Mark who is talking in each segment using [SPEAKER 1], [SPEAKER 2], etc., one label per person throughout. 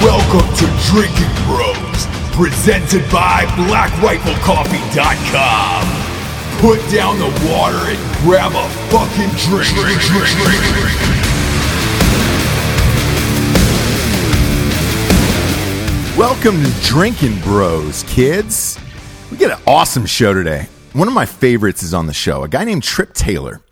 [SPEAKER 1] Welcome to Drinking Bros, presented by BlackRifleCoffee.com. Put down the water and grab a fucking drink. drink, drink, drink, drink. Welcome to Drinking Bros, kids. We got an awesome show today. One of my favorites is on the show, a guy named Trip Taylor.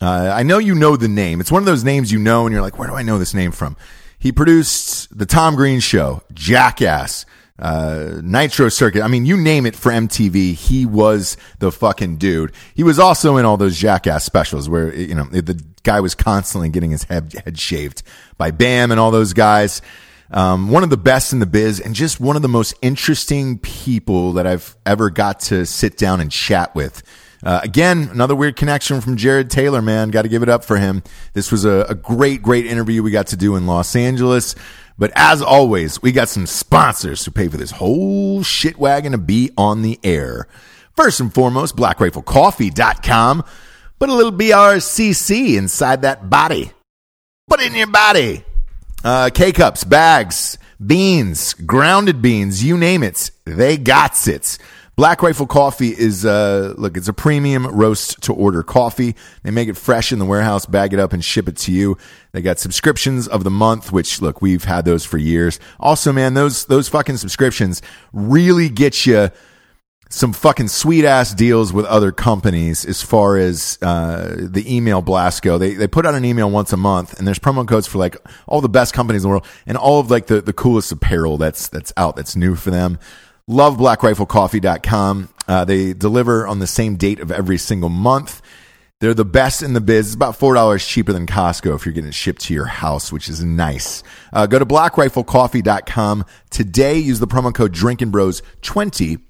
[SPEAKER 1] Uh, I know you know the name. It's one of those names you know, and you're like, where do I know this name from? He produced The Tom Green Show, Jackass, uh, Nitro Circuit. I mean, you name it for MTV. He was the fucking dude. He was also in all those Jackass specials where, you know, the guy was constantly getting his head, head shaved by Bam and all those guys. Um, one of the best in the biz and just one of the most interesting people that I've ever got to sit down and chat with. Uh, again, another weird connection from Jared Taylor, man. Got to give it up for him. This was a, a great, great interview we got to do in Los Angeles. But as always, we got some sponsors who pay for this whole shit wagon to be on the air. First and foremost, blackriflecoffee.com. Put a little BRCC inside that body. Put it in your body. Uh, K cups, bags, beans, grounded beans, you name it. They got it. Black Rifle Coffee is uh look, it's a premium roast to order coffee. They make it fresh in the warehouse, bag it up and ship it to you. They got subscriptions of the month, which look, we've had those for years. Also, man, those those fucking subscriptions really get you some fucking sweet ass deals with other companies as far as uh, the email blasts go. They they put out an email once a month, and there's promo codes for like all the best companies in the world and all of like the the coolest apparel that's that's out that's new for them. Love blackriflecoffee.com. Uh, they deliver on the same date of every single month. They're the best in the biz. It's about $4 cheaper than Costco if you're getting it shipped to your house, which is nice. Uh, go to blackriflecoffee.com today. Use the promo code DrinkinBros20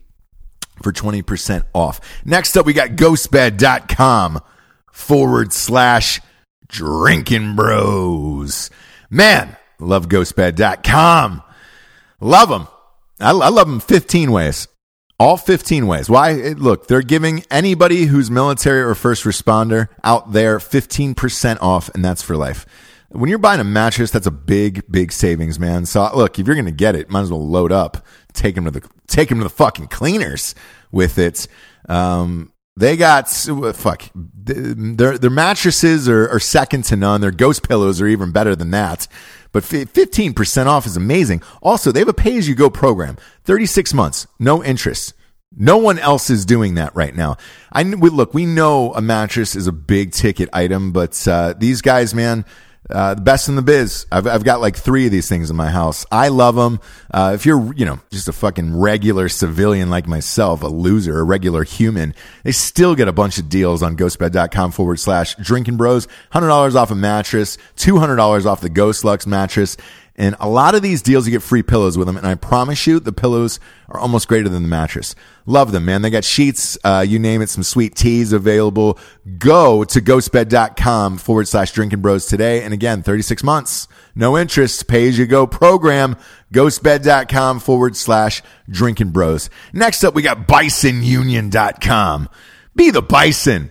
[SPEAKER 1] for 20% off. Next up, we got ghostbed.com forward slash drinking bros. Man, love ghostbed.com. Love them. I, I love them 15 ways. All 15 ways. Why? It- Look, they're giving anybody who's military or first responder out there 15% off, and that's for life. When you're buying a mattress, that's a big, big savings, man. So look, if you're going to get it, might as well load up, take them to the, take them to the fucking cleaners with it. Um, they got fuck. Their their mattresses are, are second to none. Their ghost pillows are even better than that. But fifteen percent off is amazing. Also, they have a pay as you go program. Thirty six months, no interest. No one else is doing that right now. I kn- we, look. We know a mattress is a big ticket item, but uh, these guys, man, uh, the best in the biz. I've, I've got like three of these things in my house. I love them. Uh, if you're, you know, just a fucking regular civilian like myself, a loser, a regular human, they still get a bunch of deals on ghostbed.com forward slash drinking bros. $100 off a mattress, $200 off the Ghost Lux mattress. And a lot of these deals, you get free pillows with them. And I promise you, the pillows are almost greater than the mattress. Love them, man. They got sheets, uh, you name it, some sweet teas available. Go to ghostbed.com forward slash drinking bros today. And again, 36 months, no interest, pay as you go program, ghostbed.com forward slash drinking bros. Next up, we got bisonunion.com. Be the bison.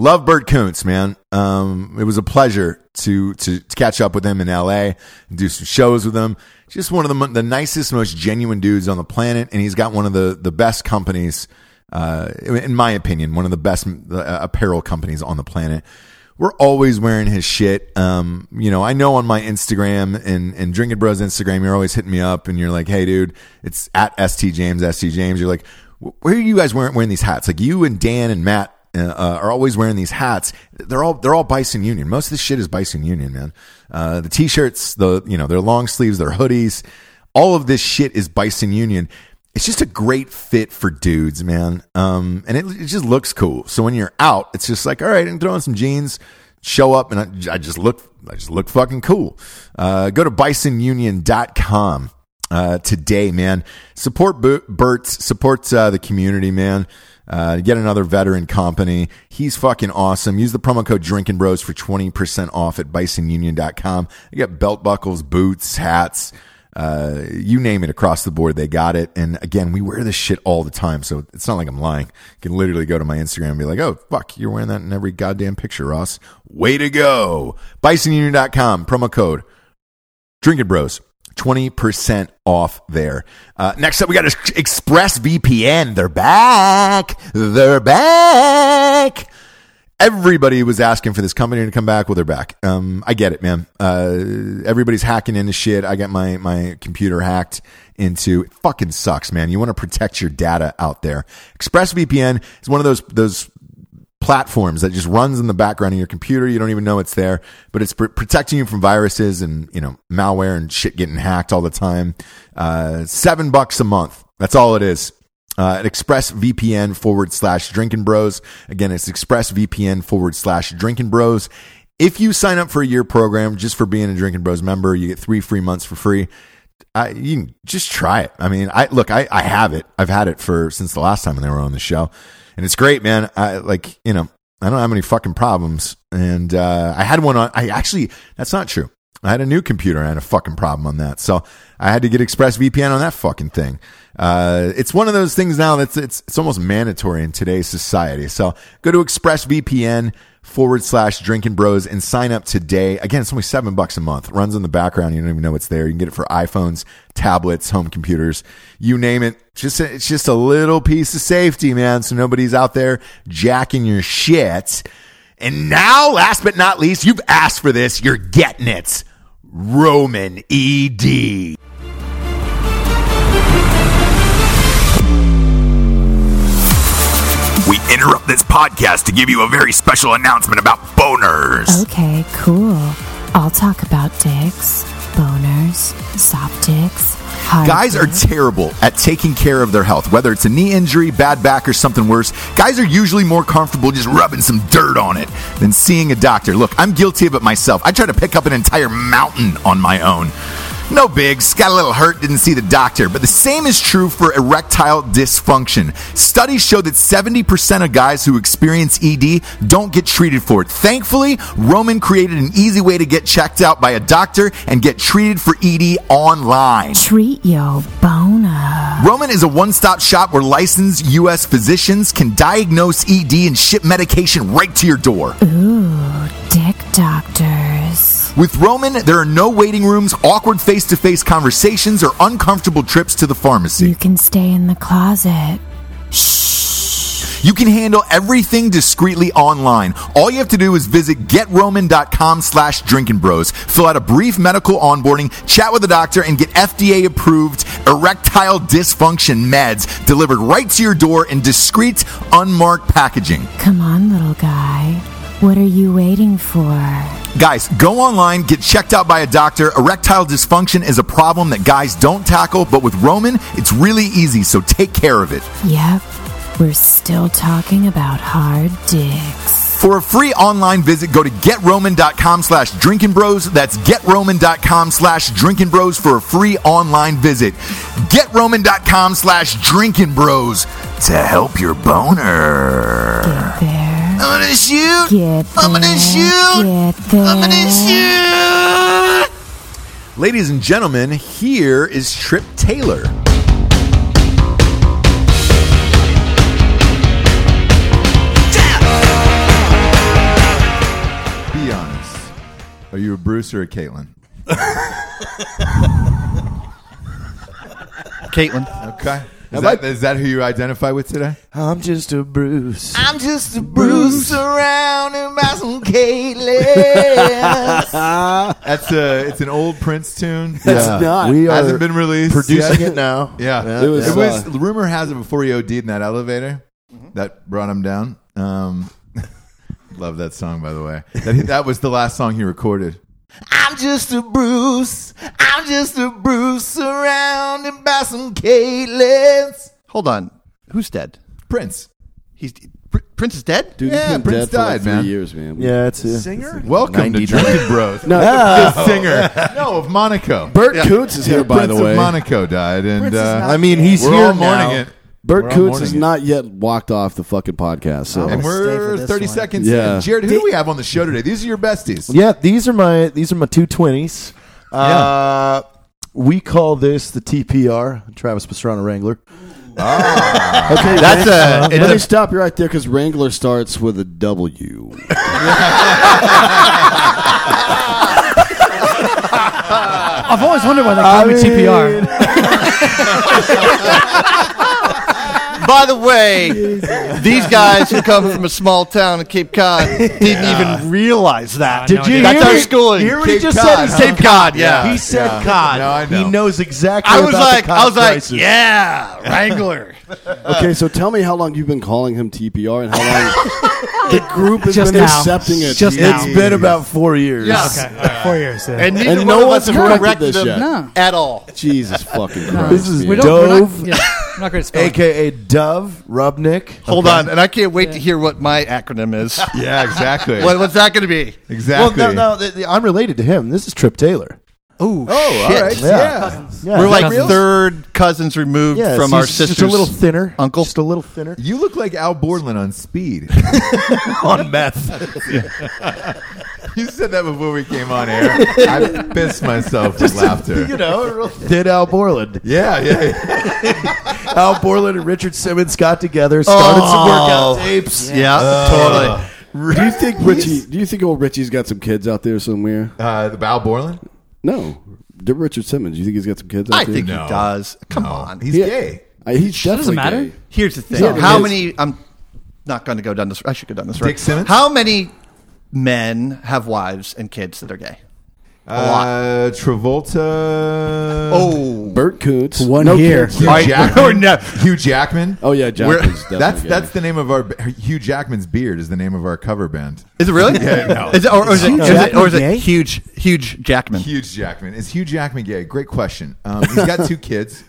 [SPEAKER 1] Love Bert Koontz, man. Um, it was a pleasure to, to to catch up with him in L.A. and do some shows with him. Just one of the mo- the nicest, most genuine dudes on the planet, and he's got one of the the best companies, uh, in my opinion, one of the best uh, apparel companies on the planet. We're always wearing his shit. Um, you know, I know on my Instagram and and Drinking Bros Instagram, you're always hitting me up, and you're like, "Hey, dude, it's at St James, St James." You're like, "Where are you guys wearing wearing these hats?" Like you and Dan and Matt uh, are always wearing these hats. They're all they're all Bison Union. Most of this shit is Bison Union, man. Uh, the t-shirts, the you know their long sleeves, their hoodies, all of this shit is Bison Union. It's just a great fit for dudes, man. Um, and it, it just looks cool. So when you're out, it's just like all right, and throw on some jeans, show up, and I, I just look I just look fucking cool. Uh, go to bisonunion.com uh, today, man. Support B- Bert, support uh, the community, man. Uh, get another veteran company. He's fucking awesome. Use the promo code Drinking Bros for 20% off at bisonunion.com. You got belt buckles, boots, hats, uh, you name it across the board. They got it. And again, we wear this shit all the time. So it's not like I'm lying. You can literally go to my Instagram and be like, oh, fuck, you're wearing that in every goddamn picture, Ross. Way to go. Bisonunion.com, promo code Drinking Bros. 20% off there. Uh, next up, we got ExpressVPN. They're back. They're back. Everybody was asking for this company to come back. Well, they're back. Um, I get it, man. Uh, everybody's hacking into shit. I got my, my computer hacked into. It fucking sucks, man. You want to protect your data out there. ExpressVPN is one of those, those platforms that just runs in the background of your computer. You don't even know it's there, but it's pr- protecting you from viruses and you know malware and shit getting hacked all the time. Uh, seven bucks a month. That's all it is. Uh, at expressvpn forward slash drinking bros. Again, it's expressvpn forward slash drinking bros. If you sign up for a year program just for being a drinking bros member, you get three free months for free. I, you can just try it. I mean, I look, I, I have it. I've had it for since the last time they were on the show, and it's great, man. I like, you know, I don't have any fucking problems, and uh, I had one on. I actually, that's not true. I had a new computer and I had a fucking problem on that, so I had to get ExpressVPN on that fucking thing. Uh, it's one of those things now that's it's it's almost mandatory in today's society. So go to ExpressVPN forward slash drinking bros and sign up today. Again, it's only seven bucks a month. Runs in the background. You don't even know it's there. You can get it for iPhones, tablets, home computers, you name it. Just a, it's just a little piece of safety, man. So nobody's out there jacking your shit. And now, last but not least, you've asked for this. You're getting it. Roman E ED.
[SPEAKER 2] We interrupt this podcast to give you a very special announcement about boners.
[SPEAKER 3] Okay, cool. I'll talk about dicks, boners, soft dicks, hard
[SPEAKER 1] Guys are
[SPEAKER 3] dicks.
[SPEAKER 1] terrible at taking care of their health, whether it's a knee injury, bad back, or something worse. Guys are usually more comfortable just rubbing some dirt on it than seeing a doctor. Look, I'm guilty of it myself. I try to pick up an entire mountain on my own. No bigs, got a little hurt, didn't see the doctor. But the same is true for erectile dysfunction. Studies show that 70% of guys who experience ED don't get treated for it. Thankfully, Roman created an easy way to get checked out by a doctor and get treated for ED online.
[SPEAKER 3] treat yo boner.
[SPEAKER 1] Roman is a one stop shop where licensed U.S. physicians can diagnose ED and ship medication right to your door.
[SPEAKER 3] Dick doctors.
[SPEAKER 1] With Roman, there are no waiting rooms, awkward face to face conversations, or uncomfortable trips to the
[SPEAKER 3] You
[SPEAKER 1] pharmacy.
[SPEAKER 3] can stay in the closet. Shh.
[SPEAKER 1] You can handle everything discreetly online. All you have to do is visit getroman.com slash drinking bros, fill out a brief medical onboarding, chat with a doctor, and get FDA approved erectile dysfunction meds delivered right to your door in discreet, unmarked packaging.
[SPEAKER 3] Come on, little guy. What are you waiting for?
[SPEAKER 1] Guys, go online, get checked out by a doctor. Erectile dysfunction is a problem that guys don't tackle, but with Roman, it's really easy, so take care of it.
[SPEAKER 3] Yep, we're still talking about hard dicks.
[SPEAKER 1] For a free online visit, go to getroman.com slash drinking bros. That's getroman.com slash drinking bros for a free online visit. Getroman.com slash drinking bros to help your boner.
[SPEAKER 3] Get there.
[SPEAKER 1] I'm gonna shoot.
[SPEAKER 3] Get there.
[SPEAKER 1] I'm gonna shoot.
[SPEAKER 3] Get there.
[SPEAKER 1] Ladies and gentlemen, here is Trip Taylor. Be honest. Are you a Bruce or a Caitlin?
[SPEAKER 4] Caitlin.
[SPEAKER 1] Okay. Is that, is that who you identify with today?
[SPEAKER 4] I'm just a Bruce.
[SPEAKER 1] I'm just a Bruce surrounded by some Caitlins. That's a it's an old Prince tune.
[SPEAKER 4] It's not.
[SPEAKER 5] We are
[SPEAKER 1] Hasn't been released.
[SPEAKER 5] producing
[SPEAKER 1] yet.
[SPEAKER 5] it now.
[SPEAKER 1] Yeah.
[SPEAKER 5] Yeah,
[SPEAKER 1] It was,
[SPEAKER 5] yeah.
[SPEAKER 4] uh,
[SPEAKER 1] rumor has it before he OD'd in that elevator
[SPEAKER 4] Mm-hmm.
[SPEAKER 1] that brought him down. Um, love that song by the way. That he- that was the last song he recorded. I'm just a Bruce. I'm just a Bruce surrounded by some Caitlins.
[SPEAKER 4] Hold on. Who's dead?
[SPEAKER 1] Prince.
[SPEAKER 4] He's Pr- Prince is dead.
[SPEAKER 6] Dude,
[SPEAKER 1] Yeah,
[SPEAKER 6] he's been
[SPEAKER 1] Prince
[SPEAKER 6] dead for like
[SPEAKER 1] died,
[SPEAKER 6] three
[SPEAKER 1] man.
[SPEAKER 6] years, man.
[SPEAKER 5] Yeah, it's uh,
[SPEAKER 4] Singer.
[SPEAKER 1] Welcome to
[SPEAKER 6] 90
[SPEAKER 1] Drinking Bros.
[SPEAKER 5] no.
[SPEAKER 1] the singer. No, of Monaco.
[SPEAKER 6] Bert Coots is here, by
[SPEAKER 1] Prince
[SPEAKER 6] the
[SPEAKER 1] of
[SPEAKER 6] way.
[SPEAKER 1] Monaco died, and uh,
[SPEAKER 5] I mean, he's
[SPEAKER 1] we're
[SPEAKER 5] here
[SPEAKER 1] all
[SPEAKER 5] now.
[SPEAKER 1] mourning it.
[SPEAKER 6] Bert
[SPEAKER 1] all
[SPEAKER 6] Coots
[SPEAKER 1] mourning
[SPEAKER 6] has
[SPEAKER 1] it.
[SPEAKER 6] not yet walked off the fucking podcast. So
[SPEAKER 1] And
[SPEAKER 4] I'll stay for
[SPEAKER 1] we're
[SPEAKER 4] this
[SPEAKER 1] 30
[SPEAKER 4] one.
[SPEAKER 1] seconds
[SPEAKER 6] Yeah.
[SPEAKER 1] in. Jared, who do we have on the show today? These are your besties.
[SPEAKER 5] Yeah, these are my these are my two twenties. Uh, we call this the TPR, Travis Pastrana Wrangler. Ah.
[SPEAKER 6] okay, uh,
[SPEAKER 1] That's a.
[SPEAKER 6] let me stop you right there because Wrangler starts with a W.
[SPEAKER 4] I've only
[SPEAKER 7] always wondered why they call me TPR.
[SPEAKER 4] By the way, these guys who come from a small town in Cape Cod didn't even realize that.
[SPEAKER 7] Did you
[SPEAKER 4] That's
[SPEAKER 7] hear
[SPEAKER 4] our
[SPEAKER 7] me?
[SPEAKER 4] schooling.
[SPEAKER 5] Hear what he
[SPEAKER 4] Cape
[SPEAKER 5] just
[SPEAKER 4] Cod.
[SPEAKER 5] said? He
[SPEAKER 4] Cape Cod, yeah.
[SPEAKER 5] He said COD.
[SPEAKER 1] No, I know.
[SPEAKER 5] He knows exactly.
[SPEAKER 4] I was
[SPEAKER 5] about the
[SPEAKER 4] like,
[SPEAKER 5] COD
[SPEAKER 4] I was like,
[SPEAKER 5] crisis.
[SPEAKER 4] yeah, Wrangler.
[SPEAKER 6] Okay, so tell me how long you've been calling him TPR and how long the group has
[SPEAKER 7] Just
[SPEAKER 6] been
[SPEAKER 7] now.
[SPEAKER 6] accepting it.
[SPEAKER 7] Just now.
[SPEAKER 5] It's been about four years.
[SPEAKER 4] Yeah.
[SPEAKER 7] Okay, all right, four years. Yeah.
[SPEAKER 4] And neither
[SPEAKER 6] And
[SPEAKER 4] one
[SPEAKER 6] no
[SPEAKER 4] of us have
[SPEAKER 6] one's corrected
[SPEAKER 4] corrected
[SPEAKER 6] this
[SPEAKER 4] them
[SPEAKER 6] yet.
[SPEAKER 7] No.
[SPEAKER 4] at all.
[SPEAKER 6] Jesus fucking Christ.
[SPEAKER 5] This is
[SPEAKER 6] man.
[SPEAKER 7] we don't.
[SPEAKER 5] Dove.
[SPEAKER 7] We're not, yeah, we're not great at spelling.
[SPEAKER 5] AKA Dove Rubnik.
[SPEAKER 4] Hold on, and I can't wait to hear what my acronym is.
[SPEAKER 1] Yeah, exactly.
[SPEAKER 4] what, what's that going to be?
[SPEAKER 5] Well,
[SPEAKER 1] exactly.
[SPEAKER 5] no, no, th- th- I'm related to him. This is Trip Taylor.
[SPEAKER 4] Ooh,
[SPEAKER 1] Oh, all right. Yeah.
[SPEAKER 5] Yeah,
[SPEAKER 4] We're like
[SPEAKER 5] yeah.
[SPEAKER 4] third cousins removed
[SPEAKER 5] Yeah,
[SPEAKER 4] from
[SPEAKER 5] he's
[SPEAKER 4] our
[SPEAKER 5] just
[SPEAKER 4] sisters.
[SPEAKER 5] Just a little thinner,
[SPEAKER 4] uncle.
[SPEAKER 5] Just a little thinner.
[SPEAKER 1] You look like Al Borland on speed.
[SPEAKER 5] On meth.
[SPEAKER 1] you said that before we came on air. I pissed myself with laughter.
[SPEAKER 5] you know, did Al Borland?
[SPEAKER 1] Yeah, yeah, yeah.
[SPEAKER 5] Al Borland and Richard Simmons got together, started some
[SPEAKER 4] Oh.
[SPEAKER 5] workout tapes.
[SPEAKER 4] yeah, totally.
[SPEAKER 6] Do you think Richie? Do you think old Richie's got some kids out there somewhere?
[SPEAKER 1] Uh, the Al Borland?
[SPEAKER 6] No, Did Richard Simmons. You think he's got some kids? Out
[SPEAKER 4] I
[SPEAKER 6] there?
[SPEAKER 4] think
[SPEAKER 1] No.
[SPEAKER 4] he does. Come
[SPEAKER 1] No,
[SPEAKER 4] on.
[SPEAKER 1] He's
[SPEAKER 6] Yeah.
[SPEAKER 1] gay.
[SPEAKER 6] Uh, he's
[SPEAKER 7] That
[SPEAKER 6] definitely
[SPEAKER 7] doesn't matter.
[SPEAKER 6] gay.
[SPEAKER 4] Here's the thing.
[SPEAKER 6] Yeah, but
[SPEAKER 4] How
[SPEAKER 6] his-
[SPEAKER 4] many? I'm not going to go down this. I should go down this road.
[SPEAKER 1] Dick Simmons?
[SPEAKER 4] How many men have wives and kids that are gay? lot.
[SPEAKER 1] Uh, Travolta.
[SPEAKER 4] Oh,
[SPEAKER 6] Bert Coots.
[SPEAKER 7] One
[SPEAKER 6] no
[SPEAKER 7] here.
[SPEAKER 6] kids.
[SPEAKER 1] Hugh
[SPEAKER 4] Right. Or
[SPEAKER 1] Jackman.
[SPEAKER 4] no.
[SPEAKER 1] Hugh Jackman.
[SPEAKER 6] Oh yeah, Jack
[SPEAKER 1] We're-
[SPEAKER 6] is definitely
[SPEAKER 1] that's
[SPEAKER 6] gay.
[SPEAKER 1] that's the name of our Hugh Jackman's beard is the name of our cover band.
[SPEAKER 4] is it really?
[SPEAKER 1] Yeah, no.
[SPEAKER 4] Is it, or, or is, it,
[SPEAKER 5] Hugh
[SPEAKER 4] is it- or is
[SPEAKER 5] Jackman
[SPEAKER 4] it
[SPEAKER 5] gay?
[SPEAKER 4] huge, huge Jackman?
[SPEAKER 1] Huge Jackman is Hugh Jackman gay? Great question. Um, he's got two kids.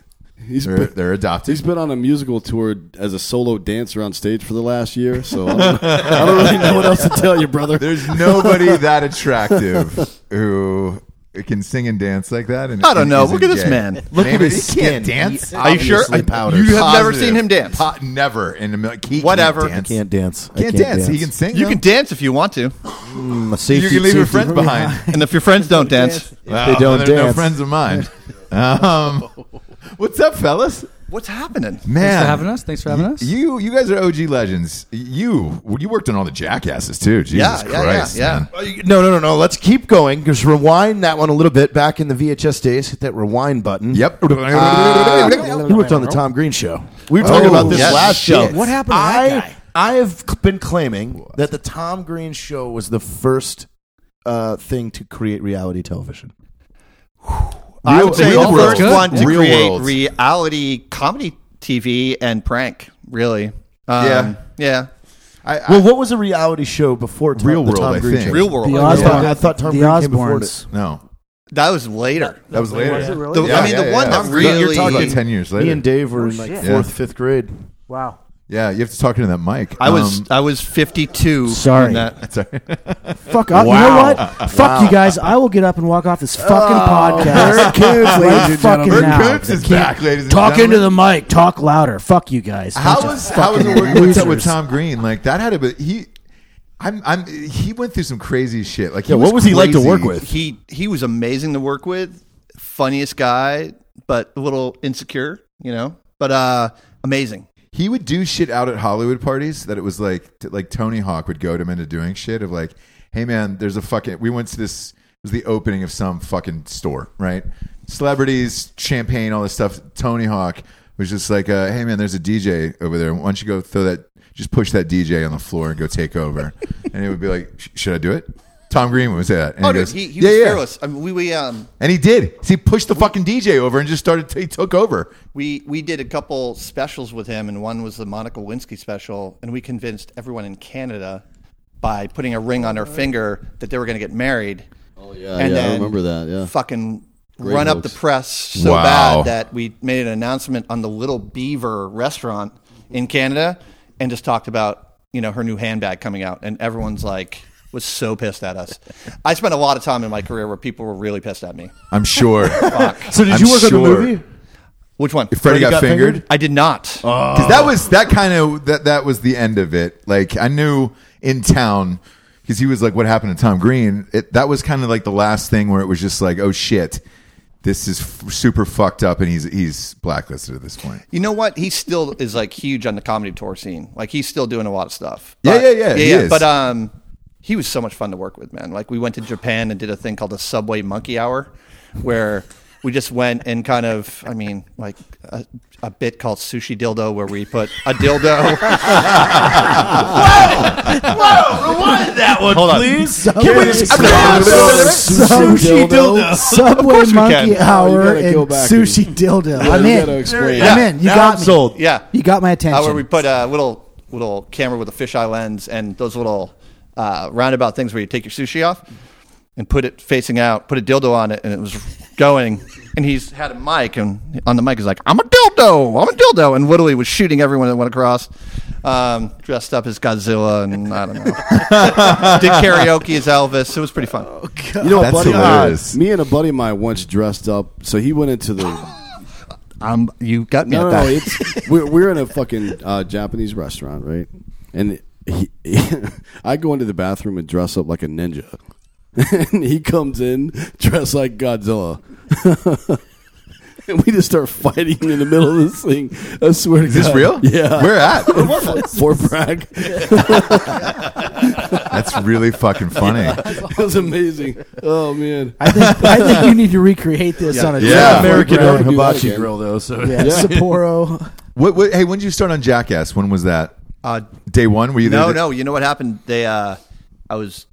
[SPEAKER 6] He's
[SPEAKER 1] They're,
[SPEAKER 6] been,
[SPEAKER 1] they're adopted.
[SPEAKER 6] he's been on a musical tour as a solo dancer on stage for the last year, so I don't, I don't really know what else to tell you, brother.
[SPEAKER 1] There's nobody that attractive who can sing and dance like that. And
[SPEAKER 4] I don't know.
[SPEAKER 1] isn't
[SPEAKER 4] Look at this
[SPEAKER 1] gay.
[SPEAKER 4] man. Look
[SPEAKER 1] Name
[SPEAKER 4] at
[SPEAKER 1] it-
[SPEAKER 4] his
[SPEAKER 1] He can't dance.
[SPEAKER 4] Are you sure?
[SPEAKER 6] Obviously powdered.
[SPEAKER 4] You have never
[SPEAKER 1] Positive.
[SPEAKER 4] seen him dance.
[SPEAKER 1] Po- never in a million. He
[SPEAKER 4] Whatever.
[SPEAKER 1] Can't dance.
[SPEAKER 5] Can't dance. I
[SPEAKER 1] Can't dance. He can sing.
[SPEAKER 4] You
[SPEAKER 1] though.
[SPEAKER 4] can dance if you want to,
[SPEAKER 5] Mm, a
[SPEAKER 1] You
[SPEAKER 5] safety-
[SPEAKER 1] can leave your
[SPEAKER 5] safety-
[SPEAKER 1] friends behind.
[SPEAKER 4] and if your friends don't dance,
[SPEAKER 1] Well,
[SPEAKER 5] they don't
[SPEAKER 1] they're No
[SPEAKER 5] dance.
[SPEAKER 1] friends of mine. Um, what's up, fellas?
[SPEAKER 4] what's happening?
[SPEAKER 1] Man,
[SPEAKER 7] Thanks for having us. Thanks for having us.
[SPEAKER 1] You you guys are OG legends. You well, you worked on all the jackasses too. Jesus
[SPEAKER 4] Yeah, yeah, yeah,
[SPEAKER 1] Christ,
[SPEAKER 4] yeah.
[SPEAKER 1] man.
[SPEAKER 5] Uh, you- No, no, no, no. Let's keep going. Just rewind that one a little bit. Back in the VHS days, hit that rewind button.
[SPEAKER 1] Yep.
[SPEAKER 5] Uh, you worked on the Tom Green show. We were talking
[SPEAKER 1] Oh,
[SPEAKER 5] about this
[SPEAKER 1] yes.
[SPEAKER 5] last show.
[SPEAKER 1] Shit. What
[SPEAKER 5] happened? I I have c- been claiming that the Tom Green show was the first uh, thing to create reality television.
[SPEAKER 4] I
[SPEAKER 1] Real-
[SPEAKER 4] would say
[SPEAKER 1] real
[SPEAKER 4] the
[SPEAKER 1] world.
[SPEAKER 4] first one to
[SPEAKER 1] Real
[SPEAKER 4] create
[SPEAKER 1] world.
[SPEAKER 4] reality comedy TV and prank, really. Um,
[SPEAKER 1] Yeah.
[SPEAKER 4] Yeah.
[SPEAKER 1] I, I,
[SPEAKER 5] Well, what was a reality show before Tom,
[SPEAKER 1] Real
[SPEAKER 5] the
[SPEAKER 1] World,
[SPEAKER 5] Tom
[SPEAKER 1] I
[SPEAKER 5] Green
[SPEAKER 1] think.
[SPEAKER 5] show?
[SPEAKER 4] Real world.
[SPEAKER 7] The
[SPEAKER 5] I
[SPEAKER 7] Osborne-
[SPEAKER 5] thought, I thought Tom
[SPEAKER 7] the
[SPEAKER 5] Green came before
[SPEAKER 7] Osbournes.
[SPEAKER 5] it.
[SPEAKER 1] no,
[SPEAKER 4] That was later.
[SPEAKER 1] that was later.
[SPEAKER 7] Was it
[SPEAKER 1] Yeah.
[SPEAKER 7] really?
[SPEAKER 4] The- I mean, the one that
[SPEAKER 1] Tom Green,
[SPEAKER 4] really-
[SPEAKER 1] You're talking about ten years later.
[SPEAKER 5] Me and Dave were in like
[SPEAKER 7] shit.
[SPEAKER 5] fourth, fifth grade.
[SPEAKER 7] Wow.
[SPEAKER 1] yeah, you have to talk into that mic.
[SPEAKER 4] I was
[SPEAKER 1] Um,
[SPEAKER 4] I was 52.
[SPEAKER 7] Sorry.
[SPEAKER 4] when that-
[SPEAKER 1] sorry.
[SPEAKER 7] Fuck off. You know
[SPEAKER 1] Wow.
[SPEAKER 7] what? Fuck you guys. I will get up and walk off this fucking podcast.
[SPEAKER 6] Bert Coots,
[SPEAKER 7] Right
[SPEAKER 6] ladies and
[SPEAKER 7] fucking
[SPEAKER 1] Bert
[SPEAKER 6] gentlemen.
[SPEAKER 7] now.
[SPEAKER 1] Coots is
[SPEAKER 7] I can't-
[SPEAKER 1] back, ladies and
[SPEAKER 7] Talk
[SPEAKER 1] gentlemen.
[SPEAKER 7] into the mic. Talk louder. Fuck you guys.
[SPEAKER 1] How
[SPEAKER 7] Bunch of
[SPEAKER 1] was how was it
[SPEAKER 7] fucking
[SPEAKER 1] working with, with
[SPEAKER 7] losers.
[SPEAKER 1] Tom Green? Like that had a bit. He, I'm I'm he went through some crazy shit. Like he
[SPEAKER 5] Yeah, what was he like to
[SPEAKER 1] crazy.
[SPEAKER 5] work with?
[SPEAKER 4] he he was amazing to work with, funniest guy, but a little insecure, you know. But uh amazing.
[SPEAKER 1] he would do shit out at Hollywood parties that it was like t- like Tony Hawk would goad him into doing shit of like, hey man, there's a fucking we went to this it was the opening of some fucking store, right? Celebrities, champagne, all this stuff. Tony Hawk was just like, uh, hey man, there's a DJ over there. Why don't you go throw that just push that DJ on the floor and go take over? and it would be like, "Sh- should I do it? Tom Green would say that. And
[SPEAKER 4] Oh,
[SPEAKER 1] he
[SPEAKER 4] dude,
[SPEAKER 1] goes,
[SPEAKER 4] he, he
[SPEAKER 1] "Yeah,
[SPEAKER 4] was
[SPEAKER 1] yeah."
[SPEAKER 4] fearless. I mean, we we um
[SPEAKER 1] And he did. So he pushed the fucking DJ over and just started. he took over.
[SPEAKER 4] we we did a couple specials with him, and one was the Monica Lewinsky special, and we convinced everyone in Canada by putting a ring on her finger that they were going to get married. Oh
[SPEAKER 6] yeah, yeah, I remember that, yeah.
[SPEAKER 4] fucking
[SPEAKER 6] Great
[SPEAKER 4] run up
[SPEAKER 6] hoax.
[SPEAKER 4] the press so
[SPEAKER 1] Wow.
[SPEAKER 4] bad that we made an announcement on the Little Beaver restaurant in Canada, and just talked about you know her new handbag coming out, and everyone's like was so pissed at us. I spent a lot of time in my career where people were really pissed at me.
[SPEAKER 1] I'm sure.
[SPEAKER 5] So did
[SPEAKER 1] I'm
[SPEAKER 5] you work on
[SPEAKER 1] sure.
[SPEAKER 5] the movie?
[SPEAKER 4] Which one?
[SPEAKER 1] Freddie got, Oh.
[SPEAKER 5] got
[SPEAKER 1] fingered.
[SPEAKER 5] fingered?
[SPEAKER 4] I did not.
[SPEAKER 1] Because that was that kind of that that was the end of it. Like I knew in town because he was like, "What happened to Tom Green?" It, that was kind of like the last thing where it was just like, "Oh shit, this is f- super fucked up," and he's he's blacklisted at this point.
[SPEAKER 4] You know what? He still is like huge on the comedy tour scene. Like he's still doing a lot of stuff.
[SPEAKER 1] Yeah,
[SPEAKER 4] But-
[SPEAKER 1] yeah, yeah, he is.
[SPEAKER 4] But um, he was so much fun to work with, man. Like we went to Japan and did a thing called the Subway Monkey Hour, where we just went and kind of, I mean, like a, a bit called Sushi Dildo, where we put a dildo.
[SPEAKER 8] that one,
[SPEAKER 4] Hold on.
[SPEAKER 8] please.
[SPEAKER 7] Sushi
[SPEAKER 6] dildo.
[SPEAKER 7] Subway
[SPEAKER 4] we
[SPEAKER 7] Monkey
[SPEAKER 4] can.
[SPEAKER 7] Hour
[SPEAKER 6] gotta
[SPEAKER 7] and
[SPEAKER 6] go back
[SPEAKER 7] Sushi Dildo. I'm
[SPEAKER 6] You gotta
[SPEAKER 7] in.
[SPEAKER 6] explain.
[SPEAKER 4] Yeah.
[SPEAKER 7] I'm in. You
[SPEAKER 8] Now
[SPEAKER 7] got
[SPEAKER 8] I'm
[SPEAKER 7] me.
[SPEAKER 8] sold.
[SPEAKER 4] yeah.
[SPEAKER 7] You got my
[SPEAKER 4] Uh,
[SPEAKER 7] attention.
[SPEAKER 4] where we put a little little camera with a fisheye lens and those little uh, roundabout things where you take your sushi off and put it facing out, put a dildo on it, and it was going. And he's had a mic, and on the mic he's like, "I'm a dildo, I'm a dildo," and literally was shooting everyone that went across, um, dressed up as Godzilla, and I don't know, did karaoke as Elvis. It was pretty fun.
[SPEAKER 6] You know, a
[SPEAKER 1] That's
[SPEAKER 6] buddy of mine-
[SPEAKER 1] hilarious.
[SPEAKER 6] me and a buddy of mine once dressed up. So he went into the
[SPEAKER 4] Um, you got me
[SPEAKER 6] No,
[SPEAKER 4] at
[SPEAKER 6] no,
[SPEAKER 4] that.
[SPEAKER 6] no, it's we're, we're in a fucking uh, Japanese restaurant, right? And he, I go into the bathroom and dress up like a ninja, and he comes in dressed like Godzilla. And we just start fighting in the middle of this thing. I swear to
[SPEAKER 1] Is this
[SPEAKER 6] God.
[SPEAKER 1] real?
[SPEAKER 6] Yeah.
[SPEAKER 1] Where at?
[SPEAKER 6] Fort Bragg.
[SPEAKER 1] That's really fucking funny.
[SPEAKER 6] It was amazing. Oh, man.
[SPEAKER 7] I think, I think you need to recreate this on a
[SPEAKER 1] Yeah.
[SPEAKER 7] trip.
[SPEAKER 8] American
[SPEAKER 6] Fort Bragg.
[SPEAKER 8] owned
[SPEAKER 6] Do that
[SPEAKER 8] hibachi
[SPEAKER 6] again.
[SPEAKER 8] grill, though. So
[SPEAKER 7] Yeah, Sapporo.
[SPEAKER 1] What, what, hey, when did you start on Jackass? When was that?
[SPEAKER 4] Uh,
[SPEAKER 1] Day one? Were you there?
[SPEAKER 4] No, no. You know what happened? They, uh, I was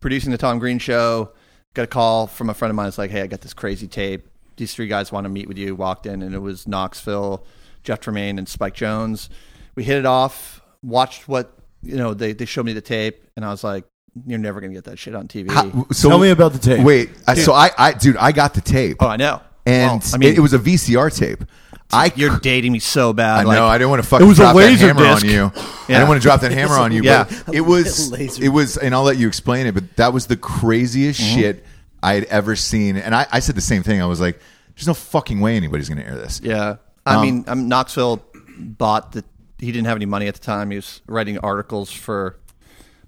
[SPEAKER 4] producing the Tom Green show. Got a call from a friend of mine. It's like, hey, I got this crazy tape. These three guys want to meet with you. Walked in, and it was Knoxville, Jeff Tremaine, and Spike Jones. We hit it off. Watched what you know. They they showed me the tape, and I was like, you're never gonna get that shit on TV.
[SPEAKER 1] How- so,
[SPEAKER 8] Tell me about the tape.
[SPEAKER 1] Wait, I, so I, I, dude, I got the tape.
[SPEAKER 4] oh, I know.
[SPEAKER 1] And
[SPEAKER 4] Well, I mean,
[SPEAKER 1] it, it was a VCR tape. I,
[SPEAKER 4] You're dating me so bad.
[SPEAKER 1] I
[SPEAKER 4] like,
[SPEAKER 1] know. I didn't want to fucking
[SPEAKER 8] It was a
[SPEAKER 1] drop that
[SPEAKER 8] laser
[SPEAKER 1] hammer
[SPEAKER 8] disc.
[SPEAKER 1] on you. I
[SPEAKER 4] Yeah.
[SPEAKER 1] didn't want to drop that hammer on you.
[SPEAKER 4] Yeah.
[SPEAKER 1] But it was.
[SPEAKER 7] laser
[SPEAKER 1] It was, and I'll let you explain it. But that was the craziest
[SPEAKER 4] Mm-hmm.
[SPEAKER 1] shit I had ever seen. And I, I said the same thing. I was like, "There's no fucking way anybody's going to air this."
[SPEAKER 4] Yeah. I mean, um, Knoxville bought the. He didn't have any money at the time. He was writing articles for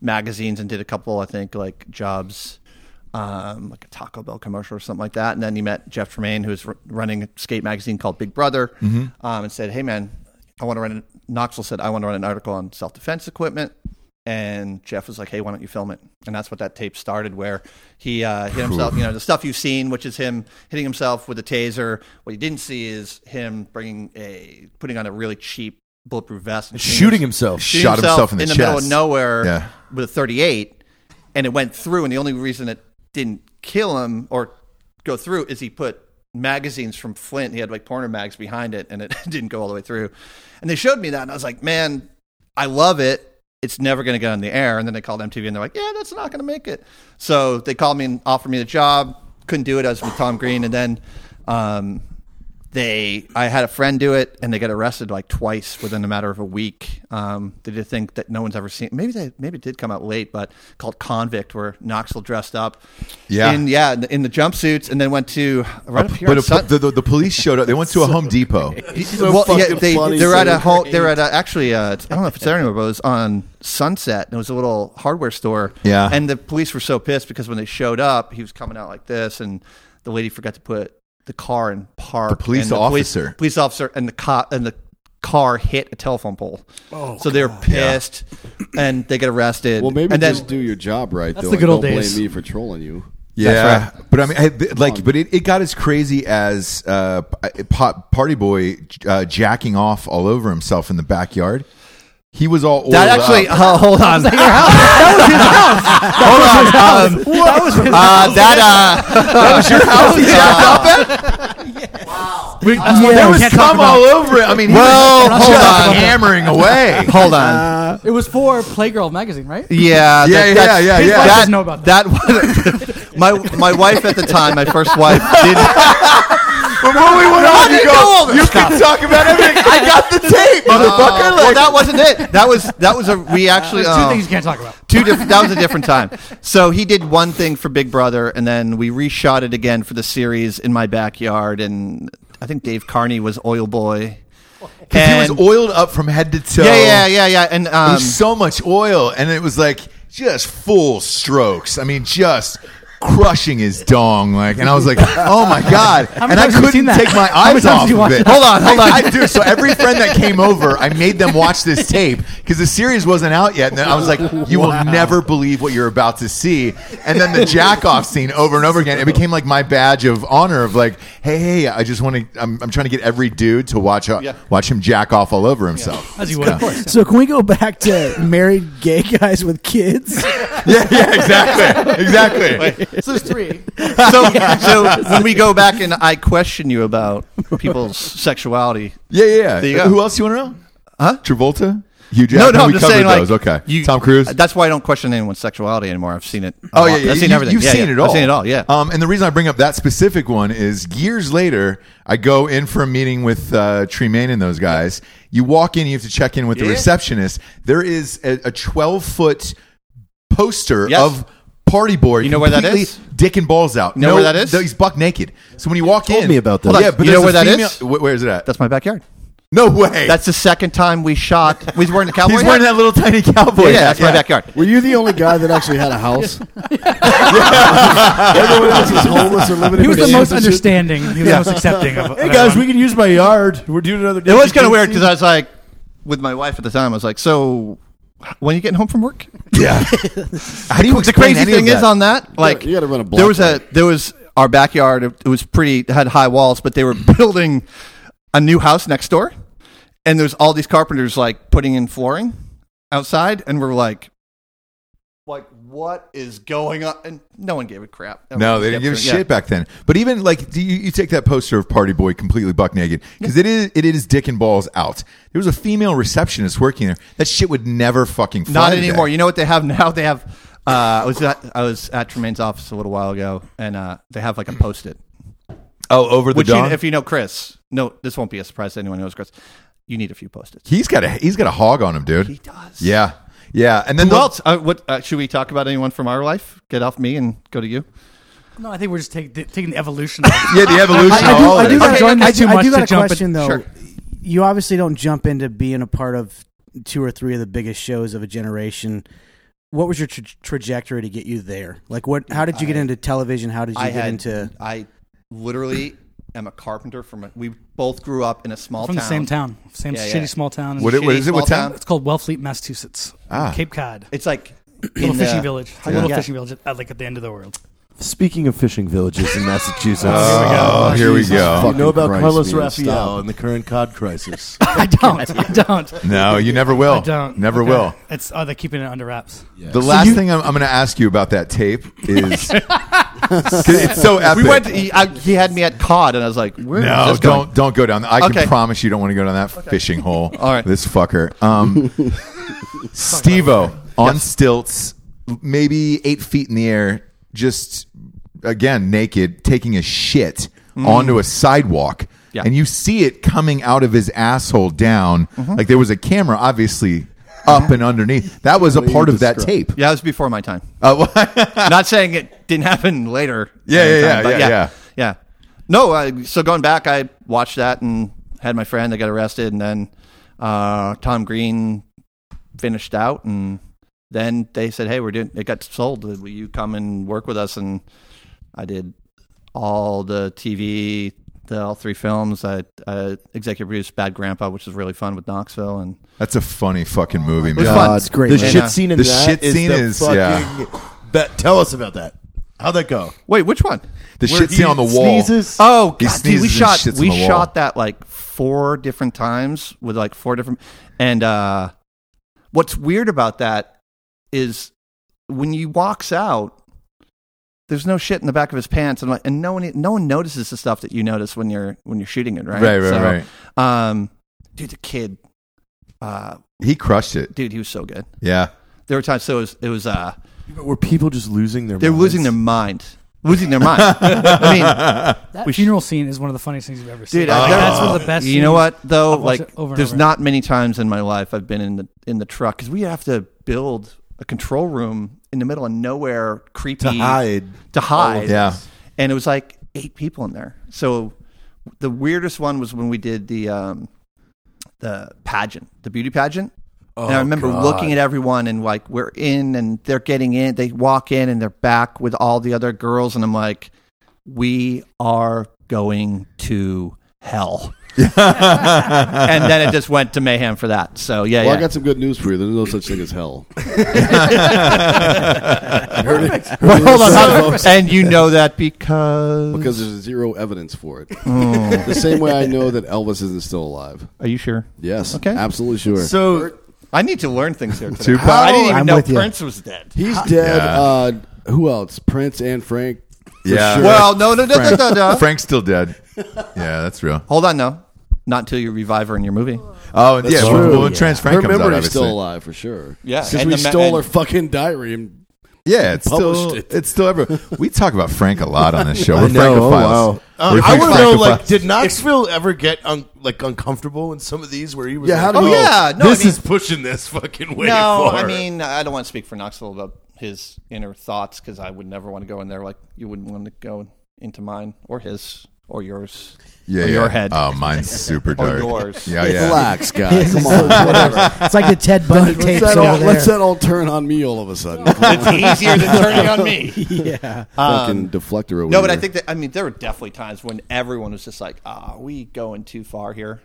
[SPEAKER 4] magazines and did a couple, I think, like jobs, um, like a Taco Bell commercial or something like that. And then he met Jeff Tremaine, who was r- running a skate magazine called Big Brother, um, and said, "Hey, man, I want to run." An, Knoxville said, "I want to run an article on self defense equipment." And Jeff was like, "Hey, why don't you film it?" And that's what that tape started, where he uh, hit himself. You know, the stuff you've seen, which is him hitting himself with a taser. What you didn't see is him bringing a putting on a really cheap bulletproof vest, and
[SPEAKER 8] Shooting himself.
[SPEAKER 4] shooting
[SPEAKER 1] Shot himself in the
[SPEAKER 4] middle of
[SPEAKER 1] chest.
[SPEAKER 4] nowhere
[SPEAKER 1] Yeah.
[SPEAKER 4] with a 38 and it went through and the only reason it didn't kill him or go through is he put magazines from flint he had like porno mags behind it and it didn't go all the way through and they showed me that and i was like man i love it it's never going to get on the air and then they called mtv and they're like yeah that's not going to make it so they called me and offered me the job couldn't do it i was with tom green and then um, they i had a friend do it and they got arrested like twice within a matter of a week um, they did a thing that no one's ever seen maybe they maybe it did come out late but called convict where knoxville dressed up
[SPEAKER 1] Yeah.
[SPEAKER 4] in, yeah in the, in the jumpsuits and then went to right up here
[SPEAKER 1] But
[SPEAKER 4] on
[SPEAKER 1] a,
[SPEAKER 4] Sun-
[SPEAKER 1] the, the, the police showed up. They went to a Home Depot.
[SPEAKER 4] well, yeah,
[SPEAKER 6] fucking
[SPEAKER 4] they,
[SPEAKER 6] funny,
[SPEAKER 4] they're at
[SPEAKER 6] so
[SPEAKER 4] a whole, they're at a, actually uh, it's- I don't know if it's there anymore, but it was on Sunset and it was a little hardware store.
[SPEAKER 1] Yeah.
[SPEAKER 4] and the police were so pissed because when they showed up, he was coming out like this, and the lady forgot to put the car in park.
[SPEAKER 1] The police
[SPEAKER 4] and
[SPEAKER 1] officer.
[SPEAKER 4] police, police officer, and the cop and the car hit a telephone pole. Oh, so they're pissed, and they get arrested.
[SPEAKER 6] Well, maybe
[SPEAKER 4] and
[SPEAKER 6] just do your job right, though.
[SPEAKER 7] the
[SPEAKER 6] and
[SPEAKER 7] good
[SPEAKER 6] don't
[SPEAKER 7] old days.
[SPEAKER 6] blame me for trolling you.
[SPEAKER 1] Yeah, but I mean, I, th- like, but it, it got as crazy as uh, p- pop, Party Boy uh, jacking off all over himself in the backyard. He was all oiled
[SPEAKER 4] That actually,
[SPEAKER 1] up.
[SPEAKER 4] uh, hold on. um, uh,
[SPEAKER 9] Uh,
[SPEAKER 8] We,
[SPEAKER 1] there
[SPEAKER 8] there
[SPEAKER 1] was cum all over it. I mean, he well, was
[SPEAKER 4] hold
[SPEAKER 1] just
[SPEAKER 4] on.
[SPEAKER 1] hammering away.
[SPEAKER 4] Hold on.
[SPEAKER 9] It was for Playgirl magazine, right?
[SPEAKER 4] Yeah,
[SPEAKER 1] Yeah, yeah,
[SPEAKER 4] that's-
[SPEAKER 1] yeah, His yeah. wife
[SPEAKER 9] doesn't know about
[SPEAKER 4] that. was- my my wife at the time, my first wife, did.
[SPEAKER 1] Before we went on, you go. You can talk about everything. I got the tape, motherfucker.
[SPEAKER 4] well, uh, that wasn't it. That was that was a we actually
[SPEAKER 9] There's Uh, two
[SPEAKER 4] oh,
[SPEAKER 9] things you can't talk about.
[SPEAKER 4] two different. That was a different time. So he did one thing for Big Brother, and then we reshot it again for the series in my backyard. And I think Dave Carney was Oil Boy.
[SPEAKER 1] he
[SPEAKER 4] And
[SPEAKER 1] was oiled up from head to toe.
[SPEAKER 4] yeah, yeah, yeah, yeah. And um,
[SPEAKER 1] There's so much oil, and it was like just full strokes. I mean, just crushing his dong, like, and I was like, oh my god,
[SPEAKER 9] many
[SPEAKER 1] and I
[SPEAKER 9] times have you
[SPEAKER 1] couldn't
[SPEAKER 9] seen that?
[SPEAKER 1] take my
[SPEAKER 9] How many
[SPEAKER 1] eyes
[SPEAKER 9] times
[SPEAKER 1] off
[SPEAKER 9] have you
[SPEAKER 1] of
[SPEAKER 9] watched
[SPEAKER 1] it.
[SPEAKER 9] that?
[SPEAKER 1] Hold on, hold on, I do. So every friend that came over, I made them watch this tape because the series wasn't out yet, and then I was like, you will never believe what you're about to see. And then the jack off scene over and over again, it became like my badge of honor of like, hey, hey, I just want to, I'm, I'm trying to get every dude to watch uh,
[SPEAKER 4] Yeah.
[SPEAKER 1] watch him jack off all over himself.
[SPEAKER 9] As you would, of course.
[SPEAKER 7] So can we go back to married gay guys with kids?
[SPEAKER 1] Yeah, yeah, exactly, exactly.
[SPEAKER 9] So there's three.
[SPEAKER 4] So, so when we go back and I question you about people's sexuality,
[SPEAKER 1] Yeah, yeah.
[SPEAKER 4] There you
[SPEAKER 1] yeah.
[SPEAKER 4] go.
[SPEAKER 1] Who else you want to know? Huh? Travolta? Hugh Jackman.
[SPEAKER 4] no, no,
[SPEAKER 1] we
[SPEAKER 4] I'm just
[SPEAKER 1] covered
[SPEAKER 4] saying
[SPEAKER 1] those.
[SPEAKER 4] like
[SPEAKER 1] okay.
[SPEAKER 4] you-
[SPEAKER 1] Tom Cruise.
[SPEAKER 4] That's why I don't question anyone's sexuality anymore. I've seen it. a
[SPEAKER 1] Oh
[SPEAKER 4] lot.
[SPEAKER 1] yeah, yeah.
[SPEAKER 4] I've seen
[SPEAKER 1] You-
[SPEAKER 4] everything.
[SPEAKER 1] You've
[SPEAKER 4] Yeah,
[SPEAKER 1] seen
[SPEAKER 4] yeah.
[SPEAKER 1] it all.
[SPEAKER 4] I've seen it all. Yeah.
[SPEAKER 1] Um, and the reason I bring up that specific one is years later, I go in for a meeting with uh, Tremaine and those guys. You walk in, you have to check in with the receptionist. There is a twelve foot poster
[SPEAKER 4] Yes.
[SPEAKER 1] of Party Boy.
[SPEAKER 4] You know where that
[SPEAKER 1] completely
[SPEAKER 4] is?
[SPEAKER 1] Dick and balls out.
[SPEAKER 4] know where that is?
[SPEAKER 1] He's buck naked. So when you walk in,
[SPEAKER 5] told me about
[SPEAKER 1] Hold
[SPEAKER 5] this.
[SPEAKER 1] on. Yeah, but
[SPEAKER 4] You know
[SPEAKER 1] there's a
[SPEAKER 4] where that
[SPEAKER 1] female-
[SPEAKER 4] is?
[SPEAKER 1] Wh- Where is it at?
[SPEAKER 4] That's my backyard.
[SPEAKER 1] no way.
[SPEAKER 4] That's the second time we shot. He's wearing the cowboy.
[SPEAKER 1] he's wearing
[SPEAKER 4] hat?
[SPEAKER 1] that little tiny cowboy.
[SPEAKER 4] Yeah, yeah,
[SPEAKER 1] hat.
[SPEAKER 4] that's my backyard.
[SPEAKER 6] Were you the only guy that actually had a house? Everyone else is homeless or living
[SPEAKER 9] He was
[SPEAKER 6] in
[SPEAKER 9] the most
[SPEAKER 6] caves and shit?
[SPEAKER 9] understanding. He was the most accepting of.
[SPEAKER 5] Hey guys, we can use my yard. We're doing another.
[SPEAKER 4] It was kind of weird because I was like, with my wife at the time, I was like, so. When are you getting home from work?
[SPEAKER 1] Yeah. How do you
[SPEAKER 4] The
[SPEAKER 1] explain
[SPEAKER 4] crazy
[SPEAKER 1] any of
[SPEAKER 4] thing is
[SPEAKER 1] that?
[SPEAKER 4] on that, like
[SPEAKER 6] you gotta run a block
[SPEAKER 4] There was
[SPEAKER 6] on
[SPEAKER 4] a there was our backyard. It was pretty it had high walls, but they were building a new house next door, and there's all these carpenters like putting in flooring outside, and we're like, like what is going on? And no one gave a crap.
[SPEAKER 1] No,
[SPEAKER 4] Everyone
[SPEAKER 1] they didn't give a
[SPEAKER 4] kept doing-
[SPEAKER 1] shit back then. But even like do you, you take that poster of Party Boy completely buck naked because it is it is dick and balls out. There was a female receptionist working there. That shit would never fucking fly
[SPEAKER 4] Not
[SPEAKER 1] today.
[SPEAKER 4] anymore. You know what they have now? They have. Uh, I was at I was at Tremaine's office a little while ago, and uh, they have like a post-it.
[SPEAKER 1] Oh, over the
[SPEAKER 4] Which, you,
[SPEAKER 1] dog.
[SPEAKER 4] if you know Chris, no, this won't be a surprise to anyone who knows Chris. You need a few post-its.
[SPEAKER 1] he's got a he's got a hog on him, dude.
[SPEAKER 4] He does.
[SPEAKER 1] Yeah, yeah. And then
[SPEAKER 4] Who
[SPEAKER 1] the-
[SPEAKER 4] else? Uh, what uh, should we talk about? Anyone from our life? Get off me and go to you.
[SPEAKER 9] No, I think we're just take, taking the evolution. of it.
[SPEAKER 1] yeah, the evolution.
[SPEAKER 7] I, I
[SPEAKER 1] of
[SPEAKER 7] do,
[SPEAKER 1] all
[SPEAKER 7] I do
[SPEAKER 1] this.
[SPEAKER 7] got,
[SPEAKER 4] Okay,
[SPEAKER 7] I
[SPEAKER 9] enjoying
[SPEAKER 7] do-
[SPEAKER 9] this too
[SPEAKER 7] I
[SPEAKER 9] much
[SPEAKER 7] do
[SPEAKER 9] to
[SPEAKER 7] got a
[SPEAKER 9] jump in-
[SPEAKER 7] question though.
[SPEAKER 4] Sure.
[SPEAKER 7] You obviously don't jump into being a part of two or three of the biggest shows of a generation. What was your tra- trajectory to get you there? Like, what? How did you get into television? How did you get into?
[SPEAKER 4] I literally am a carpenter from. A, we both grew up in a small
[SPEAKER 9] from the
[SPEAKER 4] town.
[SPEAKER 9] same town, same
[SPEAKER 4] Yeah,
[SPEAKER 9] shitty
[SPEAKER 4] yeah.
[SPEAKER 9] small town.
[SPEAKER 1] What it- what
[SPEAKER 4] Shitty
[SPEAKER 1] is it? What
[SPEAKER 4] small
[SPEAKER 1] town?
[SPEAKER 9] It's called Wellfleet, Massachusetts,
[SPEAKER 1] Ah.
[SPEAKER 9] Cape Cod.
[SPEAKER 4] It's like
[SPEAKER 9] Little
[SPEAKER 4] in
[SPEAKER 9] fishing
[SPEAKER 4] the-
[SPEAKER 9] village, a little
[SPEAKER 4] Yeah.
[SPEAKER 9] fishing village, at, like at the end of the world.
[SPEAKER 5] Speaking of fishing villages in Massachusetts,
[SPEAKER 1] Oh, here we
[SPEAKER 6] Jesus
[SPEAKER 1] go.
[SPEAKER 5] you know about
[SPEAKER 6] Christ,
[SPEAKER 5] Carlos
[SPEAKER 6] man,
[SPEAKER 5] Raphael
[SPEAKER 6] stop.
[SPEAKER 5] and the current cod crisis.
[SPEAKER 9] I don't. I don't.
[SPEAKER 1] No, you never will.
[SPEAKER 9] I don't.
[SPEAKER 1] Never
[SPEAKER 9] Okay.
[SPEAKER 1] will.
[SPEAKER 9] It's oh, they're keeping it under wraps.
[SPEAKER 1] The last thing I'm, I'm going to ask you about that tape is 'cause it's so epic.
[SPEAKER 4] We went. He, I, he had me at cod, and I was like, "Where is
[SPEAKER 1] No,
[SPEAKER 4] this going?"
[SPEAKER 1] don't don't go down. I
[SPEAKER 4] Okay.
[SPEAKER 1] can promise you don't want to go down that fishing hole.
[SPEAKER 4] All right.
[SPEAKER 1] this fucker. Um, Stevo on stilts, maybe eight feet in the air, just again naked, taking a shit onto a sidewalk.
[SPEAKER 4] Mm. Yeah.
[SPEAKER 1] And you see it coming out of his asshole down.
[SPEAKER 4] Mm-hmm.
[SPEAKER 1] Like there was a camera, obviously, up and underneath. That was a part of that tape.
[SPEAKER 4] Yeah, that was before my time.
[SPEAKER 1] Uh,
[SPEAKER 4] Not saying it didn't happen later.
[SPEAKER 1] Yeah, yeah,
[SPEAKER 4] anytime,
[SPEAKER 1] yeah,
[SPEAKER 4] but
[SPEAKER 1] yeah, yeah.
[SPEAKER 4] yeah. No, I, so going back, I watched that and had my friend that got arrested, and then uh, Tom Green finished out, and then they said, "Hey, we're doing." It got sold. Will you come and work with us? And I did all the TV, the all three films. I, I executive produced Bad Grandpa, which was really fun with Knoxville, and
[SPEAKER 1] that's a funny fucking movie,
[SPEAKER 4] was
[SPEAKER 1] man.
[SPEAKER 4] fun.
[SPEAKER 7] it's great.
[SPEAKER 5] the
[SPEAKER 7] man.
[SPEAKER 5] shit scene in
[SPEAKER 1] The
[SPEAKER 5] that
[SPEAKER 1] shit scene
[SPEAKER 5] the
[SPEAKER 1] is-
[SPEAKER 5] fucking,
[SPEAKER 1] yeah.
[SPEAKER 5] That, tell us about that. How'd that go?
[SPEAKER 4] Wait, which one?
[SPEAKER 1] The
[SPEAKER 5] Where
[SPEAKER 1] shit
[SPEAKER 5] he
[SPEAKER 1] scene on the wall. Uh,
[SPEAKER 5] sneezes?
[SPEAKER 4] Oh,
[SPEAKER 1] He
[SPEAKER 4] God, dude, we
[SPEAKER 1] sneezes and
[SPEAKER 4] shot
[SPEAKER 1] shits on
[SPEAKER 4] we
[SPEAKER 1] the wall.
[SPEAKER 4] shot that like four different times with like four different and uh what's weird about that is when he walks out there's no shit in the back of his pants and like and no one no one notices the stuff that you notice when you're when you're shooting it, right?
[SPEAKER 1] Right, right,
[SPEAKER 4] right. Um dude the kid uh
[SPEAKER 1] He crushed it.
[SPEAKER 4] dude he was so good.
[SPEAKER 1] Yeah.
[SPEAKER 4] There were times so it was it was uh
[SPEAKER 5] Were people just losing their?
[SPEAKER 4] they're losing their mind. Losing their mind. I mean
[SPEAKER 9] That
[SPEAKER 4] We sh-
[SPEAKER 9] funeral scene is one of the funniest things you've ever seen.
[SPEAKER 4] Dude,
[SPEAKER 9] Like,
[SPEAKER 4] I've never- Oh.
[SPEAKER 9] that's one of the best.
[SPEAKER 4] You know
[SPEAKER 9] scenes.
[SPEAKER 4] what though?
[SPEAKER 9] I've watched
[SPEAKER 4] Like,
[SPEAKER 9] it over and
[SPEAKER 4] there's
[SPEAKER 9] over.
[SPEAKER 4] not many times in my life I've been in the in the truck because we have to build a control room in the middle of nowhere, creepy
[SPEAKER 5] To hide.
[SPEAKER 4] to hide.
[SPEAKER 1] Yeah.
[SPEAKER 4] and it was like eight people in there. So the weirdest one was when we did the um, the pageant, the beauty pageant.
[SPEAKER 6] Oh,
[SPEAKER 4] and I remember looking at everyone and like we're in and they're getting in. They walk in and they're back with all the other girls, and I'm like, we are going to hell. and then it just went to mayhem for that. So yeah,
[SPEAKER 6] Well, I
[SPEAKER 4] yeah.
[SPEAKER 6] got some good news for you. There's no such thing as hell.
[SPEAKER 4] Hold on, hold on. and you know that because
[SPEAKER 6] Because there's zero evidence for it. the same way I know that Elvis isn't still alive.
[SPEAKER 4] are you sure?
[SPEAKER 6] Yes.
[SPEAKER 4] Okay.
[SPEAKER 6] Absolutely sure.
[SPEAKER 1] So
[SPEAKER 4] I need to learn things here. Today.
[SPEAKER 1] Tupac?
[SPEAKER 4] I didn't even
[SPEAKER 1] I'm
[SPEAKER 4] know
[SPEAKER 1] with you.
[SPEAKER 4] Prince was dead.
[SPEAKER 6] He's dead.
[SPEAKER 1] Yeah.
[SPEAKER 6] Uh, who else? Prince and Frank. for
[SPEAKER 1] Yeah.
[SPEAKER 6] sure.
[SPEAKER 4] Well, no, no, no, no,
[SPEAKER 1] Frank-
[SPEAKER 4] no, no.
[SPEAKER 1] Frank's still dead. Yeah, that's real.
[SPEAKER 4] Hold on, no, not until you revive her in your movie.
[SPEAKER 1] Oh, and yeah.
[SPEAKER 6] That's
[SPEAKER 1] Well,
[SPEAKER 6] true.
[SPEAKER 1] when Trans Frank
[SPEAKER 6] her
[SPEAKER 1] comes out,
[SPEAKER 6] memory's
[SPEAKER 1] obviously.
[SPEAKER 6] still alive for sure.
[SPEAKER 4] Yeah,
[SPEAKER 6] Because
[SPEAKER 4] and
[SPEAKER 6] we
[SPEAKER 4] the ma- and-
[SPEAKER 6] stole her fucking diary and
[SPEAKER 1] Yeah, it's
[SPEAKER 6] Published
[SPEAKER 1] still
[SPEAKER 6] it.
[SPEAKER 1] it's still ever. We talk about Frank a lot on this show. We're
[SPEAKER 5] know, oh,
[SPEAKER 1] Francophiles.
[SPEAKER 5] wow.
[SPEAKER 1] We're
[SPEAKER 10] Uh, I want to know,
[SPEAKER 1] Francophiles.
[SPEAKER 10] like, did Knoxville ever get un- like uncomfortable in some of these where he was?
[SPEAKER 6] Yeah,
[SPEAKER 10] like,
[SPEAKER 6] how do
[SPEAKER 10] oh,
[SPEAKER 6] you-
[SPEAKER 4] Yeah, Ah, no, I
[SPEAKER 10] this
[SPEAKER 4] mean-
[SPEAKER 10] is pushing this fucking way
[SPEAKER 4] No,
[SPEAKER 10] far.
[SPEAKER 4] I mean I don't want to speak for Knoxville about his inner thoughts because I would never want to go in there like you wouldn't want to go into mine or his or yours
[SPEAKER 1] yeah,
[SPEAKER 4] or
[SPEAKER 1] yeah.
[SPEAKER 4] your head
[SPEAKER 1] Oh, mine's super
[SPEAKER 4] or
[SPEAKER 1] dark.
[SPEAKER 4] yours.
[SPEAKER 1] Oh, Yeah, yeah.
[SPEAKER 6] relax, guys. Come on.
[SPEAKER 7] it's like the Ted Bundy
[SPEAKER 6] Let's
[SPEAKER 7] tapes
[SPEAKER 6] that,
[SPEAKER 7] over
[SPEAKER 6] all,
[SPEAKER 7] there.
[SPEAKER 6] let's that all turn on me all of a sudden.
[SPEAKER 4] It's easier than turning on me.
[SPEAKER 6] fucking deflector over
[SPEAKER 4] No, but I
[SPEAKER 6] here.
[SPEAKER 4] think that I mean there were definitely times when everyone was just like, "Ah, we going too far here."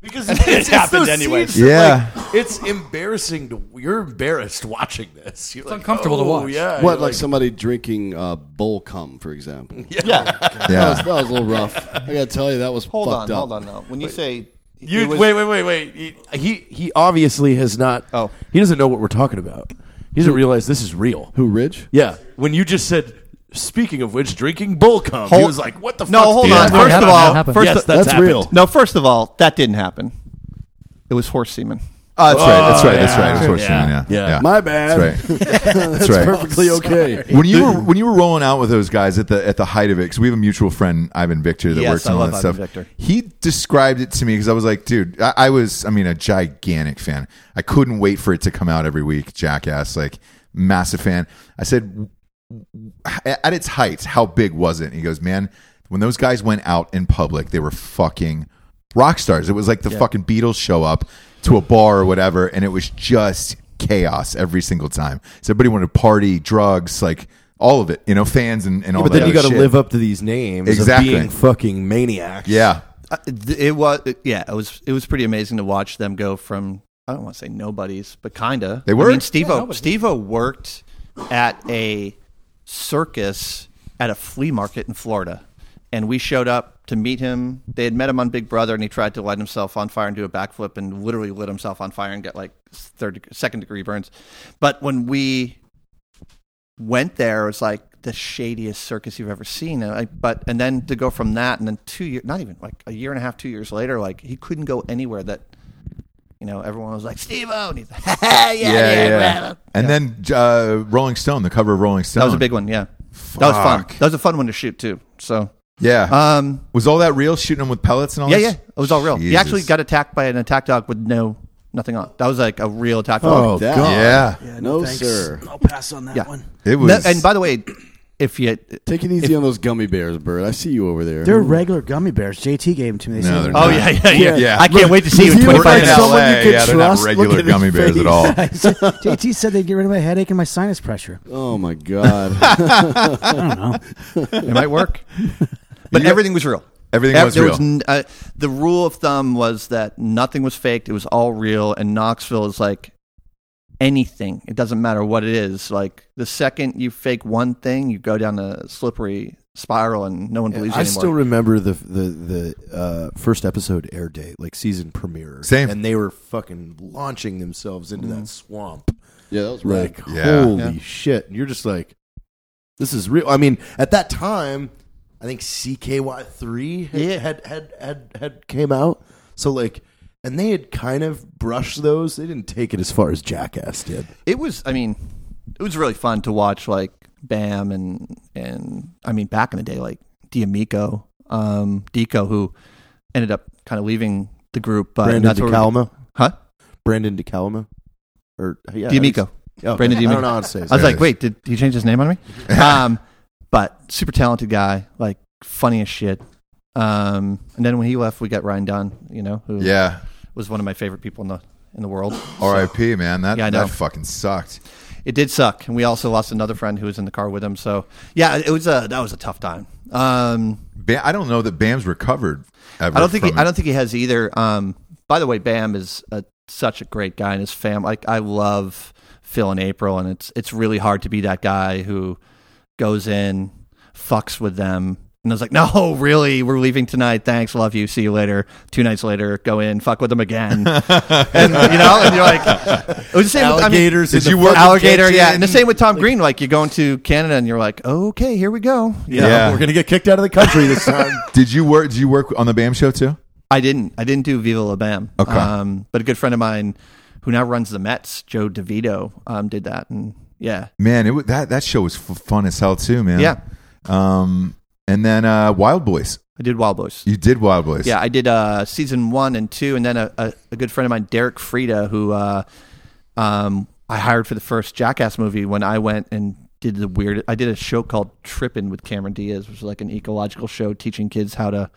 [SPEAKER 10] because
[SPEAKER 4] And
[SPEAKER 10] it's,
[SPEAKER 4] it
[SPEAKER 10] it's
[SPEAKER 4] happened
[SPEAKER 10] those
[SPEAKER 4] anyway.
[SPEAKER 10] scenes that,
[SPEAKER 1] Yeah.
[SPEAKER 10] like, it's embarrassing. To, you're embarrassed watching this. You're it's
[SPEAKER 9] uncomfortable to watch.
[SPEAKER 10] Yeah,
[SPEAKER 6] What,
[SPEAKER 10] you're
[SPEAKER 6] like, somebody drinking uh, bull cum, for example? Yeah. That, was,
[SPEAKER 1] yeah.
[SPEAKER 6] that was a little rough. I gotta tell you, that was
[SPEAKER 4] Hold on,
[SPEAKER 6] fucked up.
[SPEAKER 4] hold on. Now, when you say
[SPEAKER 10] You
[SPEAKER 4] it was-
[SPEAKER 10] wait, wait, wait, wait. He he obviously has not.
[SPEAKER 4] Oh.
[SPEAKER 10] he doesn't know what we're talking about. He doesn't realize this is real.
[SPEAKER 6] Who, Ridge?
[SPEAKER 10] Yeah. When you just said, speaking of which, drinking bull cum, he
[SPEAKER 4] Hold-
[SPEAKER 10] was like, "What the
[SPEAKER 4] No,
[SPEAKER 10] fuck?"
[SPEAKER 4] hold
[SPEAKER 1] Yeah.
[SPEAKER 4] on.
[SPEAKER 1] That
[SPEAKER 4] First of
[SPEAKER 9] happened, that
[SPEAKER 4] all,
[SPEAKER 9] happened.
[SPEAKER 4] first
[SPEAKER 10] Yes,
[SPEAKER 4] of-
[SPEAKER 10] that's,
[SPEAKER 6] That's
[SPEAKER 10] happened.
[SPEAKER 6] real.
[SPEAKER 4] no, first of all, that didn't happen. It was horse semen.
[SPEAKER 1] Oh, that's right. That's right. That's
[SPEAKER 10] yeah.
[SPEAKER 1] right. That's what
[SPEAKER 10] Yeah.
[SPEAKER 1] yeah.
[SPEAKER 10] Yeah.
[SPEAKER 6] My bad.
[SPEAKER 1] That's right. That's right.
[SPEAKER 6] Perfectly okay.
[SPEAKER 1] When you were when you were rolling out with those guys at the at the height of it, because we have a mutual friend Ivan Victor that
[SPEAKER 4] Yes,
[SPEAKER 1] works
[SPEAKER 4] I
[SPEAKER 1] on all
[SPEAKER 4] love
[SPEAKER 1] that
[SPEAKER 4] Ivan
[SPEAKER 1] stuff.
[SPEAKER 4] Victor.
[SPEAKER 1] He described it to me because I was like, dude, I, I was I mean a gigantic fan. I couldn't wait for it to come out every week. Jackass, like massive fan. I said, at its height, how big was it? And he goes, man, when those guys went out in public, they were fucking rock stars. It was like the fucking Beatles show up to a bar or whatever, and it was just chaos every single time. So everybody wanted to party, drugs, like all of it, you know, fans and, and all
[SPEAKER 10] but
[SPEAKER 1] that.
[SPEAKER 10] then you
[SPEAKER 1] got
[SPEAKER 10] got to live up to these names
[SPEAKER 1] Exactly.
[SPEAKER 10] of being fucking maniacs.
[SPEAKER 1] Yeah.
[SPEAKER 4] Uh, th- it was it- yeah it was it was pretty amazing to watch them go from i don't want to say nobodies but kinda
[SPEAKER 1] They
[SPEAKER 4] I
[SPEAKER 1] were?
[SPEAKER 4] mean, steve-o steve-o worked at a circus at a flea market in florida and we showed up to meet him they had met him on big brother and he tried to light himself on fire and do a backflip and literally lit himself on fire and got like third deg- second degree burns but when we went there it was like the shadiest circus you've ever seen. And I, but and then to go from that and then two years, not even like a year and a half, two years later, like he couldn't go anywhere that you know everyone was like Steve O, and he's like, yeah, yeah, blah, blah."
[SPEAKER 1] And then uh, Rolling Stone, the cover of Rolling Stone.
[SPEAKER 4] That was a big one, yeah. That was fun.
[SPEAKER 1] Fuck.
[SPEAKER 4] That was a fun one to shoot too. So,
[SPEAKER 1] Yeah.
[SPEAKER 4] um,
[SPEAKER 1] was all that real shooting them with pellets and all
[SPEAKER 4] yeah, yeah,
[SPEAKER 1] this?
[SPEAKER 4] it was all real. He
[SPEAKER 1] Jesus.
[SPEAKER 4] actually got attacked by an attack dog with no nothing on. That was like a real attack
[SPEAKER 1] Oh.
[SPEAKER 4] dog.
[SPEAKER 6] That-
[SPEAKER 1] Yeah.
[SPEAKER 7] Yeah,
[SPEAKER 6] No,
[SPEAKER 7] thanks.
[SPEAKER 6] sir.
[SPEAKER 7] I'll pass on that
[SPEAKER 4] Yeah.
[SPEAKER 7] one.
[SPEAKER 1] It
[SPEAKER 4] No,
[SPEAKER 1] was.
[SPEAKER 4] and by the way, if you
[SPEAKER 6] Take it easy on those gummy bears, Bird. I see you over there. Oh
[SPEAKER 7] They're regular gummy bears. JT gave them to me. They
[SPEAKER 1] No, they're
[SPEAKER 7] said they're
[SPEAKER 1] not.
[SPEAKER 4] oh yeah yeah yeah,
[SPEAKER 1] Yeah.
[SPEAKER 4] I can't wait to see you in
[SPEAKER 6] Does he
[SPEAKER 1] we're
[SPEAKER 6] look
[SPEAKER 1] not in
[SPEAKER 4] 25 minutes.
[SPEAKER 6] like someone you
[SPEAKER 1] LA.
[SPEAKER 6] could
[SPEAKER 1] yeah, they're not
[SPEAKER 6] trust? Look
[SPEAKER 1] regular
[SPEAKER 6] at his
[SPEAKER 1] gummy bears at
[SPEAKER 6] face.
[SPEAKER 1] all.
[SPEAKER 7] I said- JT said they'd get rid of my headache and my sinus pressure.
[SPEAKER 6] Oh my god.
[SPEAKER 4] It might work, but everything was real.
[SPEAKER 1] Everything
[SPEAKER 4] Ev-
[SPEAKER 1] was
[SPEAKER 4] there
[SPEAKER 1] real.
[SPEAKER 4] n- uh, the rule of thumb was that nothing was faked; it was all real. And Knoxville is like anything; it doesn't matter what it is. Like the second you fake one thing, you go down a slippery spiral, and no one believes
[SPEAKER 10] I
[SPEAKER 4] you
[SPEAKER 10] still
[SPEAKER 4] anymore.
[SPEAKER 10] remember the the the uh, first episode air date, like season premiere.
[SPEAKER 1] Same.
[SPEAKER 10] and they were fucking launching themselves into that swamp.
[SPEAKER 6] yeah, that was right.
[SPEAKER 10] Like,
[SPEAKER 1] Yeah.
[SPEAKER 10] holy shit! And you're just like, this is real. I mean, at that time, I think CKY three had,
[SPEAKER 4] Yeah.
[SPEAKER 10] had had had had came out. So like, and they had kind of brushed those. They didn't take it as far as Jackass did.
[SPEAKER 4] it was, I mean, it was really fun to watch, like Bam and and I mean, back in the day, like D'Amico, um, Dico, who ended up kind of leaving the group. But
[SPEAKER 10] Brandon
[SPEAKER 4] that's where we-
[SPEAKER 10] DeCalmo,
[SPEAKER 4] huh?
[SPEAKER 10] Brandon DeCalmo, or yeah,
[SPEAKER 4] D'Amico.
[SPEAKER 10] Oh,
[SPEAKER 4] Brandon
[SPEAKER 10] I
[SPEAKER 4] D'Amico.
[SPEAKER 10] don't know how to say. His
[SPEAKER 4] I was
[SPEAKER 1] Yeah.
[SPEAKER 4] like, wait, did he change his name on me? um, but super talented guy, like funny as shit. Um, and then when he left, we got Ryan Dunn, you know, who
[SPEAKER 1] Yeah.
[SPEAKER 4] was one of my favorite people in the in the world.
[SPEAKER 1] R.I.P. Man, that
[SPEAKER 4] Yeah, I know.
[SPEAKER 1] that fucking sucked.
[SPEAKER 4] It did suck, and we also lost another friend who was in the car with him. So yeah, it was a that was a tough time. Um,
[SPEAKER 1] Ba- I don't know that Bam's recovered. Ever
[SPEAKER 4] I don't think he,
[SPEAKER 1] from
[SPEAKER 4] I
[SPEAKER 1] it.
[SPEAKER 4] don't think he has either. Um, by the way, Bam is a, such a great guy and his family. Like I love Phil and April, and it's it's really hard to be that guy who goes in fucks with them. And I was like, no, really, we're leaving tonight. Thanks, love you. See you later. Two nights later, go in, fuck with them again, and you know, and you're like, it was the same.
[SPEAKER 1] Alligators in Did
[SPEAKER 4] With, I mean,
[SPEAKER 1] the you work fucking
[SPEAKER 4] alligator? Yeah,
[SPEAKER 1] kitchen?
[SPEAKER 4] and the same with Tom Green. Like you're going to Canada, and you're like, okay, here we go. You know?
[SPEAKER 1] Yeah.
[SPEAKER 5] We're gonna get kicked out of the country this time.
[SPEAKER 1] Did you work? Did you work on the Bam show too?
[SPEAKER 4] I didn't. I didn't do Viva La Bam.
[SPEAKER 1] Okay.
[SPEAKER 4] Um, but a good friend of mine who now runs the Mets, Joe DeVito, um, did that. And yeah.
[SPEAKER 1] Man, it wa- that that show was f- fun as hell too, man.
[SPEAKER 4] Yeah.
[SPEAKER 1] Um, and then uh, Wild Boys.
[SPEAKER 4] I did Wild Boys.
[SPEAKER 1] You did Wild Boys.
[SPEAKER 4] Yeah, I did uh, season one and two, and then a, a, a good friend of mine, Derek Frieda, who uh, um, I hired for the first Jackass movie when I went and did the weird. I did a show called Trippin' with Cameron Diaz, which was like an ecological show teaching kids how to.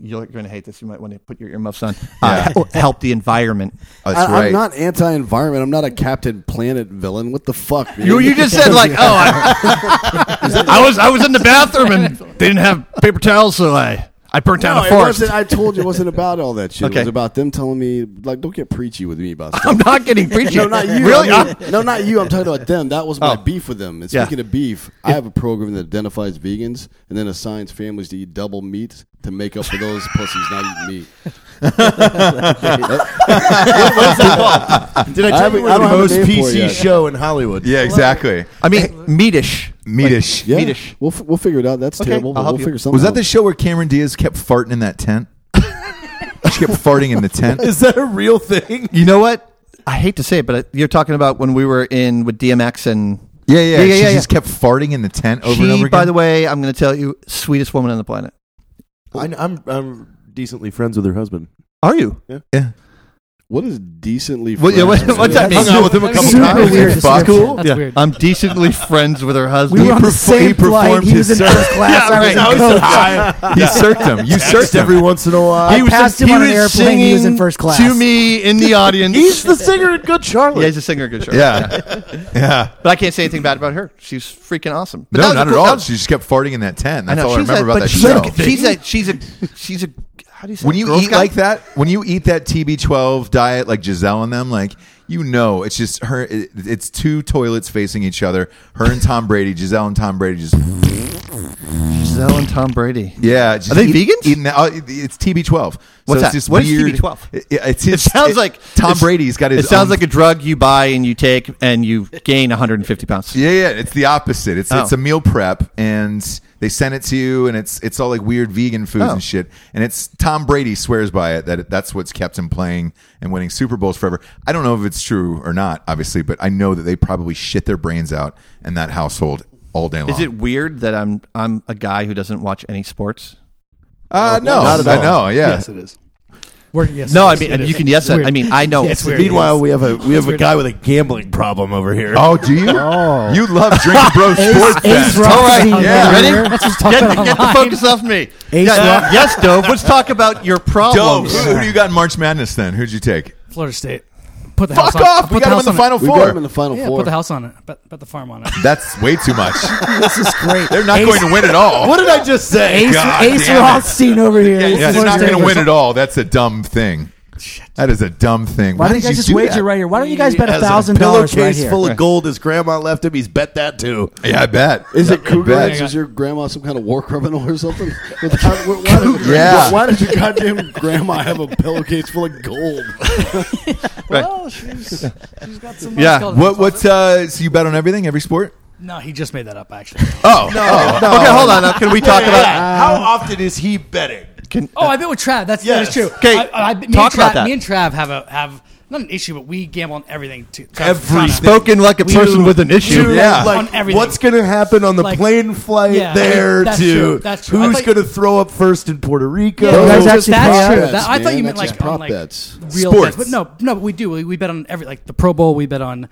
[SPEAKER 4] You're going to hate this. You might want to put your earmuffs on. Uh, help the environment.
[SPEAKER 1] that's
[SPEAKER 6] I,
[SPEAKER 1] right.
[SPEAKER 6] am not anti-environment. I'm not a Captain Planet villain. What the fuck? man?
[SPEAKER 4] You, you just said like, oh, I, I was I was in the bathroom and they didn't have paper towels, so I I burnt down
[SPEAKER 6] No,
[SPEAKER 4] a
[SPEAKER 6] it
[SPEAKER 4] forest.
[SPEAKER 6] wasn't. I told you it wasn't about all that shit.
[SPEAKER 4] Okay.
[SPEAKER 6] It was about them telling me like, don't get preachy with me about stuff.
[SPEAKER 4] I'm not getting preachy.
[SPEAKER 6] No, not you.
[SPEAKER 4] Really?
[SPEAKER 6] I mean- no, not you. I'm talking about them. That was my
[SPEAKER 4] Oh.
[SPEAKER 6] beef with them. And
[SPEAKER 4] Yeah.
[SPEAKER 6] speaking of beef, I have a program that identifies vegans and then assigns families to eat double meat to make up for those pussies not eating meat.
[SPEAKER 5] Did I
[SPEAKER 6] I
[SPEAKER 5] tell
[SPEAKER 6] haven't-
[SPEAKER 5] you we're the
[SPEAKER 6] I don't have a
[SPEAKER 5] most
[SPEAKER 6] name for it
[SPEAKER 5] PC
[SPEAKER 6] yet.
[SPEAKER 5] show in Hollywood?
[SPEAKER 1] yeah, exactly.
[SPEAKER 4] I mean, meatish.
[SPEAKER 1] Meatish.
[SPEAKER 6] Yeah,
[SPEAKER 4] Meatish.
[SPEAKER 6] We'll f- we'll figure it out. That's
[SPEAKER 4] Okay,
[SPEAKER 6] terrible. but
[SPEAKER 4] I'll help
[SPEAKER 6] we'll
[SPEAKER 4] you.
[SPEAKER 6] figure something.
[SPEAKER 1] Was that
[SPEAKER 6] out.
[SPEAKER 1] the show where Cameron Diaz kept farting in that tent? she kept farting in the tent.
[SPEAKER 5] Is that a real thing?
[SPEAKER 4] You know what? I hate to say it, but you're talking about when we were in with DMX and
[SPEAKER 1] Yeah, yeah.
[SPEAKER 4] yeah,
[SPEAKER 1] she
[SPEAKER 4] yeah,
[SPEAKER 1] just kept farting in the tent over
[SPEAKER 4] she.
[SPEAKER 1] and over again.
[SPEAKER 4] by the way, I'm going to tell you, sweetest woman on the planet.
[SPEAKER 5] I, I'm I'm decently friends with her husband.
[SPEAKER 4] Are you?
[SPEAKER 6] What is decently?
[SPEAKER 4] What- yeah, what-
[SPEAKER 6] friends?
[SPEAKER 4] what's that mean?
[SPEAKER 1] hung out with him a couple
[SPEAKER 7] Super
[SPEAKER 1] times.
[SPEAKER 7] weird
[SPEAKER 1] Fuck.
[SPEAKER 7] description.
[SPEAKER 5] Cool.
[SPEAKER 9] That's
[SPEAKER 5] Yeah.
[SPEAKER 9] weird.
[SPEAKER 4] I'm decently friends with her husband.
[SPEAKER 7] We were on the
[SPEAKER 1] perfo- he
[SPEAKER 7] same flight.
[SPEAKER 1] performed
[SPEAKER 7] He was in
[SPEAKER 1] his
[SPEAKER 7] first class. I was "Oh, in coach.
[SPEAKER 1] He circed him. You circed
[SPEAKER 5] Every
[SPEAKER 1] him.
[SPEAKER 5] once in a while.
[SPEAKER 7] I passed him on an airplane. He was in
[SPEAKER 4] singing
[SPEAKER 7] first class.
[SPEAKER 4] To me in the audience.
[SPEAKER 5] He's the singer in Good Charlotte.
[SPEAKER 4] yeah, he's a singer. Good show.
[SPEAKER 1] Yeah, yeah.
[SPEAKER 4] But I can't say anything bad about her. She's freaking awesome. But that
[SPEAKER 1] No,
[SPEAKER 4] was a
[SPEAKER 1] not at
[SPEAKER 4] cool- that
[SPEAKER 1] all.
[SPEAKER 4] was-
[SPEAKER 1] She just kept farting in that tent.
[SPEAKER 4] I
[SPEAKER 1] That's
[SPEAKER 4] know,
[SPEAKER 1] all I
[SPEAKER 4] she's
[SPEAKER 1] remember about
[SPEAKER 4] a, but
[SPEAKER 1] that
[SPEAKER 4] she's
[SPEAKER 1] show.
[SPEAKER 4] A, she's a she's a she's a how do you say
[SPEAKER 1] when
[SPEAKER 4] it?
[SPEAKER 1] you
[SPEAKER 4] Girl
[SPEAKER 1] eat
[SPEAKER 4] Scout?
[SPEAKER 1] like that, when you eat that TB12 diet like Giselle and them, like you know, it's just her. It, it's two toilets facing each other. Her and Tom Brady. Giselle and Tom Brady just
[SPEAKER 4] Giselle and Tom Brady.
[SPEAKER 1] yeah. Just
[SPEAKER 4] Are they
[SPEAKER 1] eat-
[SPEAKER 4] vegans?
[SPEAKER 1] Eating that, oh, it- it's TB12.
[SPEAKER 4] What's
[SPEAKER 1] so
[SPEAKER 4] that?
[SPEAKER 1] It's just
[SPEAKER 4] What is
[SPEAKER 1] weird-
[SPEAKER 4] TB12?
[SPEAKER 1] It, it- it's
[SPEAKER 4] It
[SPEAKER 1] his-
[SPEAKER 4] sounds
[SPEAKER 1] it-
[SPEAKER 4] like
[SPEAKER 1] Tom
[SPEAKER 4] it's-
[SPEAKER 1] Brady's got his.
[SPEAKER 4] It sounds
[SPEAKER 1] own-
[SPEAKER 4] like a drug you buy and you take and you gain 150 pounds.
[SPEAKER 1] Yeah, yeah, it's the opposite. It's
[SPEAKER 4] Oh.
[SPEAKER 1] it's a meal prep, and they send it to you, and it's it's all like weird vegan foods
[SPEAKER 4] Oh.
[SPEAKER 1] and shit. And it's Tom Brady swears by it that it, that's what's kept him playing and winning Super Bowls forever. I don't know if it's true or not, obviously, but I know that they probably shit their brains out in that household all day long.
[SPEAKER 4] Is it weird that I'm I'm a guy who doesn't watch any sports?
[SPEAKER 1] Uh, no,
[SPEAKER 5] Not at
[SPEAKER 1] I
[SPEAKER 5] all.
[SPEAKER 1] know. Yeah,
[SPEAKER 10] Yes, it is.
[SPEAKER 9] We're- yes,
[SPEAKER 4] No, I
[SPEAKER 9] yes,
[SPEAKER 4] mean
[SPEAKER 9] it
[SPEAKER 4] and
[SPEAKER 9] is.
[SPEAKER 4] you can yes. I
[SPEAKER 9] Weird.
[SPEAKER 4] mean I know.
[SPEAKER 9] It's weird.
[SPEAKER 5] Meanwhile, we have a we have a guy with a gambling problem over here.
[SPEAKER 1] Oh, do you? You love drinking bro sports
[SPEAKER 7] Ace
[SPEAKER 1] bets.
[SPEAKER 7] Rock
[SPEAKER 4] All right,
[SPEAKER 7] is being
[SPEAKER 1] yeah.
[SPEAKER 7] made
[SPEAKER 4] Ready?
[SPEAKER 7] here. Let's just talk
[SPEAKER 4] Get,
[SPEAKER 7] about
[SPEAKER 4] get the focus off me.
[SPEAKER 7] Ace
[SPEAKER 4] Yeah,
[SPEAKER 7] Rock.
[SPEAKER 4] yes, Dove. Let's talk about your
[SPEAKER 1] Dope.
[SPEAKER 4] problems.
[SPEAKER 1] Who, who do you got in March Madness? Then who'd you take?
[SPEAKER 9] Florida State. Put the house
[SPEAKER 1] Fuck
[SPEAKER 9] on-
[SPEAKER 1] off!
[SPEAKER 9] put
[SPEAKER 1] We got him in
[SPEAKER 9] house
[SPEAKER 1] the
[SPEAKER 9] on it.
[SPEAKER 1] final
[SPEAKER 6] We got him
[SPEAKER 1] four.
[SPEAKER 6] in the final
[SPEAKER 9] Yeah,
[SPEAKER 6] four.
[SPEAKER 9] put the house on it. Bet, bet the farm on it.
[SPEAKER 1] That's way too much.
[SPEAKER 7] This is great.
[SPEAKER 1] They're not
[SPEAKER 7] Ace,
[SPEAKER 1] going to win at all.
[SPEAKER 5] What did I just say?
[SPEAKER 7] Ace,
[SPEAKER 1] God
[SPEAKER 7] Ace
[SPEAKER 1] damn it.
[SPEAKER 7] Rothstein over here.
[SPEAKER 1] Yeah,
[SPEAKER 7] This
[SPEAKER 1] yeah,
[SPEAKER 7] is
[SPEAKER 1] they're not
[SPEAKER 7] Thursday.
[SPEAKER 1] going to win at all. That's a dumb thing. That is a dumb thing.
[SPEAKER 7] Why, don't you guys just
[SPEAKER 1] do
[SPEAKER 7] wager
[SPEAKER 1] that?
[SPEAKER 7] right here? Why don't you guys bet
[SPEAKER 5] Has a
[SPEAKER 7] thousand dollars right
[SPEAKER 5] pillowcase
[SPEAKER 7] here?
[SPEAKER 5] full of gold his grandma left him. He's bet that too.
[SPEAKER 1] Yeah, I bet.
[SPEAKER 6] Is it
[SPEAKER 1] bet.
[SPEAKER 6] Kuglats? Is your grandma some kind of war criminal or something? Without- why, did,
[SPEAKER 1] Yeah.
[SPEAKER 6] why did your goddamn grandma have a pillowcase full of gold?
[SPEAKER 9] Well, she's, she's got some.
[SPEAKER 4] Yeah,
[SPEAKER 9] muscle.
[SPEAKER 1] What? What's? Uh, so you bet on everything, every sport?
[SPEAKER 9] No, he just made that up. Actually.
[SPEAKER 1] Oh, oh.
[SPEAKER 4] Okay, hold on. Now. Can we talk about?
[SPEAKER 9] Uh,
[SPEAKER 5] How often is he betting?
[SPEAKER 9] Oh, I bet with Trav. That's
[SPEAKER 5] Yes.
[SPEAKER 9] that is true.
[SPEAKER 4] Okay,
[SPEAKER 9] I, I, me and
[SPEAKER 4] talk
[SPEAKER 9] Trav,
[SPEAKER 4] about that.
[SPEAKER 9] Me and Trav have a have not an issue, but we gamble on everything. To, Trav's
[SPEAKER 5] Everything.
[SPEAKER 9] Trav-
[SPEAKER 4] Spoken like a person with an issue.
[SPEAKER 5] Dude,
[SPEAKER 1] Yeah.
[SPEAKER 5] like,
[SPEAKER 9] On everything.
[SPEAKER 5] What's going to happen on the
[SPEAKER 9] Like-
[SPEAKER 5] plane flight
[SPEAKER 9] Yeah,
[SPEAKER 5] there?
[SPEAKER 9] that's
[SPEAKER 5] to
[SPEAKER 9] true, that's true. I
[SPEAKER 5] who's
[SPEAKER 9] thought-
[SPEAKER 5] going to throw up first in Puerto Rico?
[SPEAKER 7] You guys
[SPEAKER 6] Those are
[SPEAKER 7] actually
[SPEAKER 6] just
[SPEAKER 7] pay
[SPEAKER 9] That's
[SPEAKER 6] prop
[SPEAKER 7] up?
[SPEAKER 9] true.
[SPEAKER 6] bets,
[SPEAKER 9] That, I thought
[SPEAKER 6] man.
[SPEAKER 9] you meant
[SPEAKER 6] That's
[SPEAKER 9] like
[SPEAKER 6] just prop
[SPEAKER 9] on, like,
[SPEAKER 6] bets.
[SPEAKER 9] real
[SPEAKER 1] Sports.
[SPEAKER 9] bets, but no, no. But we do. We, we bet on every like the Pro Bowl. We bet on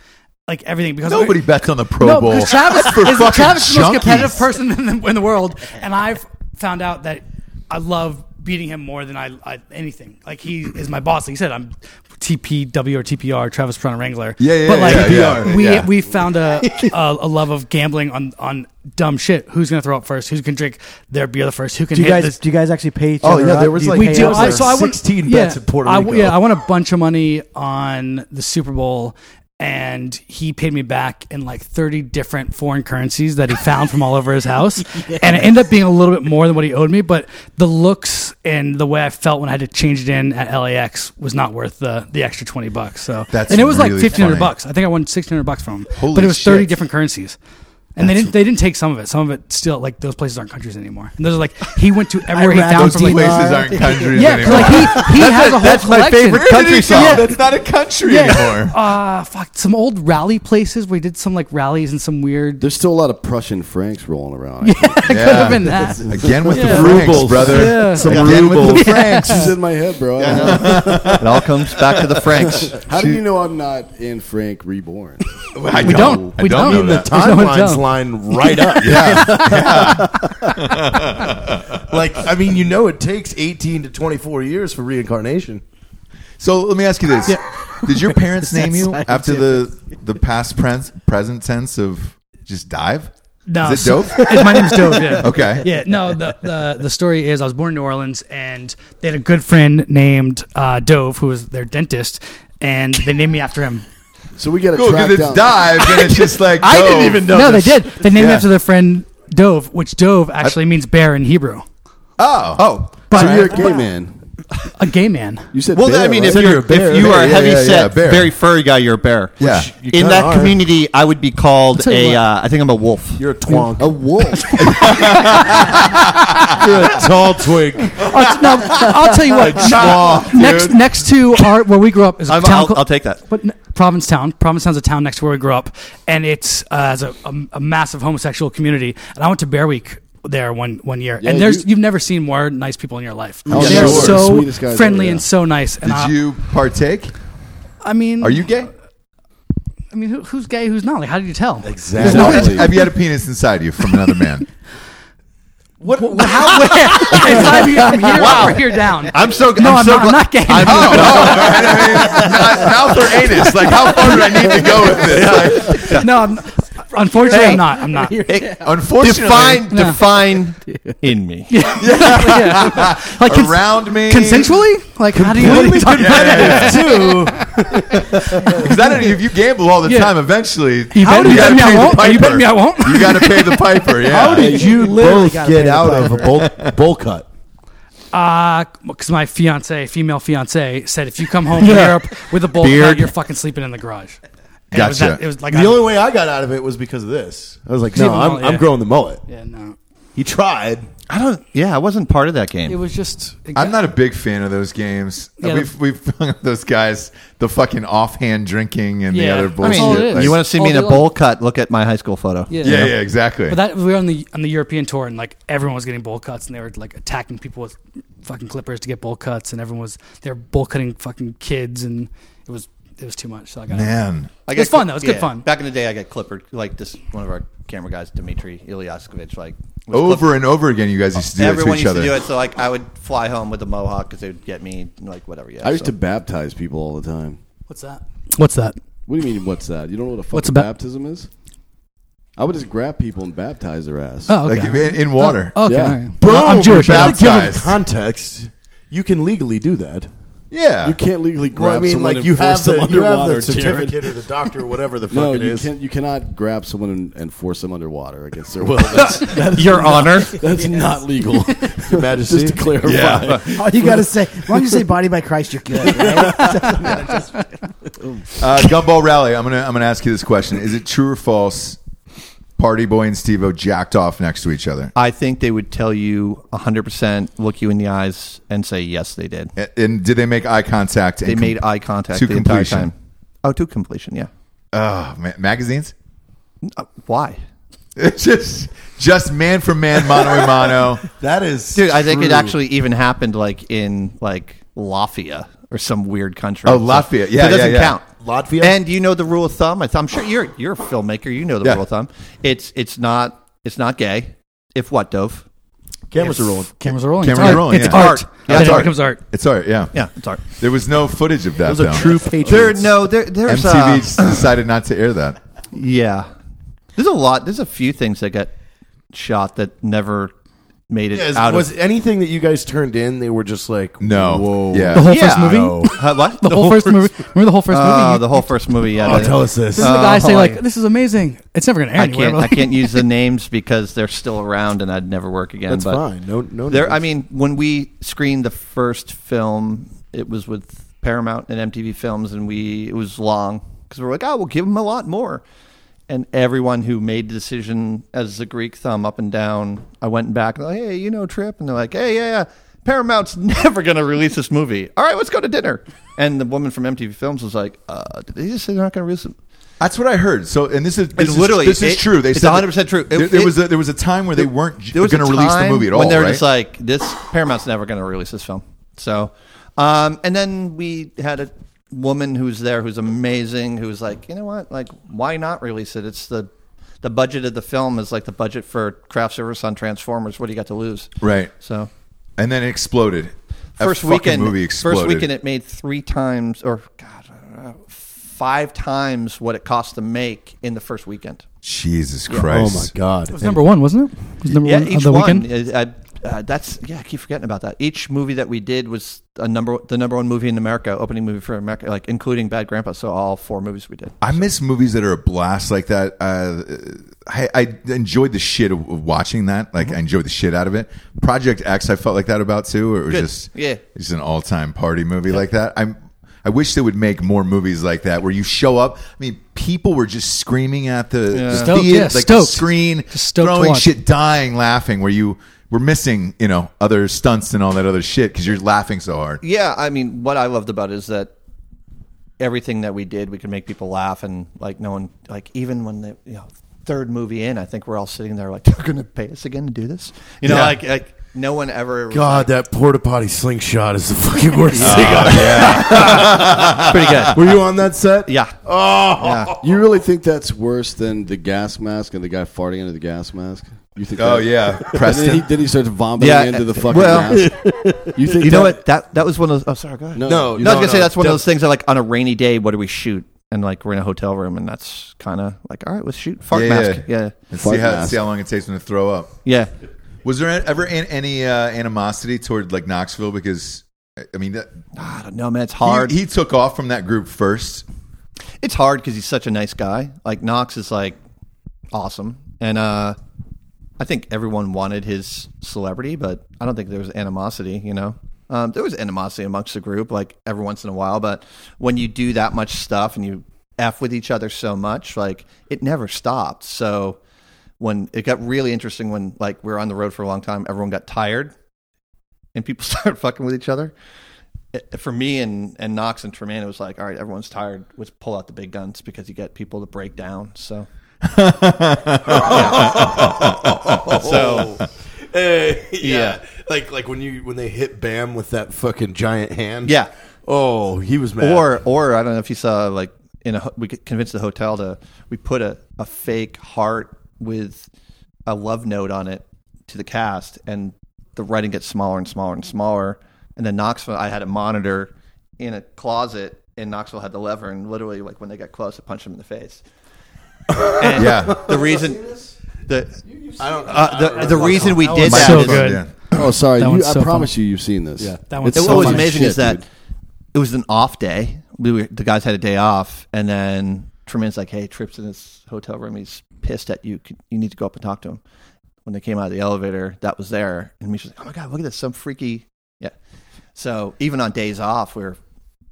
[SPEAKER 9] like everything because
[SPEAKER 1] Nobody bets on the Pro
[SPEAKER 9] no,
[SPEAKER 1] Bowl.
[SPEAKER 9] because Travis
[SPEAKER 1] For
[SPEAKER 9] is
[SPEAKER 1] fucking
[SPEAKER 9] Travis is the most competitive
[SPEAKER 1] junkies.
[SPEAKER 9] person in the, in the world, and I've found out that I love beating him more than I, I anything. Like he is my boss. Like you said, I'm TPW or TPR, Travis Perron Wrangler.
[SPEAKER 1] Yeah, yeah,
[SPEAKER 9] But
[SPEAKER 1] yeah,
[SPEAKER 9] like
[SPEAKER 1] yeah, yeah,
[SPEAKER 9] we
[SPEAKER 1] yeah.
[SPEAKER 9] we found a, a a love of gambling on on dumb shit. Who's gonna throw up first? Who's gonna drink their beer the first? Who can
[SPEAKER 7] Do you
[SPEAKER 9] hit
[SPEAKER 7] guys
[SPEAKER 9] this?
[SPEAKER 7] do you guys actually pay each
[SPEAKER 10] Oh,
[SPEAKER 7] other?
[SPEAKER 10] yeah,
[SPEAKER 7] up?
[SPEAKER 10] there was
[SPEAKER 7] Do you
[SPEAKER 10] like-
[SPEAKER 7] pay
[SPEAKER 9] we
[SPEAKER 10] hey,
[SPEAKER 9] do.
[SPEAKER 10] I was
[SPEAKER 9] I,
[SPEAKER 10] like
[SPEAKER 9] so I won
[SPEAKER 10] 16
[SPEAKER 9] yeah,
[SPEAKER 10] bets in Puerto
[SPEAKER 9] I-
[SPEAKER 10] Rico.
[SPEAKER 9] yeah, I won a bunch of money on the Super Bowl, and he paid me back in like 30 different foreign currencies that he found from all over his house. And it ended up being a little bit more than what he owed me, but the looks and the way I felt when I had to change it in at LAX was not worth the, the extra 20 bucks. So
[SPEAKER 1] That's
[SPEAKER 9] and it was like
[SPEAKER 1] really
[SPEAKER 9] 1500
[SPEAKER 1] funny.
[SPEAKER 9] bucks. I think I won 1600 bucks from him,
[SPEAKER 1] Holy
[SPEAKER 9] but it was 30
[SPEAKER 1] shit.
[SPEAKER 9] different currencies. And they didn't. They didn't take some of it. Some of it still like those places aren't countries anymore. And those are like he went to everywhere he
[SPEAKER 7] Iraq,
[SPEAKER 9] found
[SPEAKER 1] Those
[SPEAKER 9] from like
[SPEAKER 1] places aren't countries
[SPEAKER 9] yeah, 'cause,
[SPEAKER 1] anymore.
[SPEAKER 9] like he, he has a whole
[SPEAKER 1] that's my
[SPEAKER 9] collection.
[SPEAKER 1] favorite country song. That's not a country anymore.
[SPEAKER 9] Uh, fuck, some old rally places where he did some like rallies and some weird.
[SPEAKER 6] There's still a lot of Prussian francs rolling around. I think.
[SPEAKER 9] Could have been that.
[SPEAKER 1] Again with
[SPEAKER 9] Yeah.
[SPEAKER 1] the Franks,
[SPEAKER 10] Rubles.
[SPEAKER 1] brother.
[SPEAKER 9] Yeah.
[SPEAKER 1] Some Again with the Franks.
[SPEAKER 6] She's in my head, bro. I don't know.
[SPEAKER 4] It all comes back to the Franks.
[SPEAKER 6] How do you know I'm not in Frank Reborn?
[SPEAKER 1] I
[SPEAKER 9] We don't.
[SPEAKER 1] I
[SPEAKER 9] We
[SPEAKER 1] don't
[SPEAKER 9] don't.
[SPEAKER 1] know
[SPEAKER 9] In
[SPEAKER 1] that.
[SPEAKER 9] the There's no one's
[SPEAKER 10] timelines
[SPEAKER 9] down.
[SPEAKER 10] line right up.
[SPEAKER 1] yeah.
[SPEAKER 10] like, I mean, you know, it takes 18 to 24 years for reincarnation.
[SPEAKER 1] So let me ask you this: Did your parents name you
[SPEAKER 7] That's
[SPEAKER 1] after the the past pres- present tense of just dive?
[SPEAKER 9] No,
[SPEAKER 1] Is it
[SPEAKER 9] so-
[SPEAKER 1] dope?
[SPEAKER 9] it- my name's Dope. Yeah.
[SPEAKER 1] Okay.
[SPEAKER 9] Yeah. No. The, the the story is I was born in New Orleans and they had a good friend named uh, Dove who was their dentist and they named me after him.
[SPEAKER 6] So we got to
[SPEAKER 1] Cool,
[SPEAKER 6] track
[SPEAKER 1] because it's
[SPEAKER 6] down.
[SPEAKER 1] dive, and it's just like oh.
[SPEAKER 10] I didn't
[SPEAKER 1] dove.
[SPEAKER 10] even know.
[SPEAKER 9] No,
[SPEAKER 10] this.
[SPEAKER 9] they did. They named me
[SPEAKER 1] Yeah.
[SPEAKER 9] after their friend Dove, which Dove actually means bear in Hebrew.
[SPEAKER 1] Oh, oh.
[SPEAKER 9] But
[SPEAKER 6] So you're a gay man.
[SPEAKER 9] a gay man.
[SPEAKER 6] You said
[SPEAKER 4] Well,
[SPEAKER 6] bear,
[SPEAKER 4] I mean,
[SPEAKER 6] right?
[SPEAKER 4] if you're if you
[SPEAKER 1] Bear,
[SPEAKER 4] are a
[SPEAKER 1] yeah,
[SPEAKER 4] heavy
[SPEAKER 1] yeah, yeah,
[SPEAKER 4] set,
[SPEAKER 1] bear.
[SPEAKER 4] very furry guy, you're a bear.
[SPEAKER 1] Yeah.
[SPEAKER 10] You
[SPEAKER 4] In
[SPEAKER 10] kinda
[SPEAKER 4] that
[SPEAKER 10] are.
[SPEAKER 4] community, I would be called
[SPEAKER 9] tell you
[SPEAKER 4] a.
[SPEAKER 9] what.
[SPEAKER 4] Uh, I think I'm a wolf.
[SPEAKER 10] you're a twonk.
[SPEAKER 6] a wolf.
[SPEAKER 10] You're a tall twig.
[SPEAKER 9] Oh, no, I'll tell you what.
[SPEAKER 1] Twonk,
[SPEAKER 9] next,
[SPEAKER 1] dude.
[SPEAKER 9] next to our where we grew up is a
[SPEAKER 4] I'm,
[SPEAKER 9] town.
[SPEAKER 4] I'll,
[SPEAKER 9] called-
[SPEAKER 4] I'll take that.
[SPEAKER 9] But n- Provincetown, Provincetown's a town next to where we grew up, and it's uh, has a, a, a massive homosexual community. And I went to Bear Week there one one year, and there's
[SPEAKER 6] you-
[SPEAKER 9] you, have never seen more nice people in your life.
[SPEAKER 6] Oh,
[SPEAKER 9] They're
[SPEAKER 1] sure.
[SPEAKER 9] so
[SPEAKER 6] Sweetest guys ever,
[SPEAKER 9] friendly
[SPEAKER 6] yeah.
[SPEAKER 9] and so nice. And I,
[SPEAKER 1] Did you partake?
[SPEAKER 9] I mean,
[SPEAKER 1] Are you gay?
[SPEAKER 9] I mean, who, who's gay? Who's not? Like, how do you tell?
[SPEAKER 10] Exactly.
[SPEAKER 6] Exactly.
[SPEAKER 1] Have you had a penis inside you from another man?
[SPEAKER 9] What? how? Where? it's not even from here up or here down.
[SPEAKER 1] I'm so.
[SPEAKER 9] no,
[SPEAKER 1] I'm, so
[SPEAKER 9] not,
[SPEAKER 1] gla-
[SPEAKER 9] I'm not gay.
[SPEAKER 1] I'm, oh, no. I mean, Uh, mouth or anus? Like, how far do I need to go with this? Like,
[SPEAKER 9] no, I'm, unfortunately, I'm not. I'm not.
[SPEAKER 1] unfortunately,
[SPEAKER 4] Define
[SPEAKER 9] No.
[SPEAKER 4] define in me.
[SPEAKER 9] Yeah. Like cons-
[SPEAKER 1] around me
[SPEAKER 9] consensually? Like how do you? What do you talk about?
[SPEAKER 1] too. Because I don't. If you gamble all the
[SPEAKER 9] Yeah.
[SPEAKER 1] time, eventually
[SPEAKER 9] You bet- you
[SPEAKER 1] gotta
[SPEAKER 9] bet me I
[SPEAKER 1] pay the
[SPEAKER 9] won't? Are you
[SPEAKER 1] piper.
[SPEAKER 9] betting me I won't?
[SPEAKER 1] You got to pay the piper. Yeah.
[SPEAKER 10] How did you
[SPEAKER 7] literally
[SPEAKER 10] both
[SPEAKER 7] gotta pay
[SPEAKER 10] get
[SPEAKER 7] the
[SPEAKER 10] out of a bowl, bowl cut?
[SPEAKER 9] Uh, because my fiance, female fiance, said if you come home from Europe with a bowl
[SPEAKER 4] Beard.
[SPEAKER 9] cut, you're fucking sleeping in the garage. And It was,
[SPEAKER 1] Gotcha.
[SPEAKER 9] that, it was like
[SPEAKER 10] The only way I got out of it was because of this. I was like, no,
[SPEAKER 9] Leave him
[SPEAKER 10] I'm,
[SPEAKER 9] alone,
[SPEAKER 10] I'm
[SPEAKER 9] yeah.
[SPEAKER 10] growing the mullet.
[SPEAKER 9] Yeah, no.
[SPEAKER 10] He tried.
[SPEAKER 4] I don't. Yeah, I wasn't part of that
[SPEAKER 9] It
[SPEAKER 4] game.
[SPEAKER 9] was just.
[SPEAKER 1] I'm not a big fan of those games.
[SPEAKER 9] Yeah,
[SPEAKER 1] we've we've hung up those guys, the fucking offhand drinking and
[SPEAKER 9] Yeah.
[SPEAKER 1] the
[SPEAKER 9] I
[SPEAKER 1] other
[SPEAKER 9] mean,
[SPEAKER 1] bullshit.
[SPEAKER 9] all it is.
[SPEAKER 1] Like-
[SPEAKER 4] you want to see
[SPEAKER 9] All
[SPEAKER 4] me in a
[SPEAKER 9] day
[SPEAKER 4] bowl
[SPEAKER 9] long.
[SPEAKER 4] cut? Look at my high school photo.
[SPEAKER 9] Yeah.
[SPEAKER 1] yeah, yeah, exactly.
[SPEAKER 9] But that we were on the on the European tour and like everyone was getting bowl cuts and they were like attacking people with fucking clippers to get bowl cuts and everyone was they were bowl cutting fucking kids and it was it was too much. So I got
[SPEAKER 1] Man,
[SPEAKER 4] I
[SPEAKER 9] It was
[SPEAKER 4] got-
[SPEAKER 9] fun, though. It was good fun.
[SPEAKER 4] Back in the day, I got clippered. Like this, one of our camera guys, Dmitry Ilyaskovich, like was
[SPEAKER 1] over and over again, you guys used to do
[SPEAKER 4] clipped- Everyone
[SPEAKER 1] it to each
[SPEAKER 4] used
[SPEAKER 1] other.
[SPEAKER 4] to do it. So like, I would fly home with a mohawk because they would get me like whatever. Yeah,
[SPEAKER 6] I used
[SPEAKER 4] so.
[SPEAKER 6] to baptize people all the time.
[SPEAKER 9] What's that? What's that?
[SPEAKER 6] What do you mean? What's that? You don't know what a fucking
[SPEAKER 9] What's a ba-
[SPEAKER 6] baptism is? I would just grab people and baptize their ass.
[SPEAKER 9] Oh, okay.
[SPEAKER 1] Like in, in water.
[SPEAKER 9] Oh, okay.
[SPEAKER 6] Yeah.
[SPEAKER 9] all right.
[SPEAKER 10] Boom,
[SPEAKER 9] Well, I'm Jewish.
[SPEAKER 10] you're
[SPEAKER 9] right?
[SPEAKER 1] baptized.
[SPEAKER 10] Given context, you can legally do that.
[SPEAKER 1] yeah.
[SPEAKER 6] You can't legally grab.
[SPEAKER 10] Well, I mean,
[SPEAKER 6] someone
[SPEAKER 10] like
[SPEAKER 6] and
[SPEAKER 10] you
[SPEAKER 6] force
[SPEAKER 10] have,
[SPEAKER 6] them
[SPEAKER 10] the, you have
[SPEAKER 6] underwater,
[SPEAKER 10] the
[SPEAKER 6] Jared.
[SPEAKER 10] certificate or the doctor or whatever the fuck
[SPEAKER 6] No,
[SPEAKER 10] it
[SPEAKER 6] you
[SPEAKER 10] is.
[SPEAKER 6] can't. You cannot grab someone and, and force them underwater against their will. That's,
[SPEAKER 4] Your Honor.
[SPEAKER 6] that's not legal.
[SPEAKER 10] Your Majesty.
[SPEAKER 6] Just to clarify,
[SPEAKER 1] Yeah.
[SPEAKER 7] All you gotta say, as long as you say "Body by Christ," you're good.
[SPEAKER 1] Uh, Gumball Rally. I'm gonna I'm gonna ask you this question: Is it true or false? Party Boy and Stevo jacked off next to each other,
[SPEAKER 4] I think they would tell you 100%, look you in the eyes, and say yes, they did.
[SPEAKER 1] A- and did they make eye contact?
[SPEAKER 4] They made eye contact
[SPEAKER 1] to
[SPEAKER 4] the
[SPEAKER 1] completion.
[SPEAKER 4] entire time. Oh, to completion, yeah.
[SPEAKER 1] Oh, ma- magazines.
[SPEAKER 4] Uh, why?
[SPEAKER 1] It's just just man for man, mano a mano.
[SPEAKER 10] That is,
[SPEAKER 4] Dude, I think it
[SPEAKER 10] true.
[SPEAKER 4] actually even happened like in like Lafayette or some weird country.
[SPEAKER 1] Oh,
[SPEAKER 4] So-
[SPEAKER 1] Lafayette.
[SPEAKER 4] so
[SPEAKER 1] Yeah,
[SPEAKER 4] it
[SPEAKER 1] yeah,
[SPEAKER 4] doesn't
[SPEAKER 1] yeah.
[SPEAKER 4] count.
[SPEAKER 10] Latvia?
[SPEAKER 4] And you know the rule of thumb. I th- I'm sure you're you're a filmmaker. You know the
[SPEAKER 1] Yeah.
[SPEAKER 4] rule of thumb. It's it's not it's not gay. If what, Dove?
[SPEAKER 5] Cameras are rolling.
[SPEAKER 9] Cameras are rolling.
[SPEAKER 1] Cameras
[SPEAKER 9] it's
[SPEAKER 1] are rolling.
[SPEAKER 9] It's
[SPEAKER 1] yeah.
[SPEAKER 9] art.
[SPEAKER 1] Yeah,
[SPEAKER 9] Then it becomes art.
[SPEAKER 1] It's art. Yeah.
[SPEAKER 4] Yeah, it's art.
[SPEAKER 1] There was no footage of that.
[SPEAKER 5] Those are
[SPEAKER 1] though.
[SPEAKER 5] true
[SPEAKER 4] There,
[SPEAKER 5] patriots.
[SPEAKER 4] no, there, there's
[SPEAKER 1] MTV
[SPEAKER 4] uh,
[SPEAKER 1] just decided not to air that.
[SPEAKER 4] Yeah. There's a lot. There's a few things that got shot that never made it
[SPEAKER 10] Yeah, is-
[SPEAKER 4] out
[SPEAKER 10] was
[SPEAKER 4] of.
[SPEAKER 10] anything that you guys turned in? They were just like,
[SPEAKER 1] No.
[SPEAKER 10] whoa,
[SPEAKER 1] Yeah.
[SPEAKER 9] The whole
[SPEAKER 4] Yeah.
[SPEAKER 9] first movie.
[SPEAKER 10] No.
[SPEAKER 4] Uh, what?
[SPEAKER 9] The, whole first movie. Remember the whole first
[SPEAKER 4] Oh,
[SPEAKER 9] movie.
[SPEAKER 4] the whole first movie. Yeah.
[SPEAKER 10] Oh,
[SPEAKER 4] the-
[SPEAKER 10] tell us this.
[SPEAKER 9] This is the guy say
[SPEAKER 4] Oh,
[SPEAKER 9] like,
[SPEAKER 4] I-
[SPEAKER 9] "This is amazing." It's never going to air
[SPEAKER 4] I
[SPEAKER 9] anywhere.
[SPEAKER 4] can't.
[SPEAKER 9] but
[SPEAKER 4] I can't use the names because they're still around, and I'd never work again.
[SPEAKER 5] That's
[SPEAKER 4] but
[SPEAKER 5] fine. No, no.
[SPEAKER 4] There.
[SPEAKER 5] need.
[SPEAKER 4] I mean, when we screened the first film, it was with Paramount and MTV Films, and we it was long because we were like, oh, we'll give them a lot more. And everyone who made the decision as the Greek thumb up and down, I went back and like, hey, you know Trip, and they're like, hey, yeah, yeah. Paramount's never going to release this movie. All right, let's go to dinner. And the woman from MTV Films was like, uh, did they just say they're not going to release it?
[SPEAKER 1] That's what I heard. So, and this is this
[SPEAKER 4] It's
[SPEAKER 1] is-
[SPEAKER 4] literally-
[SPEAKER 1] this is
[SPEAKER 4] it-
[SPEAKER 1] true. They
[SPEAKER 4] it's
[SPEAKER 1] said
[SPEAKER 4] 100% true. It-
[SPEAKER 1] there, there
[SPEAKER 4] it-
[SPEAKER 1] was a, there was a time where they weren't
[SPEAKER 4] there
[SPEAKER 1] going
[SPEAKER 4] was
[SPEAKER 1] to
[SPEAKER 4] a
[SPEAKER 1] release the
[SPEAKER 4] time
[SPEAKER 1] movie at all.
[SPEAKER 4] when they were
[SPEAKER 1] right?
[SPEAKER 4] just like this paramount's never going to release this film so um, and then we had a woman who's there who's amazing who's like you know what like why not release it it's the the budget of the film is like the budget for craft service on transformers what do you got to lose
[SPEAKER 1] right,
[SPEAKER 4] so
[SPEAKER 1] and then it exploded. That
[SPEAKER 4] first
[SPEAKER 1] fucking
[SPEAKER 4] weekend
[SPEAKER 1] movie exploded.
[SPEAKER 4] first weekend it made three times or god I don't know, five times what it cost to make in the first weekend
[SPEAKER 1] Jesus
[SPEAKER 5] oh
[SPEAKER 1] Christ!
[SPEAKER 5] my god.
[SPEAKER 9] it was number one, wasn't it? It was number
[SPEAKER 4] Yeah,
[SPEAKER 9] one
[SPEAKER 4] each
[SPEAKER 9] of the
[SPEAKER 4] one.
[SPEAKER 9] weekend.
[SPEAKER 4] uh, uh, uh, that's yeah. I keep forgetting about that. Each movie that we did was a number the number one movie in America, opening movie for America, like including Bad Grandpa. So all four movies we did.
[SPEAKER 1] I miss movies that are a blast like that. Uh, I, I enjoyed the shit of of watching that. Like I enjoyed the shit out of it. Project X, I felt like that about too. Or it was
[SPEAKER 4] Good.
[SPEAKER 1] just
[SPEAKER 4] Yeah.
[SPEAKER 1] just an all time party movie like that. I'm. I wish they would make more movies like that where you show up. I mean, people were just screaming at the, the
[SPEAKER 9] Stoked,
[SPEAKER 1] theater,
[SPEAKER 9] yeah,
[SPEAKER 1] like the
[SPEAKER 9] stoked.
[SPEAKER 1] screen,
[SPEAKER 9] Just stoked to
[SPEAKER 1] throwing
[SPEAKER 9] watch.
[SPEAKER 1] shit, dying, laughing. Where you were missing, you know, other stunts and all that other shit because you're laughing so hard.
[SPEAKER 4] Yeah, I mean, what I loved about it is that everything that we did, we could make people laugh, and like no one, like even when the you know third movie in, I think we're all sitting there like they're going to pay us again to do this. You know,
[SPEAKER 1] Yeah.
[SPEAKER 4] like like no one ever. was
[SPEAKER 10] God, that porta potty slingshot is the fucking worst thing.
[SPEAKER 4] like, pretty good.
[SPEAKER 10] Were you on that set?
[SPEAKER 4] Yeah. Yeah.
[SPEAKER 6] You really think that's worse than the gas mask and the guy farting into the gas mask? You think?
[SPEAKER 1] Oh
[SPEAKER 6] that-
[SPEAKER 1] yeah,
[SPEAKER 6] And then he,
[SPEAKER 1] Preston.
[SPEAKER 6] then he starts vomiting
[SPEAKER 4] Yeah,
[SPEAKER 6] into the
[SPEAKER 4] uh,
[SPEAKER 6] fucking
[SPEAKER 4] well-
[SPEAKER 6] mask. You think?
[SPEAKER 4] You know
[SPEAKER 6] that-
[SPEAKER 4] what? That that was one of those. Oh, sorry. Go ahead.
[SPEAKER 6] No,
[SPEAKER 4] No, I was gonna say that's one of those things that like on a rainy day, what do we shoot? And like we're in a hotel room, and that's kind of like all right, let's shoot fart
[SPEAKER 1] Yeah,
[SPEAKER 4] mask.
[SPEAKER 1] yeah.
[SPEAKER 4] Yeah,
[SPEAKER 1] And see
[SPEAKER 6] Fart
[SPEAKER 1] how
[SPEAKER 6] mask.
[SPEAKER 1] see how long it takes them to throw up.
[SPEAKER 4] yeah.
[SPEAKER 1] Was there ever an, any uh, animosity toward like Knoxville because I I mean that
[SPEAKER 4] I don't know, man. It's hard.
[SPEAKER 1] He, he took off from that group first.
[SPEAKER 4] it's hard because he's such a nice guy. Like Knox is like awesome, and uh, I think everyone wanted his celebrity, but I don't think there was animosity. You know, um, there was animosity amongst the group, like every once in a while. But when you do that much stuff and you f with each other so much, like it never stopped. So when it got really interesting, when like we were on the road for a long time, everyone got tired, and people started fucking with each other it- for me and and Knox and Tremaine, it was like, all right, everyone's tired. Let's pull out the big guns because you get people to break down. So, so
[SPEAKER 10] Hey, yeah.
[SPEAKER 4] Oh. Yeah.
[SPEAKER 10] Like like when you when they hit Bam with that fucking giant hand.
[SPEAKER 4] Yeah.
[SPEAKER 10] Oh, he was mad.
[SPEAKER 4] or or I don't know if you saw like in a ho- we could convince the hotel to we put a a fake heart with a love note on it to the cast, and the writing gets smaller and smaller and smaller. And then Knoxville, I had a monitor in a closet, and Knoxville had the lever, and literally like when they got close, I punched him in the face. And
[SPEAKER 1] Yeah.
[SPEAKER 4] the reason. The,
[SPEAKER 10] I don't.
[SPEAKER 4] Uh, the the reason we did
[SPEAKER 1] Mike
[SPEAKER 4] that
[SPEAKER 9] so
[SPEAKER 1] was
[SPEAKER 4] is-
[SPEAKER 9] good.
[SPEAKER 1] on-
[SPEAKER 6] Oh, sorry.
[SPEAKER 9] That
[SPEAKER 6] You,
[SPEAKER 9] one's so
[SPEAKER 6] I promise you, you've seen this. Yeah,
[SPEAKER 9] that one's
[SPEAKER 4] it-
[SPEAKER 9] so
[SPEAKER 4] what was
[SPEAKER 9] funny.
[SPEAKER 4] amazing is that
[SPEAKER 6] dude.
[SPEAKER 4] it was an off day. We were, the guys had a day off, and then Tremaine's like, "Hey, Trip's in this hotel room. He's pissed at you. Could- You need to go up and talk to him." When they came out of the elevator, that was there, and Misha's like, "Oh my god, look at this! Some freaky, yeah." So even on days off, we were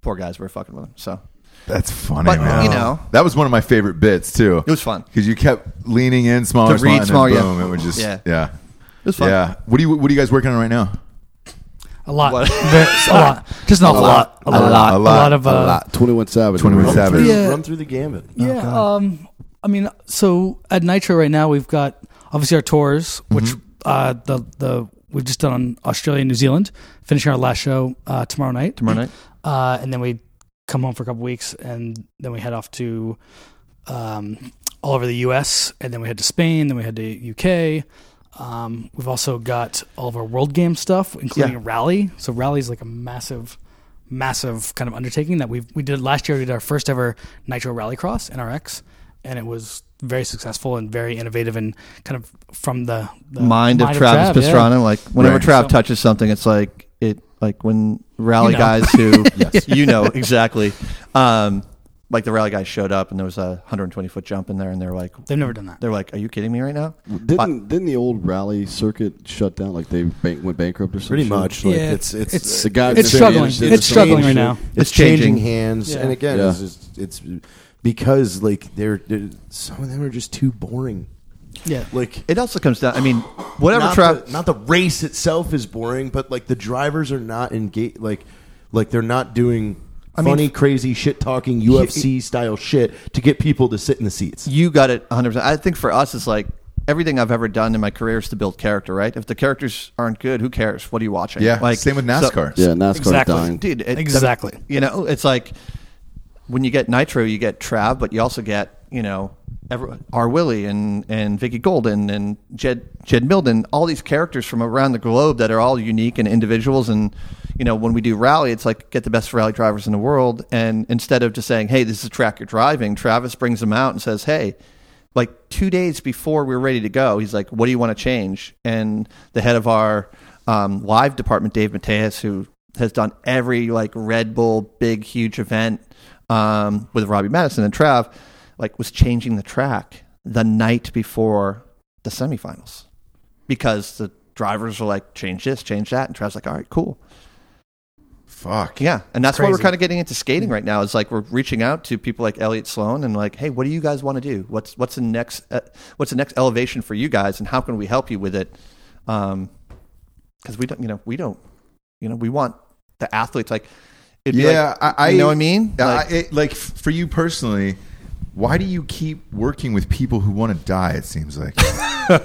[SPEAKER 4] poor guys. We were fucking with him. So
[SPEAKER 1] That's funny,
[SPEAKER 4] But,
[SPEAKER 1] man.
[SPEAKER 4] you know.
[SPEAKER 1] that was one of my favorite bits too.
[SPEAKER 4] it was fun.
[SPEAKER 1] because you kept leaning in smaller,
[SPEAKER 4] To read
[SPEAKER 1] smaller, and then
[SPEAKER 4] smaller, yeah.
[SPEAKER 1] boom, it would just
[SPEAKER 4] Yeah.
[SPEAKER 1] yeah, yeah.
[SPEAKER 4] It was fun.
[SPEAKER 1] What do you What are you guys working on right now?
[SPEAKER 9] a lot,
[SPEAKER 4] What?
[SPEAKER 9] There's a lot, just not a lot, a lot, a lot,
[SPEAKER 1] A lot.
[SPEAKER 9] of uh,
[SPEAKER 6] Twenty One Savage.
[SPEAKER 1] Twenty One Savage.
[SPEAKER 9] Yeah.
[SPEAKER 10] Run through the gambit.
[SPEAKER 9] Yeah. um, I mean, so at Nitro right now, we've got obviously our tours, which uh, the the we've just done on Australia and New Zealand, finishing our last show uh, tomorrow night.
[SPEAKER 4] Tomorrow night,
[SPEAKER 9] Uh, and then we come home for a couple weeks, and then we head off to um, all over the U.S. and then we head to Spain, then we head to U.K. Um, we've also got all of our world game stuff, including
[SPEAKER 7] Yeah.
[SPEAKER 9] Rally. So Rally is like a massive, massive kind of undertaking that we we did last year. We did our first ever Nitro Rallycross NRX, and it was very successful and very innovative and kind of from the, the
[SPEAKER 4] mind of Travis
[SPEAKER 9] Trav, yeah.
[SPEAKER 4] Pastrana. Like whenever
[SPEAKER 9] Right.
[SPEAKER 4] Trav
[SPEAKER 9] So-
[SPEAKER 4] touches something, it's like it like when rally
[SPEAKER 9] You know.
[SPEAKER 4] guys who
[SPEAKER 9] Yes.
[SPEAKER 4] you know exactly. Um, like the rally guys showed up and there was a 120 foot jump in there and they're like
[SPEAKER 9] they've never done that.
[SPEAKER 4] They're like, are you kidding me right now?
[SPEAKER 6] Didn't didn't the old rally circuit shut down? Like they bank, went bankrupt or
[SPEAKER 5] Pretty
[SPEAKER 6] something.
[SPEAKER 5] much, like, Yeah, it's- it's- it's-
[SPEAKER 6] the guy.
[SPEAKER 9] it's struggling. It's struggling right now.
[SPEAKER 5] It's,
[SPEAKER 4] It's
[SPEAKER 5] changing,
[SPEAKER 4] changing.
[SPEAKER 5] hands,
[SPEAKER 9] Yeah.
[SPEAKER 5] and again,
[SPEAKER 6] Yeah.
[SPEAKER 5] it's, just, it's because like they're, they're- some of them are just too boring.
[SPEAKER 9] Yeah.
[SPEAKER 5] Like
[SPEAKER 4] It also comes down. I mean, whatever
[SPEAKER 5] not
[SPEAKER 4] Trav.
[SPEAKER 5] the, not the race itself is boring, but like the drivers are not engaged. Like like they're not doing
[SPEAKER 4] I mean,
[SPEAKER 5] funny, crazy shit talking UFC style shit to get people to sit in the seats.
[SPEAKER 4] you got it 100%. I think for us, it's like everything I've ever done in my career is to build character, right? If the characters aren't good, who cares? What are you watching?
[SPEAKER 1] Yeah,
[SPEAKER 4] Like,
[SPEAKER 1] same with
[SPEAKER 4] so-
[SPEAKER 1] NASCAR.
[SPEAKER 6] Yeah, NASCAR's
[SPEAKER 9] Exactly.
[SPEAKER 6] dying.
[SPEAKER 4] Dude, it-
[SPEAKER 9] Exactly.
[SPEAKER 4] You know, it's like when you get Nitro, you get Trav, but you also get, you know, every, R. Willie and, and Vicky Golden and Jed, Jed Milden, all these characters from around the globe that are all unique and individuals. And, you know, when we do rally, it's like get the best rally drivers in the world. And instead of just saying, hey, this is a track you're driving, Travis brings them out and says, hey, like two days before we were ready to go, he's like, "What do you want to change?" And the head of our um, live department, Dave Mateus, who has done every like Red Bull big huge event um, with Robbie Madison and Trav, like was changing the track the night before the semifinals because the drivers were like, "Change this, change that," and Trav's like, "All right, cool."
[SPEAKER 1] Fuck.
[SPEAKER 4] Yeah, and that's why we're
[SPEAKER 9] crazy.
[SPEAKER 4] kind of getting into skating right now. Is like we're reaching out to people like Elliot Sloan and like, hey, what do you guys want to do? What's what's the next uh, what's the next elevation for you guys, and how can we help you with it? Because we don't, you know, we don't, you know, we want the athletes like, it'd be
[SPEAKER 1] yeah,
[SPEAKER 4] like-
[SPEAKER 1] I, I
[SPEAKER 4] you know what I mean?
[SPEAKER 1] I-
[SPEAKER 4] Like-
[SPEAKER 1] I, it, like f- for you personally, why do you keep working with people who want to die? It seems like.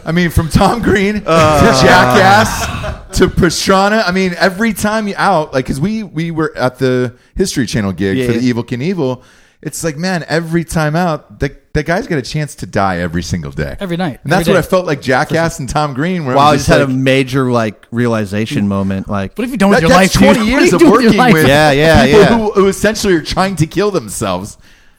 [SPEAKER 1] I mean, from Tom Green,
[SPEAKER 4] Uh.
[SPEAKER 1] to Jackass, to Pastrana. I mean, every time you out, like, because we we were at the History Channel gig
[SPEAKER 4] Yeah,
[SPEAKER 1] for the
[SPEAKER 4] yeah.
[SPEAKER 1] Evil Knievel. It's like, man, every time out, the, the guy's got a chance to die every single day.
[SPEAKER 9] Every night,
[SPEAKER 1] And that's
[SPEAKER 9] every
[SPEAKER 1] what I
[SPEAKER 9] day.
[SPEAKER 1] felt like Jackass and Tom Green where
[SPEAKER 4] wow,
[SPEAKER 1] I
[SPEAKER 4] I
[SPEAKER 1] was
[SPEAKER 4] just had a
[SPEAKER 1] like,
[SPEAKER 4] major like realization moment. Like,
[SPEAKER 9] What have you done with
[SPEAKER 1] that-
[SPEAKER 9] your life?
[SPEAKER 1] that's
[SPEAKER 9] dude?
[SPEAKER 1] 20
[SPEAKER 9] What
[SPEAKER 1] years
[SPEAKER 9] do
[SPEAKER 1] of
[SPEAKER 9] you do with your
[SPEAKER 1] working
[SPEAKER 9] life?
[SPEAKER 1] with
[SPEAKER 4] Yeah, yeah,
[SPEAKER 1] people
[SPEAKER 4] yeah.
[SPEAKER 1] Who, who essentially are trying to kill themselves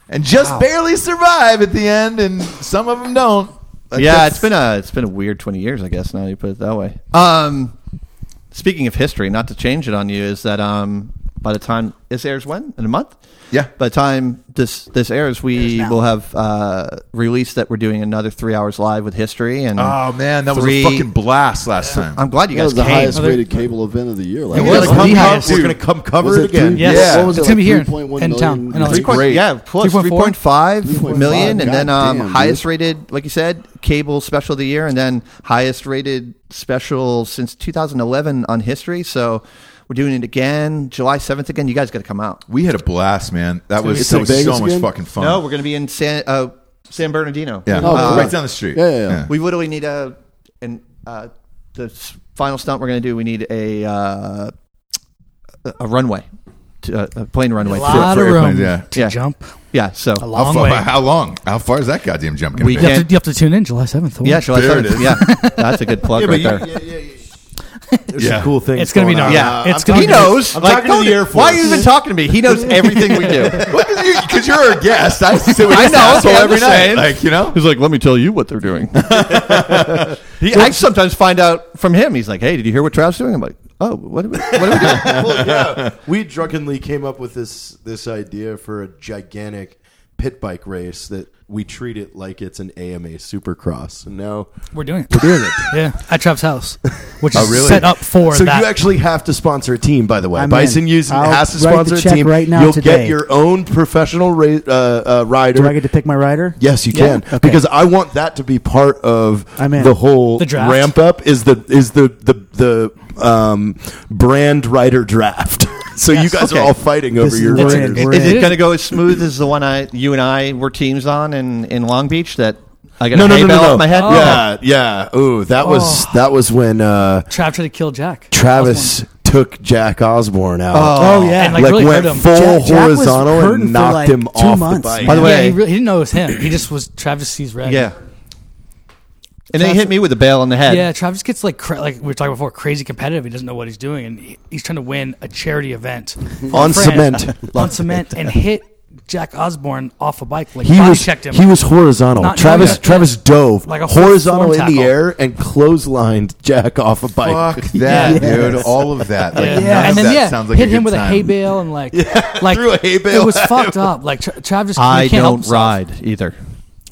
[SPEAKER 1] and just barely survive at the end, and some of them don't.
[SPEAKER 6] Uh,
[SPEAKER 1] Like,
[SPEAKER 4] yeah,
[SPEAKER 1] that's-
[SPEAKER 4] it's been a it's been a weird twenty years, I guess. Now you put it that way. Um, speaking of history, not to change it on you, is that um, by the time this airs, when in a month?
[SPEAKER 1] Yeah.
[SPEAKER 4] By the time this this airs, we will have uh, released that we're doing another three hours live with history and
[SPEAKER 1] Oh man, that was
[SPEAKER 4] three-
[SPEAKER 1] a fucking blast last time.
[SPEAKER 4] I'm glad you
[SPEAKER 6] That
[SPEAKER 4] guys
[SPEAKER 6] was the
[SPEAKER 4] came.
[SPEAKER 6] highest rated cable event of the year. Like,
[SPEAKER 1] We're gonna
[SPEAKER 9] was
[SPEAKER 1] come
[SPEAKER 9] the
[SPEAKER 1] co-
[SPEAKER 9] highest.
[SPEAKER 1] we're gonna come cover it again.
[SPEAKER 9] Yes.
[SPEAKER 1] Yeah.
[SPEAKER 9] What was it, It's gonna be here in- in town, in LA.
[SPEAKER 4] Three point,
[SPEAKER 1] Great.
[SPEAKER 4] yeah, plus
[SPEAKER 9] 3.4?
[SPEAKER 4] 3.5 million, and then um,
[SPEAKER 6] God damn,
[SPEAKER 4] highest
[SPEAKER 6] dude.
[SPEAKER 4] rated, like you said, cable special of the year, and then highest rated special since 2011 on history. So we're doing it again, July 7th again. You guys got to come out.
[SPEAKER 1] we had a blast, man. That was
[SPEAKER 6] it's
[SPEAKER 1] that
[SPEAKER 6] in
[SPEAKER 1] was
[SPEAKER 6] Vegas
[SPEAKER 1] so much
[SPEAKER 6] again?
[SPEAKER 1] fucking fun.
[SPEAKER 4] No, we're going to be in San uh, San Bernardino.
[SPEAKER 1] yeah,
[SPEAKER 6] Oh,
[SPEAKER 1] Uh,
[SPEAKER 6] cool.
[SPEAKER 1] right down the street.
[SPEAKER 6] Yeah, yeah, yeah.
[SPEAKER 4] We literally need a and uh, the s- final stunt we're going to do. We need a uh, a- a runway, to, uh, a plane runway.
[SPEAKER 9] A lot of room
[SPEAKER 1] airplanes, yeah.
[SPEAKER 9] to
[SPEAKER 4] Yeah.
[SPEAKER 9] jump.
[SPEAKER 4] Yeah, so
[SPEAKER 9] A
[SPEAKER 1] How,
[SPEAKER 9] long
[SPEAKER 1] far,
[SPEAKER 9] way.
[SPEAKER 1] how long? How far is that goddamn jump?
[SPEAKER 4] We
[SPEAKER 1] going
[SPEAKER 9] You
[SPEAKER 1] be?
[SPEAKER 9] have, to, you have to tune in July 7th.
[SPEAKER 4] Yeah, July
[SPEAKER 1] There it
[SPEAKER 4] 7th.
[SPEAKER 1] is.
[SPEAKER 4] Yeah, that's a good plug right there.
[SPEAKER 5] There's some cool things.
[SPEAKER 9] It's gonna be
[SPEAKER 5] going
[SPEAKER 9] no-
[SPEAKER 5] on.
[SPEAKER 4] yeah,
[SPEAKER 9] it's gonna
[SPEAKER 4] he
[SPEAKER 9] be-
[SPEAKER 4] knows.
[SPEAKER 5] I'm
[SPEAKER 4] like,
[SPEAKER 5] talking to
[SPEAKER 4] don't-
[SPEAKER 5] the Air Force.
[SPEAKER 4] Why are you even talking to me? He knows everything we do.
[SPEAKER 1] Because you're our guest. I sit with
[SPEAKER 4] I
[SPEAKER 1] this
[SPEAKER 4] know,
[SPEAKER 1] asshole
[SPEAKER 4] I'm
[SPEAKER 1] every
[SPEAKER 4] just
[SPEAKER 1] night.
[SPEAKER 4] saying.
[SPEAKER 1] Like you know,
[SPEAKER 4] He's like, let me tell you what they're doing. he, I sometimes find out from him. He's like, hey, did you hear what Trav's doing? I'm like, oh, what are we, what are we doing?
[SPEAKER 5] well, yeah. We drunkenly came up with this this idea for a gigantic pit bike race that we treat it like it's an AMA Supercross, and now
[SPEAKER 9] We're doing it. We're doing it. yeah, at Trav's house, which is
[SPEAKER 1] Oh, really?
[SPEAKER 9] set up for
[SPEAKER 5] so
[SPEAKER 9] that.
[SPEAKER 5] you actually have to sponsor a team, by the way.
[SPEAKER 7] I'm
[SPEAKER 5] Bison
[SPEAKER 7] in.
[SPEAKER 5] Using
[SPEAKER 7] I'll
[SPEAKER 5] has to
[SPEAKER 7] write the
[SPEAKER 5] sponsor
[SPEAKER 7] check
[SPEAKER 5] a team.
[SPEAKER 7] right now
[SPEAKER 5] You'll
[SPEAKER 7] today.
[SPEAKER 5] get your own professional ra- uh, uh, rider.
[SPEAKER 7] Do I get to pick my rider?
[SPEAKER 5] Yes, you
[SPEAKER 7] Yeah?
[SPEAKER 5] can
[SPEAKER 7] Okay.
[SPEAKER 5] because I want that to be part of
[SPEAKER 7] I'm in.
[SPEAKER 5] the whole
[SPEAKER 9] The draft.
[SPEAKER 5] ramp up. Is the is the the the um, brand rider draft? so you guys
[SPEAKER 4] Okay.
[SPEAKER 5] are all fighting over
[SPEAKER 7] This is
[SPEAKER 5] your
[SPEAKER 7] where
[SPEAKER 5] riders.
[SPEAKER 7] it is.
[SPEAKER 4] Is
[SPEAKER 9] It
[SPEAKER 4] it
[SPEAKER 9] is.
[SPEAKER 4] going to go as smooth as the one I, you and I were teams on in, in Long Beach that I got
[SPEAKER 5] no,
[SPEAKER 4] a
[SPEAKER 5] no,
[SPEAKER 4] hay
[SPEAKER 5] no,
[SPEAKER 4] bale
[SPEAKER 5] no, no.
[SPEAKER 4] off my
[SPEAKER 10] Oh.
[SPEAKER 4] head?
[SPEAKER 5] Yeah, yeah. Ooh, that was that was when uh,
[SPEAKER 9] Trav tried to kill Jack.
[SPEAKER 5] Travis took Jack Osborne out.
[SPEAKER 9] Oh, yeah. And, like, really hurt
[SPEAKER 5] went
[SPEAKER 9] him.
[SPEAKER 5] full
[SPEAKER 7] Jack- Jack was
[SPEAKER 5] horizontal
[SPEAKER 7] hurting
[SPEAKER 5] and
[SPEAKER 7] for,
[SPEAKER 5] knocked
[SPEAKER 7] like,
[SPEAKER 5] him
[SPEAKER 7] two
[SPEAKER 5] off
[SPEAKER 7] months,
[SPEAKER 5] the bike.
[SPEAKER 4] By the
[SPEAKER 9] Yeah,
[SPEAKER 4] way,
[SPEAKER 9] he, really, he didn't know it was him. He just was Travis sees red.
[SPEAKER 4] yeah. And they hit me with a bell on the head.
[SPEAKER 9] Yeah, Travis gets like cra- like we were talking before, crazy competitive. He doesn't know what he's doing, and he, he's trying to win a charity event for
[SPEAKER 10] On
[SPEAKER 9] a friend,
[SPEAKER 10] cement.
[SPEAKER 9] on cement, and hit Jack Osborne off a bike. Like
[SPEAKER 10] He
[SPEAKER 9] body
[SPEAKER 10] was
[SPEAKER 9] checked him.
[SPEAKER 10] he was horizontal.
[SPEAKER 9] Not
[SPEAKER 10] Travis
[SPEAKER 9] knowing it.
[SPEAKER 10] Travis dove
[SPEAKER 9] Like a full
[SPEAKER 10] horizontal in
[SPEAKER 9] form
[SPEAKER 10] the
[SPEAKER 9] tackle.
[SPEAKER 10] air and clotheslined Jack off a bike.
[SPEAKER 1] Fuck that,
[SPEAKER 10] Yes.
[SPEAKER 1] dude. All of that. Like,
[SPEAKER 9] Yeah,
[SPEAKER 1] none of
[SPEAKER 9] and then
[SPEAKER 1] that
[SPEAKER 9] yeah,
[SPEAKER 1] sounds like
[SPEAKER 9] hit
[SPEAKER 1] a
[SPEAKER 9] him
[SPEAKER 1] good
[SPEAKER 9] with
[SPEAKER 1] time.
[SPEAKER 9] a hay bale and like like
[SPEAKER 10] threw a hay bale
[SPEAKER 9] It was
[SPEAKER 10] at
[SPEAKER 9] fucked up. Like Tra- Travis, he
[SPEAKER 4] I
[SPEAKER 9] can't help
[SPEAKER 4] don't
[SPEAKER 9] himself.
[SPEAKER 4] ride either.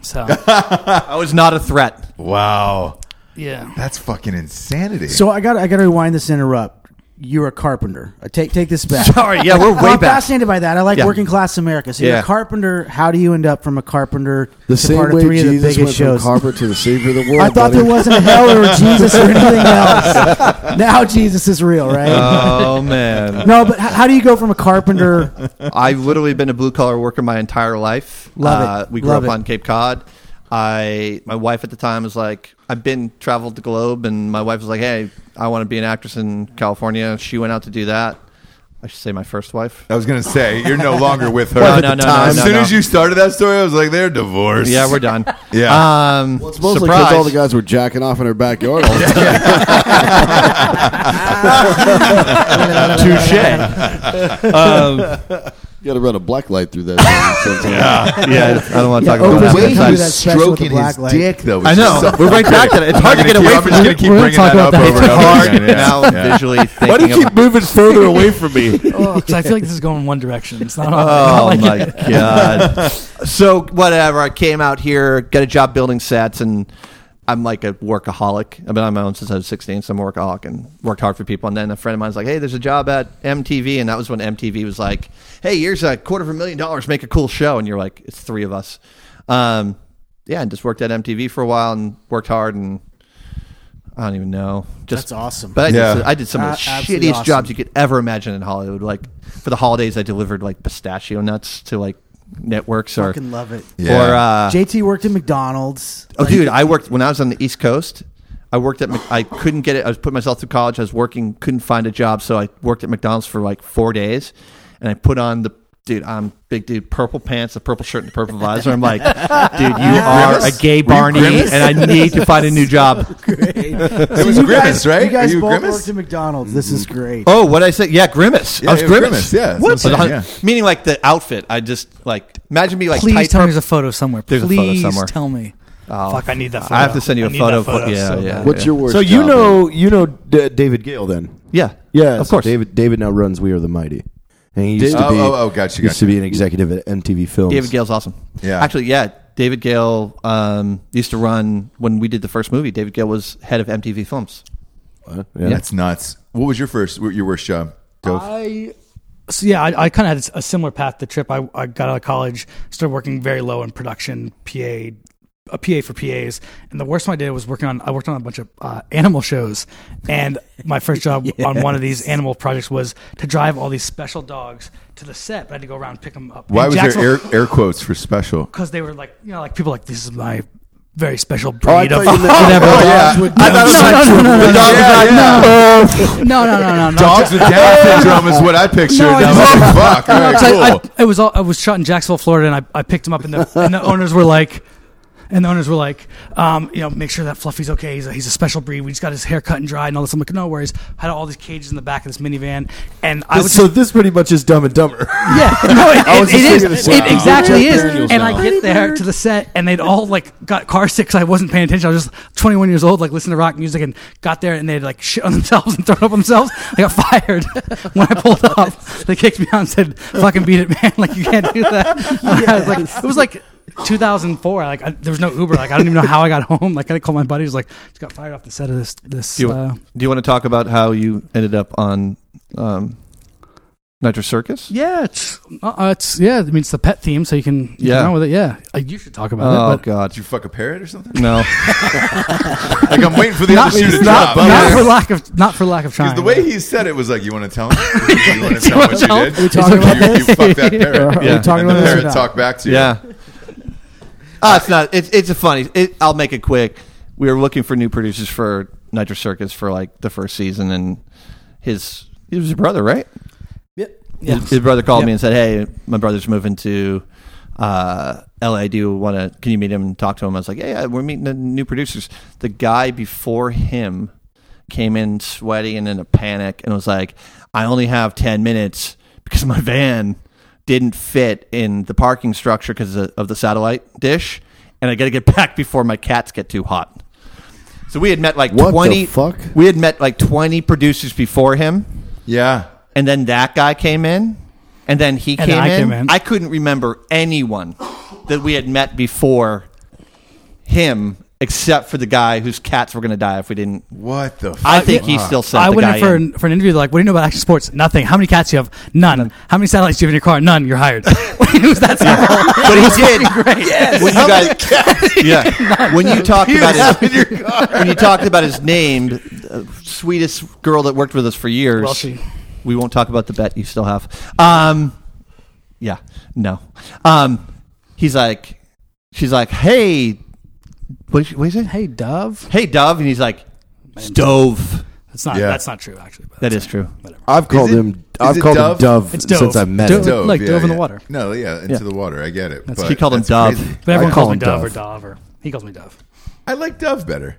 [SPEAKER 9] So
[SPEAKER 4] I was not a threat.
[SPEAKER 1] Wow.
[SPEAKER 9] yeah,
[SPEAKER 1] That's fucking insanity.
[SPEAKER 7] So I got I got to rewind this. and Interrupt. You're a carpenter. Uh, Take take this back.
[SPEAKER 4] Sorry, yeah, we're way
[SPEAKER 7] Well, I'm
[SPEAKER 4] back.
[SPEAKER 7] fascinated by that. I like
[SPEAKER 4] Yeah.
[SPEAKER 7] working class America. So you're
[SPEAKER 4] Yeah.
[SPEAKER 7] a carpenter. How do you end up from a carpenter
[SPEAKER 6] The
[SPEAKER 7] to
[SPEAKER 6] same
[SPEAKER 7] part of
[SPEAKER 6] way
[SPEAKER 7] three of the
[SPEAKER 6] Jesus
[SPEAKER 7] biggest
[SPEAKER 6] went
[SPEAKER 7] shows?
[SPEAKER 6] from carpenter to the savior of the world.
[SPEAKER 7] I thought
[SPEAKER 6] buddy.
[SPEAKER 7] there wasn't hell or Jesus or anything else. Now Jesus is real, right?
[SPEAKER 4] Oh man,
[SPEAKER 7] no, but h- how do you go from a carpenter?
[SPEAKER 4] I've literally been a blue collar worker my entire life. Uh,
[SPEAKER 7] Love it.
[SPEAKER 4] We grew
[SPEAKER 7] Love
[SPEAKER 4] up
[SPEAKER 7] it.
[SPEAKER 4] on Cape Cod. I my wife at the time was like, I've been traveled the globe, and my wife was like, Hey, I want to be an actress in California. She went out to do that. I should say my first wife.
[SPEAKER 1] I was gonna say you're no longer with her.
[SPEAKER 4] No, no, no, no,
[SPEAKER 1] As
[SPEAKER 4] no,
[SPEAKER 1] soon
[SPEAKER 4] no.
[SPEAKER 1] as you started that story, I was like, they're divorced.
[SPEAKER 4] Yeah, we're done.
[SPEAKER 1] Yeah.
[SPEAKER 4] Um,
[SPEAKER 6] It's mostly because
[SPEAKER 4] surprise.
[SPEAKER 6] all the guys were jacking off in her backyard all the time.
[SPEAKER 4] Touche. um,
[SPEAKER 6] you got to run a black light through that. thing sometimes.
[SPEAKER 4] yeah, I don't want to talk
[SPEAKER 7] Yeah,
[SPEAKER 4] about
[SPEAKER 7] over
[SPEAKER 1] The
[SPEAKER 4] that.
[SPEAKER 7] Who's
[SPEAKER 1] way
[SPEAKER 7] gonna
[SPEAKER 1] he
[SPEAKER 7] do
[SPEAKER 1] was
[SPEAKER 7] that special with
[SPEAKER 1] stroking
[SPEAKER 7] the black
[SPEAKER 1] his
[SPEAKER 7] light?
[SPEAKER 1] dick, though. was
[SPEAKER 4] I know.
[SPEAKER 1] just so-
[SPEAKER 4] We're right back to it. It's hard to get away
[SPEAKER 1] I'm
[SPEAKER 4] from
[SPEAKER 1] just
[SPEAKER 4] it.
[SPEAKER 1] gonna keep
[SPEAKER 9] We're gonna
[SPEAKER 1] bringing
[SPEAKER 9] talk
[SPEAKER 1] that up
[SPEAKER 9] about that.
[SPEAKER 1] over and
[SPEAKER 4] It's
[SPEAKER 1] over
[SPEAKER 4] hard
[SPEAKER 1] again. Yeah.
[SPEAKER 4] now
[SPEAKER 1] Yeah.
[SPEAKER 4] visually thinking
[SPEAKER 10] Why do you
[SPEAKER 4] about
[SPEAKER 10] keep moving further away from me?
[SPEAKER 9] oh, 'cause I feel like this is going in one direction. It's not. I
[SPEAKER 4] Oh
[SPEAKER 9] like
[SPEAKER 4] my
[SPEAKER 9] it.
[SPEAKER 4] god! so whatever, I came out here, got a job building sets, and I'm like a workaholic. I've been on my own since I was 16, so I'm a workaholic and worked hard for people. And then a friend of mine's like, "Hey, there's a job at MTV," and that was when MTV was like, "Hey, here's a quarter of a million dollars, make a cool show," and you're like, "It's three of us." Um, yeah, and just worked at MTV for a while and worked hard and. I don't even know. Just
[SPEAKER 7] That's awesome.
[SPEAKER 4] But I,
[SPEAKER 1] Yeah.
[SPEAKER 4] did, I did some of the
[SPEAKER 7] Uh, absolutely
[SPEAKER 4] shittiest
[SPEAKER 7] awesome.
[SPEAKER 4] jobs you could ever imagine in Hollywood. Like for the holidays, I delivered like pistachio nuts to like networks or
[SPEAKER 7] Fucking love it.
[SPEAKER 1] Yeah.
[SPEAKER 4] or uh,
[SPEAKER 7] JT worked at McDonald's.
[SPEAKER 4] oh, dude, I worked when I was on the East Coast. I worked at Mc- I couldn't get it. I was putting myself through college. I was working, couldn't find a job, so I worked at McDonald's for like four days, and I put on the. Dude, I'm big dude, purple pants, a purple shirt, and a purple visor. I'm like, dude, you are a gay Barney,
[SPEAKER 1] grimace?
[SPEAKER 4] and I need to find a new job.
[SPEAKER 1] It was
[SPEAKER 7] you
[SPEAKER 1] Grimace,
[SPEAKER 7] guys,
[SPEAKER 1] right?
[SPEAKER 7] You guys
[SPEAKER 1] Are you
[SPEAKER 7] both
[SPEAKER 1] Grimace?
[SPEAKER 7] worked at McDonald's. This is great.
[SPEAKER 4] Oh, what I say? Yeah, grimace.
[SPEAKER 1] Yeah,
[SPEAKER 4] I was
[SPEAKER 1] yeah,
[SPEAKER 4] grimace.
[SPEAKER 1] Grimace, yeah, that's
[SPEAKER 4] What?
[SPEAKER 1] what I'm saying,
[SPEAKER 4] The-
[SPEAKER 1] yeah.
[SPEAKER 4] Meaning like the outfit. I just like imagine me like
[SPEAKER 9] Please
[SPEAKER 4] tight
[SPEAKER 9] tell me
[SPEAKER 4] purple-
[SPEAKER 9] there's a photo somewhere.
[SPEAKER 4] There's a photo
[SPEAKER 9] Please
[SPEAKER 4] somewhere.
[SPEAKER 9] tell me. Fuck, I need that. photo.
[SPEAKER 4] I have to send you
[SPEAKER 9] I
[SPEAKER 4] a
[SPEAKER 9] need
[SPEAKER 4] photo.
[SPEAKER 9] that photo
[SPEAKER 4] yeah,
[SPEAKER 9] so
[SPEAKER 4] yeah.
[SPEAKER 9] bad.
[SPEAKER 6] What's your worst?
[SPEAKER 10] So you
[SPEAKER 6] job,
[SPEAKER 10] know, you know D- David Gale then.
[SPEAKER 4] Yeah.
[SPEAKER 10] Yeah,
[SPEAKER 4] Of
[SPEAKER 10] so
[SPEAKER 4] course.
[SPEAKER 10] David David now runs We Are the Mighty, and he used to
[SPEAKER 1] Oh,
[SPEAKER 10] be
[SPEAKER 1] oh, oh, gotcha,
[SPEAKER 10] used
[SPEAKER 1] gotcha.
[SPEAKER 10] to be an executive at MTV Films.
[SPEAKER 4] David Gale's awesome.
[SPEAKER 1] Yeah.
[SPEAKER 4] Actually, yeah. David Gale um, used to run when we did the first movie. David Gale was head of MTV Films.
[SPEAKER 10] yeah.
[SPEAKER 1] That's nuts. What was your first, your worst job? Dove?
[SPEAKER 9] I so yeah, I, I kind of had a similar path to Trip. I, I got out of college, started working very low in production, PA, a PA for PAs, and the worst one I did was working on. I worked on a bunch of uh, animal shows, and my first job on one of these animal projects was to drive all these special dogs to the set. But I had to go around and pick them up.
[SPEAKER 1] Why was there air, air quotes for special?
[SPEAKER 9] Because they were like, you know, like people like this is my. Very special
[SPEAKER 6] Oh, I
[SPEAKER 9] breed
[SPEAKER 6] thought
[SPEAKER 9] of
[SPEAKER 6] you meant-
[SPEAKER 9] whatever.
[SPEAKER 6] Oh, yeah.
[SPEAKER 9] dogs would-
[SPEAKER 1] I thought it was like-
[SPEAKER 9] no, no, no, no, no,
[SPEAKER 1] The dog was like,
[SPEAKER 9] no, no, no, no, no, no.
[SPEAKER 1] Dogs with Down syndrome is what I pictured.
[SPEAKER 9] No, I
[SPEAKER 1] I was like, fuck. All
[SPEAKER 9] No,
[SPEAKER 1] right,
[SPEAKER 9] 'cause I-
[SPEAKER 1] cool.
[SPEAKER 9] I, it was all, I was shot in Jacksonville, Florida, and I, I picked him up, and the, and the owners were like, and the owners were like, um, you know, make sure that Fluffy's okay. He's a, he's a special breed. We just got his hair cut and dried and all this. I'm like, no worries. Had all these cages in the back of this minivan, and I was
[SPEAKER 10] so this pretty much is Dumb and Dumber.
[SPEAKER 9] yeah, no, it,
[SPEAKER 6] I was
[SPEAKER 9] it- it
[SPEAKER 6] just
[SPEAKER 9] is.
[SPEAKER 6] thinking the same
[SPEAKER 9] It
[SPEAKER 6] thing.
[SPEAKER 9] exactly
[SPEAKER 6] Jack
[SPEAKER 9] is.
[SPEAKER 6] Daniels
[SPEAKER 9] And
[SPEAKER 6] now.
[SPEAKER 9] I get there to the set, and they'd all like got car sick. 'cause I wasn't paying attention. I was just 21 years old, like listening to rock music, and got there, and they'd like shit on themselves and thrown up on themselves. I got fired when I pulled up. They kicked me out and said, "Fucking beat it, man! Like you can't do that." I was like, it was like. 2004, like I, there was no Uber, like I don't even know how I got home. Like I called my buddies, like just got fired off the set of this this.
[SPEAKER 4] Do you,
[SPEAKER 9] uh,
[SPEAKER 4] do you want to talk about how you ended up on um, Nitro Circus?
[SPEAKER 9] yeah, it's uh, uh, it's yeah. I mean, it's the pet theme, so you can you can
[SPEAKER 4] Yeah.
[SPEAKER 9] run with it. Yeah, Uh, you should talk about
[SPEAKER 4] Oh
[SPEAKER 9] it. but-
[SPEAKER 4] God.
[SPEAKER 1] Did you fuck a parrot or something?
[SPEAKER 4] No.
[SPEAKER 1] Like, I'm waiting for the other shoe to drop.
[SPEAKER 9] not for lack of not for lack of trying.
[SPEAKER 1] Because the way he said it was like, you want to tell him? You want to tell him what you
[SPEAKER 9] wanna
[SPEAKER 1] did?
[SPEAKER 9] tell
[SPEAKER 1] You,
[SPEAKER 7] talking about
[SPEAKER 1] you
[SPEAKER 7] this?
[SPEAKER 1] fucked that parrot.
[SPEAKER 7] Are we
[SPEAKER 4] Yeah.
[SPEAKER 7] talking
[SPEAKER 1] And the
[SPEAKER 7] about this or
[SPEAKER 1] parrot
[SPEAKER 7] not?
[SPEAKER 1] talked back to you.
[SPEAKER 4] Yeah. Uh, it's not. It's it's a funny. It, I'll make it quick. We were looking for new producers for Nitro Circus for like the first season, and his it was his brother, right?
[SPEAKER 9] yeah.
[SPEAKER 4] His, his brother called
[SPEAKER 9] Yep.
[SPEAKER 4] me and said, "Hey, my brother's moving to uh, LA, do you want to? Can you meet him and talk to him? I was like, yeah, yeah, we're meeting the new producers. The guy before him came in sweaty and in a panic and was like, I only have ten minutes because my van didn't fit in the parking structure because of, of the satellite dish, and I got to get back before my cats get too hot. So we had met like
[SPEAKER 6] What the
[SPEAKER 4] twenty.
[SPEAKER 6] fuck?
[SPEAKER 4] We had met like twenty producers before him
[SPEAKER 1] Yeah.
[SPEAKER 4] and then that guy came in, and then he
[SPEAKER 9] And
[SPEAKER 4] came,
[SPEAKER 9] I
[SPEAKER 4] in.
[SPEAKER 9] came in.
[SPEAKER 4] I couldn't remember anyone that we had met before him, except for the guy whose cats were going to die if we didn't.
[SPEAKER 1] What the?
[SPEAKER 4] I think he still sent
[SPEAKER 9] Uh, I
[SPEAKER 4] the
[SPEAKER 9] went
[SPEAKER 4] guy
[SPEAKER 9] in for,
[SPEAKER 4] in.
[SPEAKER 9] An, for an interview. They're like, what do you know about action sports? Nothing. How many cats do you have? None. How many satellites do you have in your car? None. You're hired. it was that simple.
[SPEAKER 4] But he did. When you guys, yeah. When you talked about his, when you talked about his name, the uh, sweetest girl that worked with us for years.
[SPEAKER 9] Well, she-
[SPEAKER 4] we won't talk about the bet you still have. Um, yeah, no. Um, he's like, she's like, hey, what is, what is it?
[SPEAKER 9] Hey, Dove.
[SPEAKER 4] Hey, Dove, and he's like, stove.
[SPEAKER 9] That's not.
[SPEAKER 1] Yeah.
[SPEAKER 9] That's not true. Actually, but
[SPEAKER 4] That is
[SPEAKER 9] that's
[SPEAKER 4] true.
[SPEAKER 10] I've called
[SPEAKER 1] it- is
[SPEAKER 10] him. I've
[SPEAKER 1] it
[SPEAKER 10] called
[SPEAKER 1] Dove?
[SPEAKER 10] him Dove
[SPEAKER 9] It's Dove.
[SPEAKER 10] since I met
[SPEAKER 9] Dove.
[SPEAKER 10] him.
[SPEAKER 9] Dove. Like dove in the water.
[SPEAKER 1] No, yeah, into the water. I get it. but
[SPEAKER 4] he called him
[SPEAKER 1] that's
[SPEAKER 4] Dove.
[SPEAKER 1] crazy.
[SPEAKER 9] But everyone
[SPEAKER 10] I call
[SPEAKER 9] calls me
[SPEAKER 10] him
[SPEAKER 9] Dove, or
[SPEAKER 10] Dove.
[SPEAKER 9] Dove or he calls me Dove.
[SPEAKER 1] I like Dove better.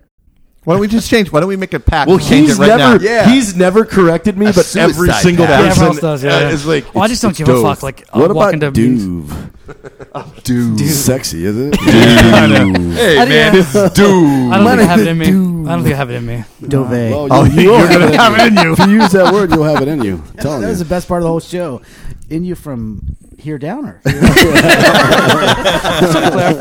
[SPEAKER 4] Why don't we just change? Why don't we make a pact?
[SPEAKER 10] Well,
[SPEAKER 4] and change
[SPEAKER 10] he's
[SPEAKER 4] it right
[SPEAKER 10] never
[SPEAKER 4] now.
[SPEAKER 1] Yeah.
[SPEAKER 10] he's never corrected me, but every
[SPEAKER 1] suicide
[SPEAKER 10] single
[SPEAKER 1] pact.
[SPEAKER 9] Yeah,
[SPEAKER 10] person
[SPEAKER 9] everyone else does. Yeah,
[SPEAKER 10] uh,
[SPEAKER 9] yeah.
[SPEAKER 10] is like,
[SPEAKER 9] Oh, I just don't
[SPEAKER 10] it's
[SPEAKER 9] give a
[SPEAKER 10] Dove.
[SPEAKER 9] fuck, like, uh, I'll
[SPEAKER 6] What
[SPEAKER 9] walk
[SPEAKER 6] about
[SPEAKER 9] into-
[SPEAKER 6] Duve?
[SPEAKER 1] Dude.
[SPEAKER 6] Sexy, isn't it?
[SPEAKER 1] Hey, man. Dude.
[SPEAKER 9] I don't think I have it in me. I don't think I have it in me.
[SPEAKER 7] Dove.
[SPEAKER 6] oh, you are gonna have it in you. If you use that word, you'll have it in you. I'm telling
[SPEAKER 7] that was the
[SPEAKER 6] you.
[SPEAKER 7] best part of the whole show. In you from here downer.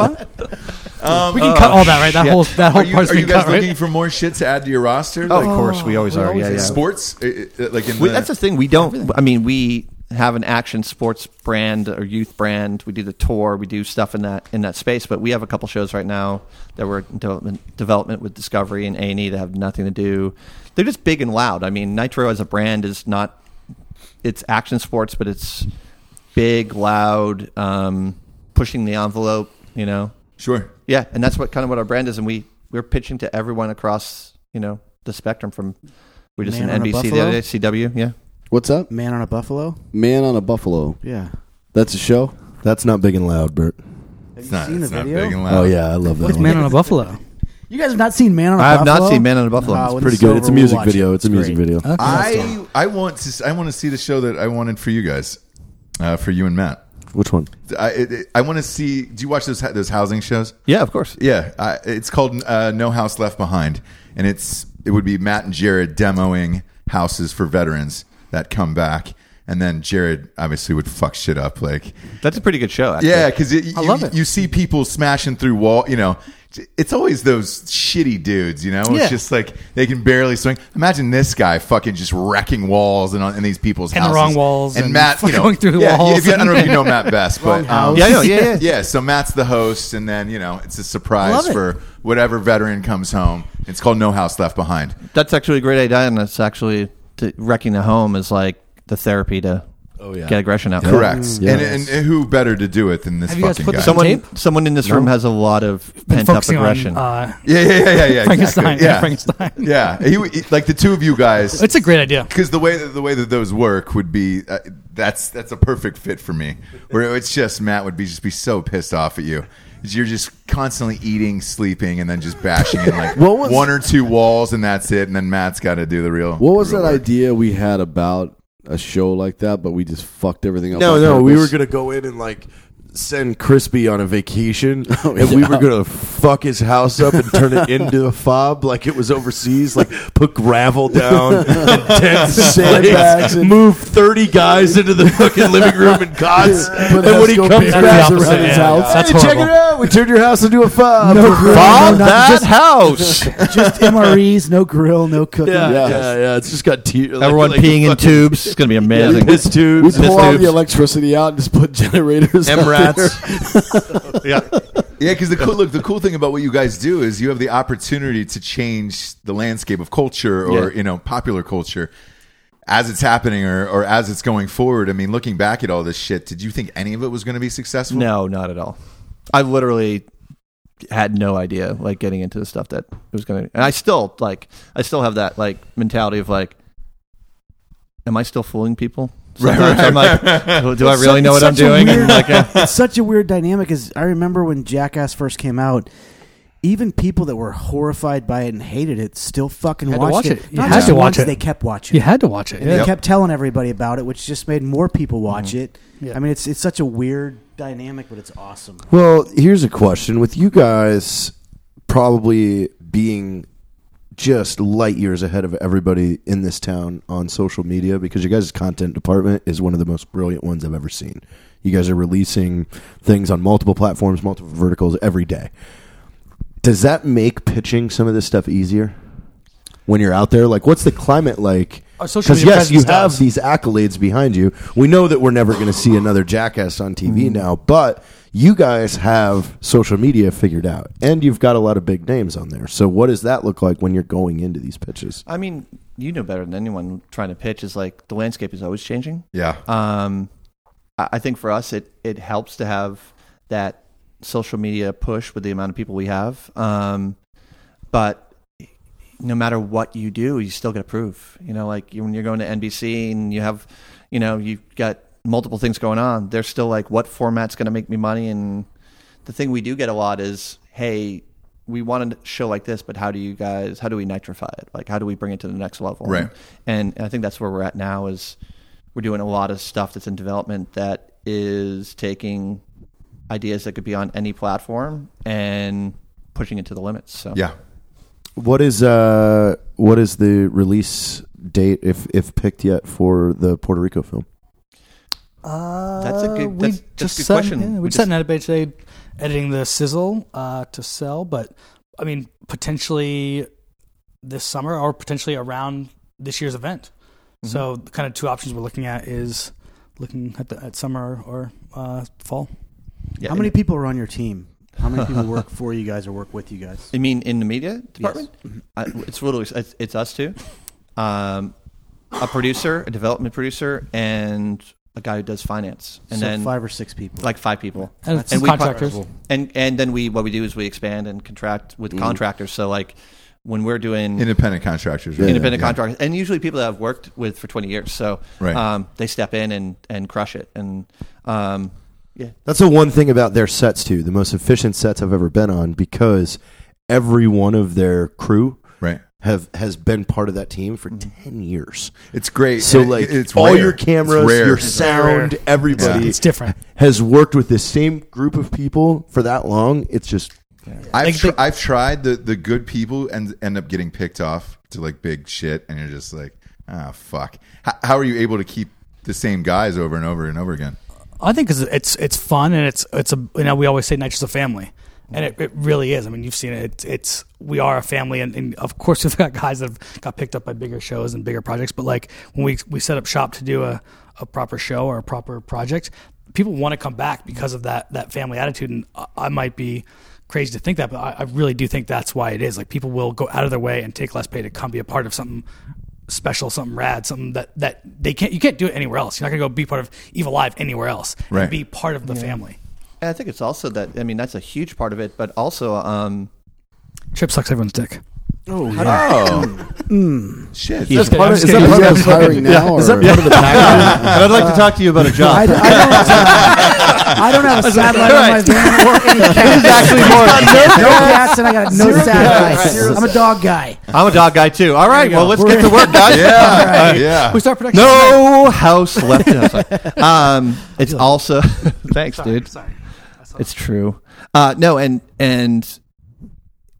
[SPEAKER 9] we can cut all that right. That whole that whole
[SPEAKER 1] Um, uh, Are you,
[SPEAKER 9] part's
[SPEAKER 1] are you
[SPEAKER 9] being
[SPEAKER 1] guys
[SPEAKER 9] cut
[SPEAKER 1] looking
[SPEAKER 9] right.
[SPEAKER 1] for more shit to add to your roster?
[SPEAKER 4] Oh,
[SPEAKER 1] Like,
[SPEAKER 4] of course, we always are. yeah, yeah.
[SPEAKER 1] sports? Uh, uh, Like in
[SPEAKER 4] We,
[SPEAKER 1] the,
[SPEAKER 4] that's the thing. We don't. I mean, we have an action sports brand or youth brand. We do the tour. We do stuff in that in that space. But we have a couple shows right now that were in development, development with Discovery and A and E that have nothing to do. They're just big and loud. I mean, Nitro as a brand is not. It's action sports, but it's big, loud, um, pushing the envelope. You know,
[SPEAKER 1] sure.
[SPEAKER 4] yeah, and that's what kind of what our brand is, and we we're pitching to everyone across you know the spectrum from we just
[SPEAKER 7] Man
[SPEAKER 4] in
[SPEAKER 7] on
[SPEAKER 4] NBC
[SPEAKER 7] a
[SPEAKER 4] the
[SPEAKER 7] Buffalo?
[SPEAKER 4] other day, CW, yeah.
[SPEAKER 6] What's up?
[SPEAKER 7] Man on a buffalo.
[SPEAKER 6] Man on a Buffalo.
[SPEAKER 7] Yeah.
[SPEAKER 6] That's a show.
[SPEAKER 10] That's not big and loud, Bert.
[SPEAKER 1] It's not,
[SPEAKER 7] seen
[SPEAKER 1] it's
[SPEAKER 7] the
[SPEAKER 1] not
[SPEAKER 7] video?
[SPEAKER 1] big and loud.
[SPEAKER 10] Oh yeah, I love that
[SPEAKER 7] What's
[SPEAKER 10] one.
[SPEAKER 9] Man on a buffalo.
[SPEAKER 7] You guys have not seen Man on a
[SPEAKER 4] I have
[SPEAKER 7] Buffalo?
[SPEAKER 4] not seen Man on a Buffalo. It's
[SPEAKER 7] when
[SPEAKER 10] Pretty
[SPEAKER 7] this
[SPEAKER 10] good.
[SPEAKER 7] is
[SPEAKER 10] It's
[SPEAKER 7] over,
[SPEAKER 10] a
[SPEAKER 7] we'll
[SPEAKER 10] music
[SPEAKER 7] watch it.
[SPEAKER 10] video. It's a music
[SPEAKER 7] great.
[SPEAKER 10] video.
[SPEAKER 1] I I want to s- I want to see the show that I wanted for you guys, uh, for you and Matt.
[SPEAKER 10] Which one?
[SPEAKER 1] I it, it- I want to see. Do you watch those ha- those housing shows?
[SPEAKER 4] Yeah, of course.
[SPEAKER 1] Yeah, I, it's called uh, No House Left Behind, and it's it would be Matt and Jared demoing houses for veterans that come back, and then Jared obviously would fuck shit up like
[SPEAKER 4] That's a pretty good show. Actually.
[SPEAKER 1] yeah, because you,
[SPEAKER 4] I love it.
[SPEAKER 1] you see people smashing through wall. You know, it's always those shitty dudes. You know, it's
[SPEAKER 4] Yeah.
[SPEAKER 1] just like they can barely swing. Imagine this guy fucking just wrecking walls and on in these people's
[SPEAKER 9] And the
[SPEAKER 1] houses
[SPEAKER 9] wrong walls
[SPEAKER 1] and,
[SPEAKER 9] and
[SPEAKER 1] Matt you know,
[SPEAKER 9] going through
[SPEAKER 1] yeah,
[SPEAKER 9] walls
[SPEAKER 1] If you, I don't know if
[SPEAKER 9] and-
[SPEAKER 1] you know Matt Best, but um,
[SPEAKER 4] yeah, I know, yeah, yeah.
[SPEAKER 1] yeah. So Matt's the host, and then you know it's a surprise for whatever veteran comes home. It's called No House Left Behind.
[SPEAKER 4] That's actually a great idea, and that's actually to, wrecking the home is like the therapy to
[SPEAKER 9] Oh,
[SPEAKER 4] get aggression out.
[SPEAKER 1] Correct.
[SPEAKER 10] Yeah.
[SPEAKER 1] And, and, and who better to do it than this
[SPEAKER 9] Have you guys
[SPEAKER 1] fucking
[SPEAKER 9] put
[SPEAKER 1] guy?
[SPEAKER 9] the-
[SPEAKER 4] Someone,
[SPEAKER 9] Mm. Tape?
[SPEAKER 4] someone in this room has a lot of
[SPEAKER 9] Been
[SPEAKER 4] pent up
[SPEAKER 9] focusing
[SPEAKER 4] aggression.
[SPEAKER 9] on uh,
[SPEAKER 1] yeah, yeah, yeah, yeah, yeah. exactly.
[SPEAKER 9] Frankenstein.
[SPEAKER 1] Yeah.
[SPEAKER 9] Frankenstein.
[SPEAKER 1] Yeah, he, he- like the two of you guys.
[SPEAKER 9] It's a great idea.
[SPEAKER 1] because the way that the way that those work would be uh, that's that's a perfect fit for me. Where it's just Matt would be just be so pissed off at you. You're just constantly eating, sleeping, and then just bashing in like
[SPEAKER 6] What was-
[SPEAKER 1] one or two walls, and that's it. And then Matt's got to do the real.
[SPEAKER 6] What was
[SPEAKER 1] real
[SPEAKER 6] that
[SPEAKER 1] work.
[SPEAKER 6] idea we had about a show like that, but we just fucked everything up?
[SPEAKER 10] No,
[SPEAKER 6] on
[SPEAKER 10] no, we were
[SPEAKER 6] purpose?
[SPEAKER 10] gonna go in and like send Crispy on a vacation, and we
[SPEAKER 6] Oh, yeah.
[SPEAKER 10] were gonna fuck his house up and turn it into a fob like it was overseas, like put gravel down, and tent
[SPEAKER 6] Sandbags
[SPEAKER 10] stakes,
[SPEAKER 6] and-
[SPEAKER 10] move thirty guys into the fucking living room and cots, and
[SPEAKER 6] Put
[SPEAKER 10] when he
[SPEAKER 6] Esco
[SPEAKER 10] comes
[SPEAKER 6] Bears
[SPEAKER 10] back
[SPEAKER 9] around
[SPEAKER 10] around his house,
[SPEAKER 9] his house, that's
[SPEAKER 10] hey, check it
[SPEAKER 9] horrible.
[SPEAKER 10] out, we turned your house into a fob.
[SPEAKER 7] No grill,
[SPEAKER 10] fob
[SPEAKER 7] no nothing,
[SPEAKER 10] that
[SPEAKER 7] just-
[SPEAKER 10] house.
[SPEAKER 7] Just E, MREs, no grill, no cooking.
[SPEAKER 10] Yeah, yeah,
[SPEAKER 6] Yeah.
[SPEAKER 10] yeah. It's just got te- like-
[SPEAKER 4] Everyone
[SPEAKER 10] like
[SPEAKER 4] peeing in
[SPEAKER 10] fucking
[SPEAKER 4] tubes. It's gonna be amazing.
[SPEAKER 10] Piss
[SPEAKER 6] We
[SPEAKER 10] tubes.
[SPEAKER 6] pull all
[SPEAKER 4] tubes.
[SPEAKER 6] the electricity out and just put generators. out there.
[SPEAKER 1] Yeah, because the cool look, the cool thing about what you guys do is you have the opportunity to change the landscape of culture or
[SPEAKER 4] Yeah.
[SPEAKER 1] you know popular culture as it's happening or, or as it's going forward. I mean, looking back at all this shit, did you think any of it was going to be successful?
[SPEAKER 4] No, not at all. I literally had no idea like getting into the stuff that it was going to and I still like I still have that like mentality of like am I still fooling people? Sometimes I'm like, do do I really know what I'm doing?
[SPEAKER 7] Weird,
[SPEAKER 4] Like, uh,
[SPEAKER 7] it's such a weird dynamic. Is I remember when Jackass first came out. Even people that were horrified by it and hated it still fucking
[SPEAKER 9] Had to
[SPEAKER 7] watched
[SPEAKER 9] watch
[SPEAKER 7] it.
[SPEAKER 9] it. You
[SPEAKER 7] Not
[SPEAKER 9] had
[SPEAKER 7] just
[SPEAKER 9] to watch
[SPEAKER 7] once,
[SPEAKER 9] it.
[SPEAKER 7] They kept watching.
[SPEAKER 9] You
[SPEAKER 7] it.
[SPEAKER 9] had to watch it.
[SPEAKER 7] And
[SPEAKER 9] Yeah.
[SPEAKER 7] they kept telling everybody about it, which just made more people watch it.
[SPEAKER 9] Yeah.
[SPEAKER 7] I mean, it's it's such a weird dynamic, but it's awesome.
[SPEAKER 10] Well, here's a question with you guys probably being just light years ahead of everybody in this town on social media because your guys' content department is one of the most brilliant ones I've ever seen. You guys are releasing things on multiple platforms, multiple verticals every day. Does that make pitching some of this stuff easier when you're out there? Like, what's the climate like?
[SPEAKER 9] Our social media
[SPEAKER 10] yes, you
[SPEAKER 9] presence
[SPEAKER 10] have
[SPEAKER 9] does.
[SPEAKER 10] these accolades behind you. We know that we're never going to see another jackass on
[SPEAKER 9] Mm-hmm.
[SPEAKER 10] TV now, but you guys have social media figured out, and you've got a lot of big names on there. So, what does that look like when you're going into these pitches?
[SPEAKER 4] I mean, you know better than anyone trying to pitch is like the landscape is always changing.
[SPEAKER 1] Yeah.
[SPEAKER 4] Um, I I think for us, it it helps to have that social media push with the amount of people we have. Um, but no matter what you do, you still got to prove. You know, like you, when you're going to NBC and you have, you know, you've got multiple things going on. They're still like, what format's going to make me money? And the thing we do get a lot is, hey, we want a show like this, but how do you guys? How do we nitrify it? Like, how do we bring it to the next level?
[SPEAKER 1] Right.
[SPEAKER 4] And, and I think that's where we're at now. Is we're doing a lot of stuff that's in development that is taking ideas that could be on any platform and pushing it to the limits. So
[SPEAKER 1] Yeah.
[SPEAKER 10] What is uh, what is the release date, if if picked yet, for the Puerto Rico film?
[SPEAKER 4] Uh, That's a good-
[SPEAKER 9] we
[SPEAKER 4] that's- that's
[SPEAKER 9] just
[SPEAKER 4] a good
[SPEAKER 9] set-
[SPEAKER 4] question.
[SPEAKER 9] yeah, we,
[SPEAKER 4] We
[SPEAKER 9] just set
[SPEAKER 4] just-
[SPEAKER 9] an edit page today, editing the sizzle uh, to sell. But I mean, potentially this summer or potentially around this year's event.
[SPEAKER 4] Mm-hmm.
[SPEAKER 9] So, the kind of two options we're looking at is looking at the at summer or uh, fall.
[SPEAKER 4] Yeah,
[SPEAKER 7] How
[SPEAKER 4] and-
[SPEAKER 7] many people are on your team? How many people work for you guys or work with you guys?
[SPEAKER 4] You mean in the media department?
[SPEAKER 7] Mm-hmm.
[SPEAKER 4] I, it's literally it's, it's us two, um, a producer, a development producer, and a guy who does finance, and
[SPEAKER 7] so
[SPEAKER 4] then
[SPEAKER 7] five or six people.
[SPEAKER 4] like five people.
[SPEAKER 9] And some
[SPEAKER 4] we pro-
[SPEAKER 9] contractors.
[SPEAKER 4] and and then we what we do is we expand and contract with contractors. So like when we're doing
[SPEAKER 1] Independent contractors. Right?
[SPEAKER 4] independent
[SPEAKER 1] Yeah.
[SPEAKER 4] contractors, and usually people that I've worked with for twenty years, so
[SPEAKER 1] Right.
[SPEAKER 4] um, they step in and and crush it. And um, yeah,
[SPEAKER 10] That's the one thing about their sets too. The most efficient sets I've ever been on because every one of their crew
[SPEAKER 1] Right.
[SPEAKER 10] have has been part of that team for
[SPEAKER 9] Mm-hmm.
[SPEAKER 10] ten years.
[SPEAKER 1] It's great.
[SPEAKER 10] So
[SPEAKER 1] And it-
[SPEAKER 10] like
[SPEAKER 1] it's
[SPEAKER 10] all
[SPEAKER 1] rare.
[SPEAKER 10] your
[SPEAKER 1] It's
[SPEAKER 10] cameras,
[SPEAKER 1] rare.
[SPEAKER 10] your
[SPEAKER 1] It's
[SPEAKER 10] sound, everybody
[SPEAKER 9] It's different.
[SPEAKER 10] has worked with the same group of people for that long. It's just
[SPEAKER 1] I've,
[SPEAKER 9] Like,
[SPEAKER 1] tr-
[SPEAKER 9] they-
[SPEAKER 1] I've tried the, the good people and end up getting picked off to like big shit, and you're just like, ah, fuck. How, how are you able to keep the same guys over and over and over again?
[SPEAKER 9] I think 'cause it's it's fun and it's it's a you know we always say nitro's a family, and it, it really is. I mean you've seen it. It's, it's we are a family, and, and of course we've got guys that have got picked up by bigger shows and bigger projects. But like when we we set up shop to do a, a proper show or a proper project, people want to come back because of that that family attitude. And I, I might be crazy to think that, but I, I really do think that's why it is. Like people will go out of their way and take less pay to come be a part of something special, something rad, something that that they can't you can't do it anywhere else. You're not gonna go be part of Evil Live anywhere else. and
[SPEAKER 1] Right.
[SPEAKER 9] be part of the family.
[SPEAKER 4] and I think it's also that I mean that's a huge part of it, but also um,
[SPEAKER 9] Trip sucks everyone's dick.
[SPEAKER 1] Oh. Shit.
[SPEAKER 9] He's part
[SPEAKER 6] Is that part of hiring now? Or?
[SPEAKER 10] the package.
[SPEAKER 5] I'd like to talk to you about a job.
[SPEAKER 7] I, I don't, uh, I don't have a satellite on my van or any cats.
[SPEAKER 5] actually more-
[SPEAKER 7] no cats, and I got no satellite. I'm a dog guy.
[SPEAKER 4] I'm a dog guy too. All right, well let's get to work, guys.
[SPEAKER 1] Yeah. Yeah.
[SPEAKER 9] We start production.
[SPEAKER 4] No house left. in us. um, it's also thanks, dude. It's true. Uh, no, and and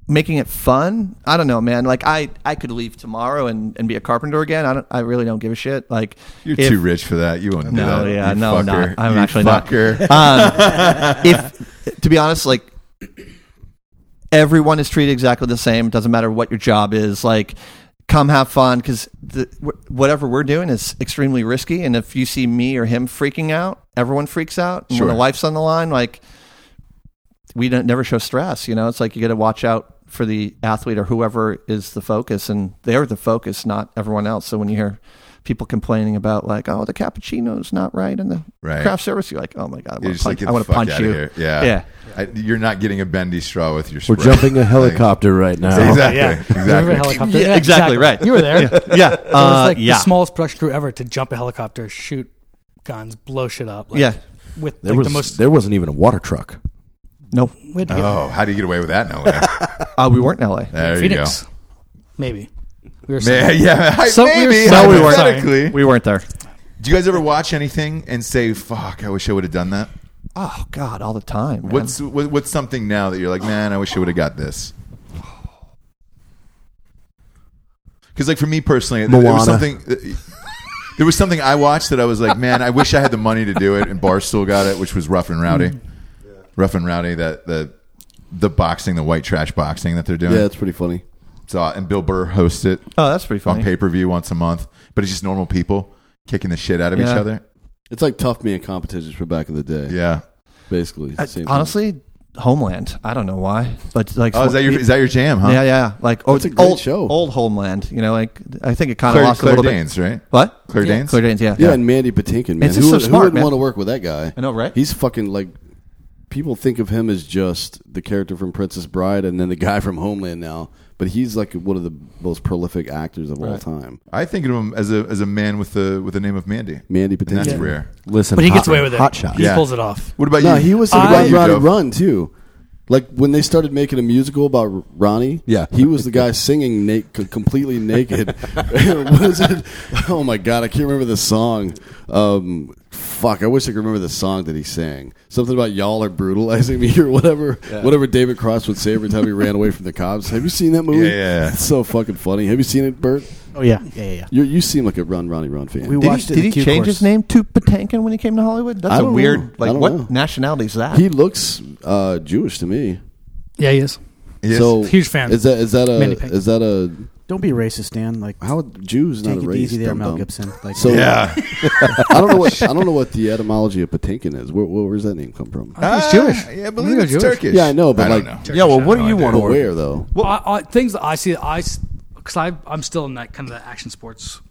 [SPEAKER 4] making it fun. I don't know, man. Like I, I could leave tomorrow and, and be a carpenter again. I don't. I really don't give a shit. Like
[SPEAKER 1] You're
[SPEAKER 4] if-
[SPEAKER 1] too rich for that. You won't do
[SPEAKER 4] No,
[SPEAKER 1] that.
[SPEAKER 4] yeah,
[SPEAKER 1] you
[SPEAKER 4] no, I'm
[SPEAKER 1] fucker.
[SPEAKER 4] not. I'm
[SPEAKER 1] You
[SPEAKER 4] actually not.
[SPEAKER 1] fucker.
[SPEAKER 4] um, if to be honest, like everyone is treated exactly the same. It doesn't matter what your job is. Like, come have fun because whatever we're doing is extremely risky. And if you see me or him freaking out, everyone freaks out. And
[SPEAKER 1] Sure.
[SPEAKER 4] When the life's on the line, like we don't never show stress. You know, it's like you got to watch out. For the athlete or whoever is the focus, and they're the focus, not everyone else. So when you hear people complaining about like, oh, the cappuccino's not right, and the
[SPEAKER 1] Right.
[SPEAKER 4] craft service, you're like, oh my god,
[SPEAKER 1] You're
[SPEAKER 4] want
[SPEAKER 1] just
[SPEAKER 4] to
[SPEAKER 1] like,
[SPEAKER 4] punch,
[SPEAKER 1] get
[SPEAKER 4] I
[SPEAKER 1] the
[SPEAKER 4] want to
[SPEAKER 1] fuck
[SPEAKER 4] punch
[SPEAKER 1] out
[SPEAKER 4] you.
[SPEAKER 1] of here. Yeah.
[SPEAKER 4] Yeah.
[SPEAKER 1] I, you're not getting a bendy straw with your
[SPEAKER 10] We're
[SPEAKER 1] spray.
[SPEAKER 10] jumping a helicopter right now.
[SPEAKER 1] Exactly.
[SPEAKER 9] Yeah.
[SPEAKER 1] Exactly.
[SPEAKER 9] Remember helicopter?
[SPEAKER 4] Yeah, exactly, right.
[SPEAKER 9] You were there.
[SPEAKER 4] Yeah.
[SPEAKER 9] So it's
[SPEAKER 4] Uh,
[SPEAKER 9] like
[SPEAKER 4] yeah.
[SPEAKER 9] the smallest production crew ever to jump a helicopter, shoot guns, blow shit up. Like,
[SPEAKER 4] Yeah.
[SPEAKER 9] with
[SPEAKER 10] There
[SPEAKER 9] like,
[SPEAKER 10] was
[SPEAKER 9] the most.
[SPEAKER 10] there wasn't even a water truck.
[SPEAKER 4] Nope.
[SPEAKER 9] we had to get
[SPEAKER 1] Oh, how do you get away with that in LA?
[SPEAKER 4] Uh, we weren't in LA.
[SPEAKER 1] There
[SPEAKER 9] Phoenix, maybe. We were
[SPEAKER 1] you go. Man, yeah, I-
[SPEAKER 9] So we were-
[SPEAKER 1] maybe.
[SPEAKER 9] No, we weren't.
[SPEAKER 1] hypothetically.
[SPEAKER 4] We weren't there.
[SPEAKER 1] Do you guys ever watch anything and say, "Fuck, I wish I would have done that"?
[SPEAKER 4] Oh God, all the time. man.
[SPEAKER 1] What's what, what's something now that you're like, man, I wish I would have got this. Because like for me personally, there, there was
[SPEAKER 10] Moana.
[SPEAKER 1] something. uh, There was something I watched that I was like, man, I wish I had the money to do it, and Barstool got it, which was Rough and Rowdy.
[SPEAKER 4] Mm.
[SPEAKER 1] Rough and Rowdy, that the the boxing, the white trash boxing that they're doing.
[SPEAKER 6] Yeah, it's pretty funny.
[SPEAKER 1] It's, uh, and Bill Burr hosts it
[SPEAKER 4] oh, that's pretty funny.
[SPEAKER 1] on pay per view once a month, but it's just normal people kicking the shit out of each
[SPEAKER 4] Yeah.
[SPEAKER 1] other.
[SPEAKER 6] It's like tough man competitions from back in the day.
[SPEAKER 1] Yeah.
[SPEAKER 6] basically. it's the
[SPEAKER 4] I-
[SPEAKER 6] same thing.
[SPEAKER 4] Uh, honestly, Homeland. I don't know why, but like,
[SPEAKER 1] Oh, is that your is that your jam? Huh?
[SPEAKER 4] yeah, yeah, like old,
[SPEAKER 6] a great
[SPEAKER 4] old
[SPEAKER 6] show.
[SPEAKER 4] old Homeland. You know, like I think it kind of
[SPEAKER 1] Claire,
[SPEAKER 4] lost
[SPEAKER 1] Claire
[SPEAKER 4] a little
[SPEAKER 1] Danes, right?
[SPEAKER 4] bit. What?
[SPEAKER 1] Claire
[SPEAKER 4] yeah.
[SPEAKER 1] Danes?
[SPEAKER 4] Claire Danes. Yeah,
[SPEAKER 6] yeah, and Mandy Patinkin, man.
[SPEAKER 4] It's just
[SPEAKER 6] who,
[SPEAKER 4] so
[SPEAKER 6] would- who
[SPEAKER 4] smart,
[SPEAKER 6] wouldn't
[SPEAKER 4] man.
[SPEAKER 6] want to work with that guy?
[SPEAKER 4] I know, right?
[SPEAKER 6] He's fucking like. People think of him as just the character from Princess Bride and then the guy from Homeland now, but he's like one of the most prolific actors of all time.
[SPEAKER 1] I think of him as a as a man with the with the name of Mandy.
[SPEAKER 6] Mandy
[SPEAKER 1] And that's
[SPEAKER 6] Patinkin.
[SPEAKER 1] rare.
[SPEAKER 10] Listen,
[SPEAKER 9] but he
[SPEAKER 10] hot-
[SPEAKER 9] gets away with it.
[SPEAKER 10] Hot shot.
[SPEAKER 9] He
[SPEAKER 1] Yeah.
[SPEAKER 9] pulls it off.
[SPEAKER 1] What about
[SPEAKER 6] No,
[SPEAKER 1] you?
[SPEAKER 6] he was the
[SPEAKER 1] What
[SPEAKER 6] guy
[SPEAKER 1] about you,
[SPEAKER 6] Ronnie
[SPEAKER 1] Dove?
[SPEAKER 6] Run too. Like when they started making a musical about R- Ronnie,
[SPEAKER 10] Yeah.
[SPEAKER 6] he was the guy singing na- c- completely naked. what is it? Oh my god, I can't remember the song. Um, fuck, I wish I could remember the song that he sang. Something about y'all are brutalizing me or whatever. Whatever David Cross would say every time he ran away from the cops. Have you seen that movie?
[SPEAKER 1] Yeah, yeah, yeah.
[SPEAKER 6] it's so fucking funny. Have you seen it, Bert?
[SPEAKER 7] Oh yeah, yeah, yeah. yeah.
[SPEAKER 6] You you seem like a Run Ronnie Run fan.
[SPEAKER 7] We
[SPEAKER 4] Did he,
[SPEAKER 7] watched it.
[SPEAKER 4] did he
[SPEAKER 7] in Q
[SPEAKER 4] change
[SPEAKER 7] course.
[SPEAKER 4] his name to Patankin when he came to Hollywood?
[SPEAKER 6] I
[SPEAKER 4] That's a
[SPEAKER 6] don't
[SPEAKER 4] weird.
[SPEAKER 6] know. I
[SPEAKER 4] Like,
[SPEAKER 6] don't
[SPEAKER 4] what
[SPEAKER 6] know.
[SPEAKER 4] nationality is that?
[SPEAKER 6] he looks uh, Jewish to me.
[SPEAKER 9] Yeah, he is.
[SPEAKER 1] Yes.
[SPEAKER 6] So
[SPEAKER 9] Huge fan.
[SPEAKER 6] Is that is that a
[SPEAKER 9] Mandy Patinkin.
[SPEAKER 6] is that a
[SPEAKER 7] Don't be racist, Dan. Like,
[SPEAKER 6] How Jews not
[SPEAKER 7] take
[SPEAKER 6] a
[SPEAKER 7] it
[SPEAKER 6] race?
[SPEAKER 7] easy there,
[SPEAKER 6] dum-dum.
[SPEAKER 7] Mel Gibson. Like,
[SPEAKER 6] So
[SPEAKER 1] yeah.
[SPEAKER 6] I don't know what I don't know what the etymology of Patinkin is. Where, where, where's that name come from?
[SPEAKER 9] I think he's
[SPEAKER 1] Ah,
[SPEAKER 9] Jewish.
[SPEAKER 1] Yeah, I
[SPEAKER 9] I
[SPEAKER 1] believe
[SPEAKER 9] think
[SPEAKER 1] it's
[SPEAKER 9] he's Jewish.
[SPEAKER 1] Turkish.
[SPEAKER 6] Yeah, I know, but
[SPEAKER 1] I
[SPEAKER 6] like-
[SPEAKER 1] don't know.
[SPEAKER 10] Yeah, well, what do you want
[SPEAKER 6] But
[SPEAKER 10] to
[SPEAKER 6] where though?
[SPEAKER 9] Well, I, I, things that I see, I because I I'm still in that kind of the action sports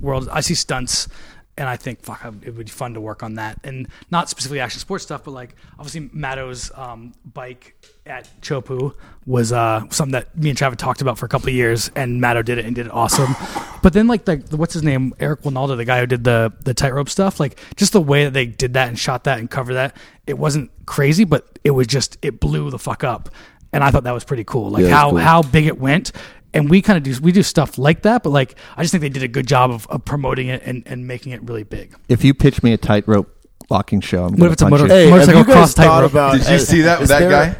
[SPEAKER 9] world. I see stunts, and I think fuck, I, it would be fun to work on that, and not specifically action sports stuff, but like obviously Mattow's um, bike at Chopu was uh, something that me and Travis talked about for a couple of years, and Matto did it and did it awesome. but then like the, the what's his name Eric Winalda, the guy who did the the tightrope stuff, like just the way that they did that and shot that and covered that, it wasn't crazy, but it was just it blew the fuck up. And I thought that was pretty cool. Like
[SPEAKER 6] Yeah, that's
[SPEAKER 9] how
[SPEAKER 6] cool.
[SPEAKER 9] how how big it went. And we kind of do we do stuff like that, but like I just think they did a good job of, of promoting it and, and making it really big.
[SPEAKER 4] if you pitch me a tightrope walking show, I'm
[SPEAKER 9] What
[SPEAKER 4] gonna
[SPEAKER 9] if it's a
[SPEAKER 4] punch
[SPEAKER 9] motor-
[SPEAKER 4] you.
[SPEAKER 9] Hey, Motorcycle
[SPEAKER 10] have you guys
[SPEAKER 9] cross
[SPEAKER 10] thought
[SPEAKER 9] tightrope.
[SPEAKER 10] about-
[SPEAKER 1] Did you
[SPEAKER 10] is-
[SPEAKER 1] see that
[SPEAKER 10] is
[SPEAKER 1] that
[SPEAKER 10] there-
[SPEAKER 1] guy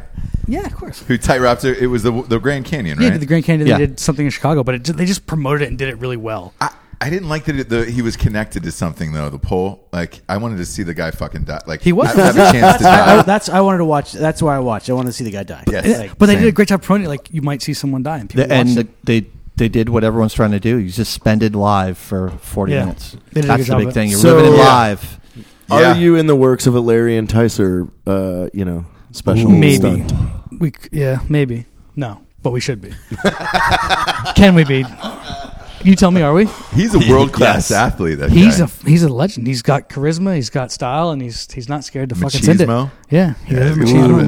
[SPEAKER 9] Yeah, of course.
[SPEAKER 1] who tight wrapped it? It was the the Grand Canyon,
[SPEAKER 9] Yeah,
[SPEAKER 1] right?
[SPEAKER 9] did the Grand Canyon
[SPEAKER 4] Yeah.
[SPEAKER 9] they did something in Chicago, but it, ju- they just promoted it and did it really well.
[SPEAKER 1] I, I didn't like that it, the, he was connected to something though. The pole, like I wanted to see the guy fucking die. Like
[SPEAKER 9] He was.
[SPEAKER 1] have- have a chance to
[SPEAKER 7] I, I-
[SPEAKER 1] die.
[SPEAKER 7] that's I wanted to watch. That's why I watched. I wanted to see the guy die.
[SPEAKER 1] Yes.
[SPEAKER 7] Like,
[SPEAKER 9] but they did a
[SPEAKER 1] same.
[SPEAKER 9] great job promoting it. Like you might see someone die and people
[SPEAKER 4] The- and
[SPEAKER 9] watched
[SPEAKER 4] the,
[SPEAKER 9] it.
[SPEAKER 4] they they did what everyone's trying to do. You suspended live for 40
[SPEAKER 9] Yeah.
[SPEAKER 4] minutes.
[SPEAKER 9] They did a good
[SPEAKER 4] That's the
[SPEAKER 9] job
[SPEAKER 4] big
[SPEAKER 9] of it.
[SPEAKER 4] thing. You're
[SPEAKER 10] So-
[SPEAKER 4] living it
[SPEAKER 10] Yeah.
[SPEAKER 4] live.
[SPEAKER 1] Yeah.
[SPEAKER 10] Are you in the works of a Larry and Tyser, uh, you know, special
[SPEAKER 9] Maybe.
[SPEAKER 10] stunt?
[SPEAKER 9] We c- yeah maybe no, but we should be. Can we be? You tell me, are we?
[SPEAKER 1] He's a world class
[SPEAKER 10] Yes.
[SPEAKER 1] athlete. That
[SPEAKER 9] He's
[SPEAKER 1] guy.
[SPEAKER 9] a he's a legend. He's got charisma. He's got style, and he's he's not scared to fucking send it.
[SPEAKER 1] Machismo?
[SPEAKER 9] Yeah, he is
[SPEAKER 1] Ooh,
[SPEAKER 9] machismo.
[SPEAKER 1] Ooh.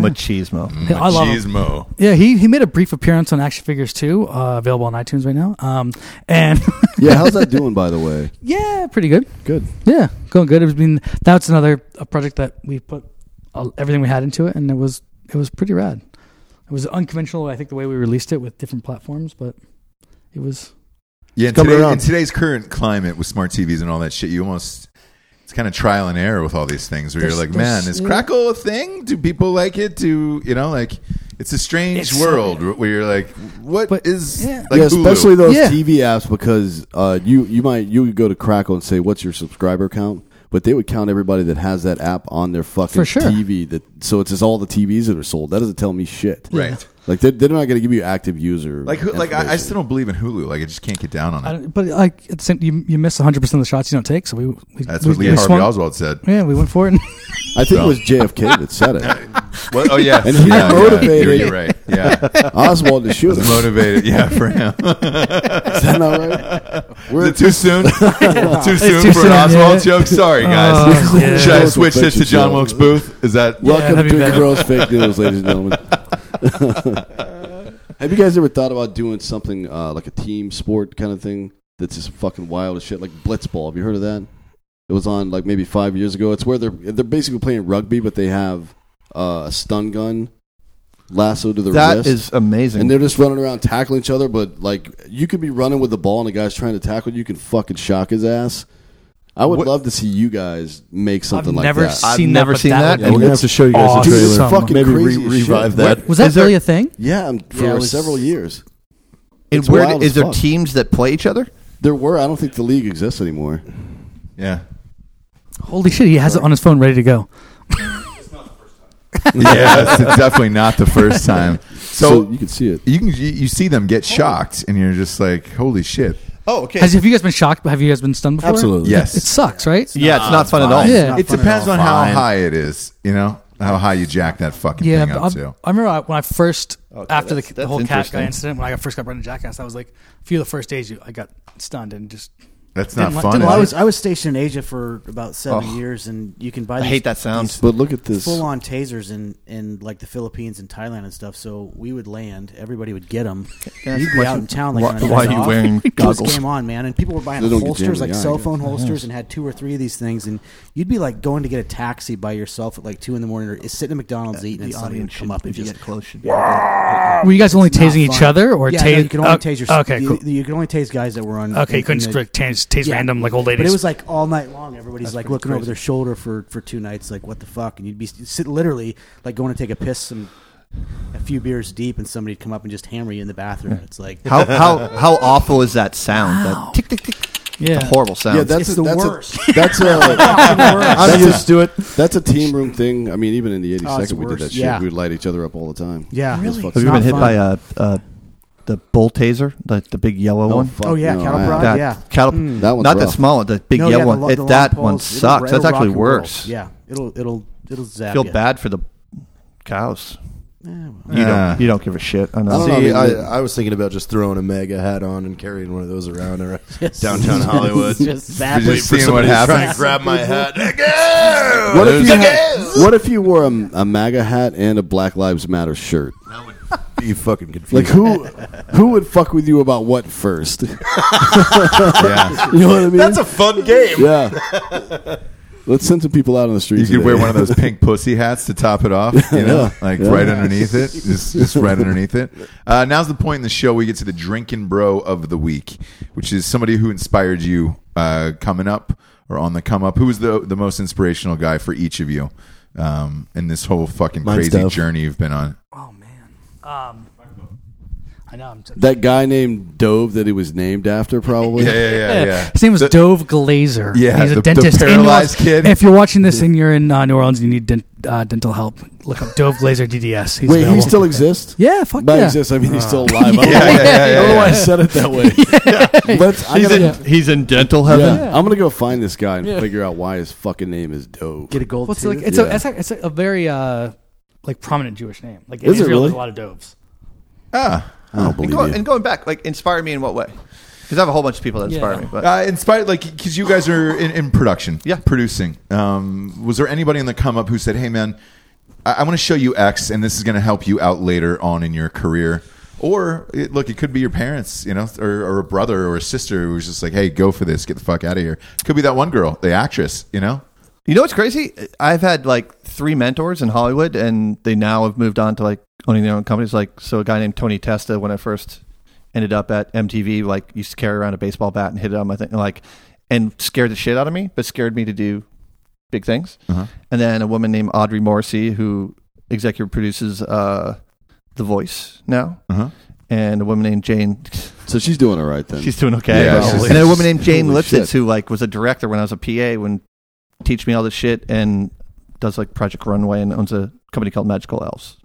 [SPEAKER 4] machismo.
[SPEAKER 9] I love him.
[SPEAKER 1] machismo.
[SPEAKER 9] Yeah, he, he made a brief appearance on Action Figures 2, uh, available on iTunes right now. Um, and
[SPEAKER 6] Yeah, how's that doing by the way?
[SPEAKER 9] yeah, pretty good.
[SPEAKER 6] Good.
[SPEAKER 9] Yeah, going good. I mean, that's another a project that we put all, everything we had into it, and it was it was pretty rad. It was unconventional, I think, the way we released it with different platforms, but it was
[SPEAKER 1] Yeah, in,
[SPEAKER 10] coming
[SPEAKER 1] today,
[SPEAKER 10] around.
[SPEAKER 1] in today's current climate with smart TVs and all that shit, you almost it's kind of trial and error with all these things where
[SPEAKER 9] There's-
[SPEAKER 1] you're like,
[SPEAKER 9] there's-
[SPEAKER 1] man, is
[SPEAKER 9] yeah.
[SPEAKER 1] Crackle a thing? Do people like it? Do you know like it's a strange
[SPEAKER 9] It's-
[SPEAKER 1] world where you're like, what
[SPEAKER 9] But-
[SPEAKER 1] is
[SPEAKER 9] yeah.
[SPEAKER 1] like
[SPEAKER 6] yeah,
[SPEAKER 1] Hulu?
[SPEAKER 6] especially those
[SPEAKER 9] Yeah.
[SPEAKER 6] TV apps because uh, you you might you would go to Crackle and say what's your subscriber count, but they would count everybody that has that app on their fucking
[SPEAKER 9] For sure.
[SPEAKER 6] TV. That so it's just all the TVs that are sold. That doesn't tell me shit.
[SPEAKER 1] Right.
[SPEAKER 6] Like they're, they're not going to give you active user.
[SPEAKER 1] like who, like I, I
[SPEAKER 6] information.
[SPEAKER 1] still don't believe in Hulu. Like I just can't get down on
[SPEAKER 9] I
[SPEAKER 1] it.
[SPEAKER 9] don't, but like at the same, you you miss 100 percent of the shots you don't take, so we, we
[SPEAKER 1] That's
[SPEAKER 9] we,
[SPEAKER 1] what Lee
[SPEAKER 9] we
[SPEAKER 1] Harvey
[SPEAKER 9] swung-
[SPEAKER 1] Oswald said.
[SPEAKER 9] Yeah, we went for it.
[SPEAKER 6] I think it was JFK that said it.
[SPEAKER 1] Well, oh yeah,
[SPEAKER 6] And he's
[SPEAKER 1] yeah, yeah,
[SPEAKER 6] motivated.
[SPEAKER 1] you're, you're right. Yeah,
[SPEAKER 6] Oswald to shoot him.
[SPEAKER 1] motivated. Yeah, for him.
[SPEAKER 6] Is that not right?
[SPEAKER 1] Is
[SPEAKER 6] We're
[SPEAKER 1] it too soon? too soon
[SPEAKER 9] too
[SPEAKER 1] for an
[SPEAKER 9] soon,
[SPEAKER 1] Oswald
[SPEAKER 9] yeah.
[SPEAKER 1] joke. Sorry,
[SPEAKER 9] Oh,
[SPEAKER 1] guys.
[SPEAKER 9] yeah.
[SPEAKER 1] Should I switch this to John Wilkes Booth? Is that
[SPEAKER 9] Yeah,
[SPEAKER 6] Welcome
[SPEAKER 9] that'd
[SPEAKER 6] to
[SPEAKER 9] be
[SPEAKER 6] Drinking
[SPEAKER 9] better.
[SPEAKER 6] Bros Fake News, ladies and gentlemen. Have you guys ever thought about doing something uh, like a team sport kind of thing that's just fucking wild as shit, like blitzball? Have you heard of that? It was on like maybe five years ago. It's where they're they're basically playing rugby, but they have uh, a stun gun lasso to the
[SPEAKER 4] That
[SPEAKER 6] wrist.
[SPEAKER 4] is amazing.
[SPEAKER 6] And they're just running around tackling each other, but like you could be running with the ball and the guy's trying to tackle you, you can fucking shock his ass. I would love to see you guys make something like
[SPEAKER 9] never
[SPEAKER 6] that.
[SPEAKER 9] seen I've that, never but seen that that. would
[SPEAKER 6] Yeah, we're gonna have to show you guys
[SPEAKER 9] awesome.
[SPEAKER 6] the trailer.
[SPEAKER 9] Dude, it's fucking
[SPEAKER 6] Maybe
[SPEAKER 1] crazy as
[SPEAKER 6] revive
[SPEAKER 1] shit.
[SPEAKER 6] that.
[SPEAKER 1] What-
[SPEAKER 9] Was that
[SPEAKER 4] Is there-
[SPEAKER 9] really a thing?
[SPEAKER 6] Yeah, and for
[SPEAKER 7] Yeah, it was-
[SPEAKER 6] several years.
[SPEAKER 4] And
[SPEAKER 6] It's
[SPEAKER 4] where
[SPEAKER 6] wild
[SPEAKER 4] is
[SPEAKER 6] as
[SPEAKER 4] there
[SPEAKER 6] fuck.
[SPEAKER 4] teams that play each other?
[SPEAKER 6] There were. I don't think the league exists anymore.
[SPEAKER 1] Yeah.
[SPEAKER 9] Holy shit, he has it on his phone ready to go.
[SPEAKER 1] yes, it's definitely not the first time.
[SPEAKER 6] So,
[SPEAKER 1] So,
[SPEAKER 6] you can see it.
[SPEAKER 1] you can you, you see them get shocked, and you're just like, "Holy shit!"
[SPEAKER 4] Oh, okay.
[SPEAKER 9] Has, have you guys been shocked? Have you guys been stunned before?
[SPEAKER 6] Absolutely.
[SPEAKER 1] Yes.
[SPEAKER 9] It sucks, right?
[SPEAKER 4] yeah, it's not fun at all.
[SPEAKER 9] Yeah.
[SPEAKER 1] It depends on how
[SPEAKER 8] Fine.
[SPEAKER 1] high it is. You know how high you jack that fucking
[SPEAKER 9] Yeah,
[SPEAKER 1] thing up
[SPEAKER 9] I'm-
[SPEAKER 1] to.
[SPEAKER 9] I remember I- when I first
[SPEAKER 7] Oh,
[SPEAKER 9] after the,
[SPEAKER 4] that's-
[SPEAKER 9] the
[SPEAKER 4] that's
[SPEAKER 9] whole cat
[SPEAKER 4] interesting.
[SPEAKER 9] guy incident when I first got burned in Jackass, I was like a few of the first days you- I got stunned and just
[SPEAKER 1] That's
[SPEAKER 9] Didn't
[SPEAKER 1] not
[SPEAKER 9] want-
[SPEAKER 1] fun.
[SPEAKER 9] didn't
[SPEAKER 1] is
[SPEAKER 7] Well, I
[SPEAKER 1] it?
[SPEAKER 7] was I was stationed in Asia for about seven
[SPEAKER 4] Oh.
[SPEAKER 7] years, and you can buy.
[SPEAKER 4] I
[SPEAKER 7] These,
[SPEAKER 4] hate that sound.
[SPEAKER 6] But look at this.
[SPEAKER 7] Full on tasers in, in like the Philippines and Thailand and stuff. So we would land, everybody would get them. You'd be out in town like
[SPEAKER 4] Why-
[SPEAKER 7] on a
[SPEAKER 4] why
[SPEAKER 7] night
[SPEAKER 4] are you
[SPEAKER 7] off.
[SPEAKER 4] wearing
[SPEAKER 7] It was
[SPEAKER 4] goggles?
[SPEAKER 7] Game on, man! And people were buying
[SPEAKER 6] They don't get
[SPEAKER 7] holsters,
[SPEAKER 6] jammed in
[SPEAKER 7] like
[SPEAKER 6] the eye,
[SPEAKER 7] cell
[SPEAKER 6] yeah.
[SPEAKER 7] phone holsters, and had two or three of these things. And you'd be like going to get a taxi by yourself at like two in the morning, or sitting at McDonald's eating, and somebody would come up and just
[SPEAKER 4] close. Should
[SPEAKER 9] were you guys only
[SPEAKER 7] oh, Not
[SPEAKER 9] tasing each
[SPEAKER 7] fun.
[SPEAKER 9] other or
[SPEAKER 7] yeah,
[SPEAKER 9] tase?
[SPEAKER 7] no, you can only
[SPEAKER 9] oh,
[SPEAKER 7] tase your
[SPEAKER 9] Okay,
[SPEAKER 7] you,
[SPEAKER 9] cool.
[SPEAKER 7] you can only tase guys that were on.
[SPEAKER 9] okay, you couldn't
[SPEAKER 7] in
[SPEAKER 9] just
[SPEAKER 7] the-
[SPEAKER 9] like tase, tase
[SPEAKER 7] Yeah.
[SPEAKER 9] random like old ladies.
[SPEAKER 7] But it was like all night long. Everybody's like
[SPEAKER 9] pretty
[SPEAKER 7] looking over
[SPEAKER 9] crazy.
[SPEAKER 7] their shoulder for for two nights. Like what the fuck? And you'd be you'd sit literally like going to take a piss and a few beers deep, and somebody'd come up and just hammer you in the bathroom. It's like
[SPEAKER 4] How how how awful is that sound? That tick tick tick.
[SPEAKER 9] yeah.
[SPEAKER 4] It's a horrible sound.
[SPEAKER 6] yeah, that's
[SPEAKER 7] It's
[SPEAKER 6] a,
[SPEAKER 7] the
[SPEAKER 6] that's a-
[SPEAKER 7] worst.
[SPEAKER 6] that's a.
[SPEAKER 5] I'm used to it.
[SPEAKER 6] That's a team room thing. I mean, even in the eighty
[SPEAKER 7] Oh, it's
[SPEAKER 6] second, we did
[SPEAKER 7] worse.
[SPEAKER 6] that shit.
[SPEAKER 7] Yeah.
[SPEAKER 6] We'd light each other up all the time.
[SPEAKER 7] yeah,
[SPEAKER 6] Really?
[SPEAKER 7] It's
[SPEAKER 6] Have
[SPEAKER 7] not fun.
[SPEAKER 4] a, a uh, the bull taser, the, the big yellow
[SPEAKER 6] Oh, fuck
[SPEAKER 7] Oh yeah,
[SPEAKER 6] no,
[SPEAKER 7] cattle
[SPEAKER 6] I-
[SPEAKER 7] prod.
[SPEAKER 4] That
[SPEAKER 7] yeah,
[SPEAKER 4] cattle-
[SPEAKER 6] That one's
[SPEAKER 4] Not that
[SPEAKER 6] rough.
[SPEAKER 4] small, Hmm. the big
[SPEAKER 7] No, yeah,
[SPEAKER 4] yellow
[SPEAKER 7] the
[SPEAKER 4] one.
[SPEAKER 7] lo-
[SPEAKER 4] It-
[SPEAKER 7] the long
[SPEAKER 4] that one
[SPEAKER 7] poles, it'll-
[SPEAKER 4] sucks.
[SPEAKER 7] it'll
[SPEAKER 4] That's actually
[SPEAKER 7] rock and roll.
[SPEAKER 4] worse.
[SPEAKER 7] Yeah, it'll it'll it'll zap.
[SPEAKER 4] feel
[SPEAKER 7] ya.
[SPEAKER 4] bad for the cows.
[SPEAKER 7] Eh, well.
[SPEAKER 4] You
[SPEAKER 1] Yeah.
[SPEAKER 4] don't you don't give a shit. I know.
[SPEAKER 6] don't know,
[SPEAKER 5] See,
[SPEAKER 6] I mean, the-
[SPEAKER 5] I, I was thinking about just throwing a mega hat on and carrying one of those around around downtown Hollywood.
[SPEAKER 7] Just zap
[SPEAKER 1] Just
[SPEAKER 7] it.
[SPEAKER 1] seeing what
[SPEAKER 5] Trying
[SPEAKER 1] happens.
[SPEAKER 5] to grab my hat.
[SPEAKER 6] What if, you had, what if you wore a, a MAGA hat and a Black Lives Matter shirt?
[SPEAKER 5] you fucking confused.
[SPEAKER 6] Like who who would fuck with you about what first? you
[SPEAKER 1] yeah.
[SPEAKER 6] know what I mean?
[SPEAKER 5] That's a fun game.
[SPEAKER 6] yeah. Let's send some people out on the street.
[SPEAKER 1] You could
[SPEAKER 6] today.
[SPEAKER 1] wear one of those pink pussy hats to top it off, you know,
[SPEAKER 6] Yeah.
[SPEAKER 1] like
[SPEAKER 6] Yeah.
[SPEAKER 1] right underneath it, just, just right underneath it. Uh, now's the point in the show where we get to the drinking bro of the week, which is somebody who inspired you uh, coming up or on the come up. Who was the the most inspirational guy for each of you um, in this whole fucking
[SPEAKER 10] Mine's
[SPEAKER 1] crazy
[SPEAKER 10] Dove.
[SPEAKER 1] journey you've been on?
[SPEAKER 9] oh man. Um, I know. I'm
[SPEAKER 6] That guy named Dove that he was named after, probably.
[SPEAKER 1] Yeah, yeah, yeah, yeah.
[SPEAKER 9] His name was
[SPEAKER 1] The-
[SPEAKER 9] Dove Glazer.
[SPEAKER 1] Yeah,
[SPEAKER 9] he's a
[SPEAKER 1] the- the
[SPEAKER 9] dentist. in New
[SPEAKER 1] paralyzed
[SPEAKER 9] Orleans.
[SPEAKER 1] kid.
[SPEAKER 9] If you're watching this and you're in uh, New Orleans and you need dent, uh, dental help, look up Dove Glazer DDS. He's
[SPEAKER 6] Wait, he
[SPEAKER 9] available.
[SPEAKER 6] still exists?
[SPEAKER 9] yeah, fuck
[SPEAKER 6] By
[SPEAKER 9] yeah.
[SPEAKER 6] exists, I mean he's still alive. yeah,
[SPEAKER 1] Uh. yeah, yeah, yeah,
[SPEAKER 6] I don't know why I
[SPEAKER 1] yeah.
[SPEAKER 6] said it that way. Let's, I
[SPEAKER 4] He's
[SPEAKER 6] gotta,
[SPEAKER 4] in, he's in dental heaven.
[SPEAKER 6] yeah. I'm gonna go find this guy and figure out why his fucking name is Dove.
[SPEAKER 7] Get a gold.
[SPEAKER 9] Well, it's
[SPEAKER 7] tooth.
[SPEAKER 9] like it's
[SPEAKER 6] Yeah.
[SPEAKER 9] a it's a, it's a very uh, like prominent Jewish name. Like in
[SPEAKER 6] Is it
[SPEAKER 9] Israel,
[SPEAKER 6] really?
[SPEAKER 9] there's a lot of Doves.
[SPEAKER 1] Ah.
[SPEAKER 6] I don't believe
[SPEAKER 4] Go-
[SPEAKER 6] you.
[SPEAKER 4] and going back, like inspire me in what way? Because I have a whole bunch of people that inspire
[SPEAKER 9] Yeah.
[SPEAKER 4] me. But
[SPEAKER 1] Uh, inspired, like, because you guys are in, in production,
[SPEAKER 4] Yeah.
[SPEAKER 1] producing. Um, was there anybody in the come up who said, "Hey, man, I, I want to show you X, and this is going to help you out later on in your career"? Or it, look, it could be your parents, you know, or, or a brother or a sister who was just like, "Hey, go for this, get the fuck out of here." Could be that one girl, the actress, you know.
[SPEAKER 4] you know what's crazy? I've had like three mentors in Hollywood, and they now have moved on to like owning their own companies. Like so, a guy named Tony Testa, when I first ended up at MTV, like used to carry around a baseball bat and hit it on my thing, like and scared the shit out of me, but scared me to do big things. And then a woman named Audrey Morrissey, who executive produces uh, The Voice now,
[SPEAKER 1] Uh-huh.
[SPEAKER 4] and a woman named Jane.
[SPEAKER 6] So she's doing all right then.
[SPEAKER 4] She's doing okay.
[SPEAKER 1] Yeah,
[SPEAKER 4] Probably.
[SPEAKER 1] she's-
[SPEAKER 4] and then a woman named Jane
[SPEAKER 6] Holy
[SPEAKER 4] Lipsitz,
[SPEAKER 6] shit.
[SPEAKER 4] who like was a director when I was a PA, when teach me all this shit and does like Project Runway and owns a company called Magical Elves.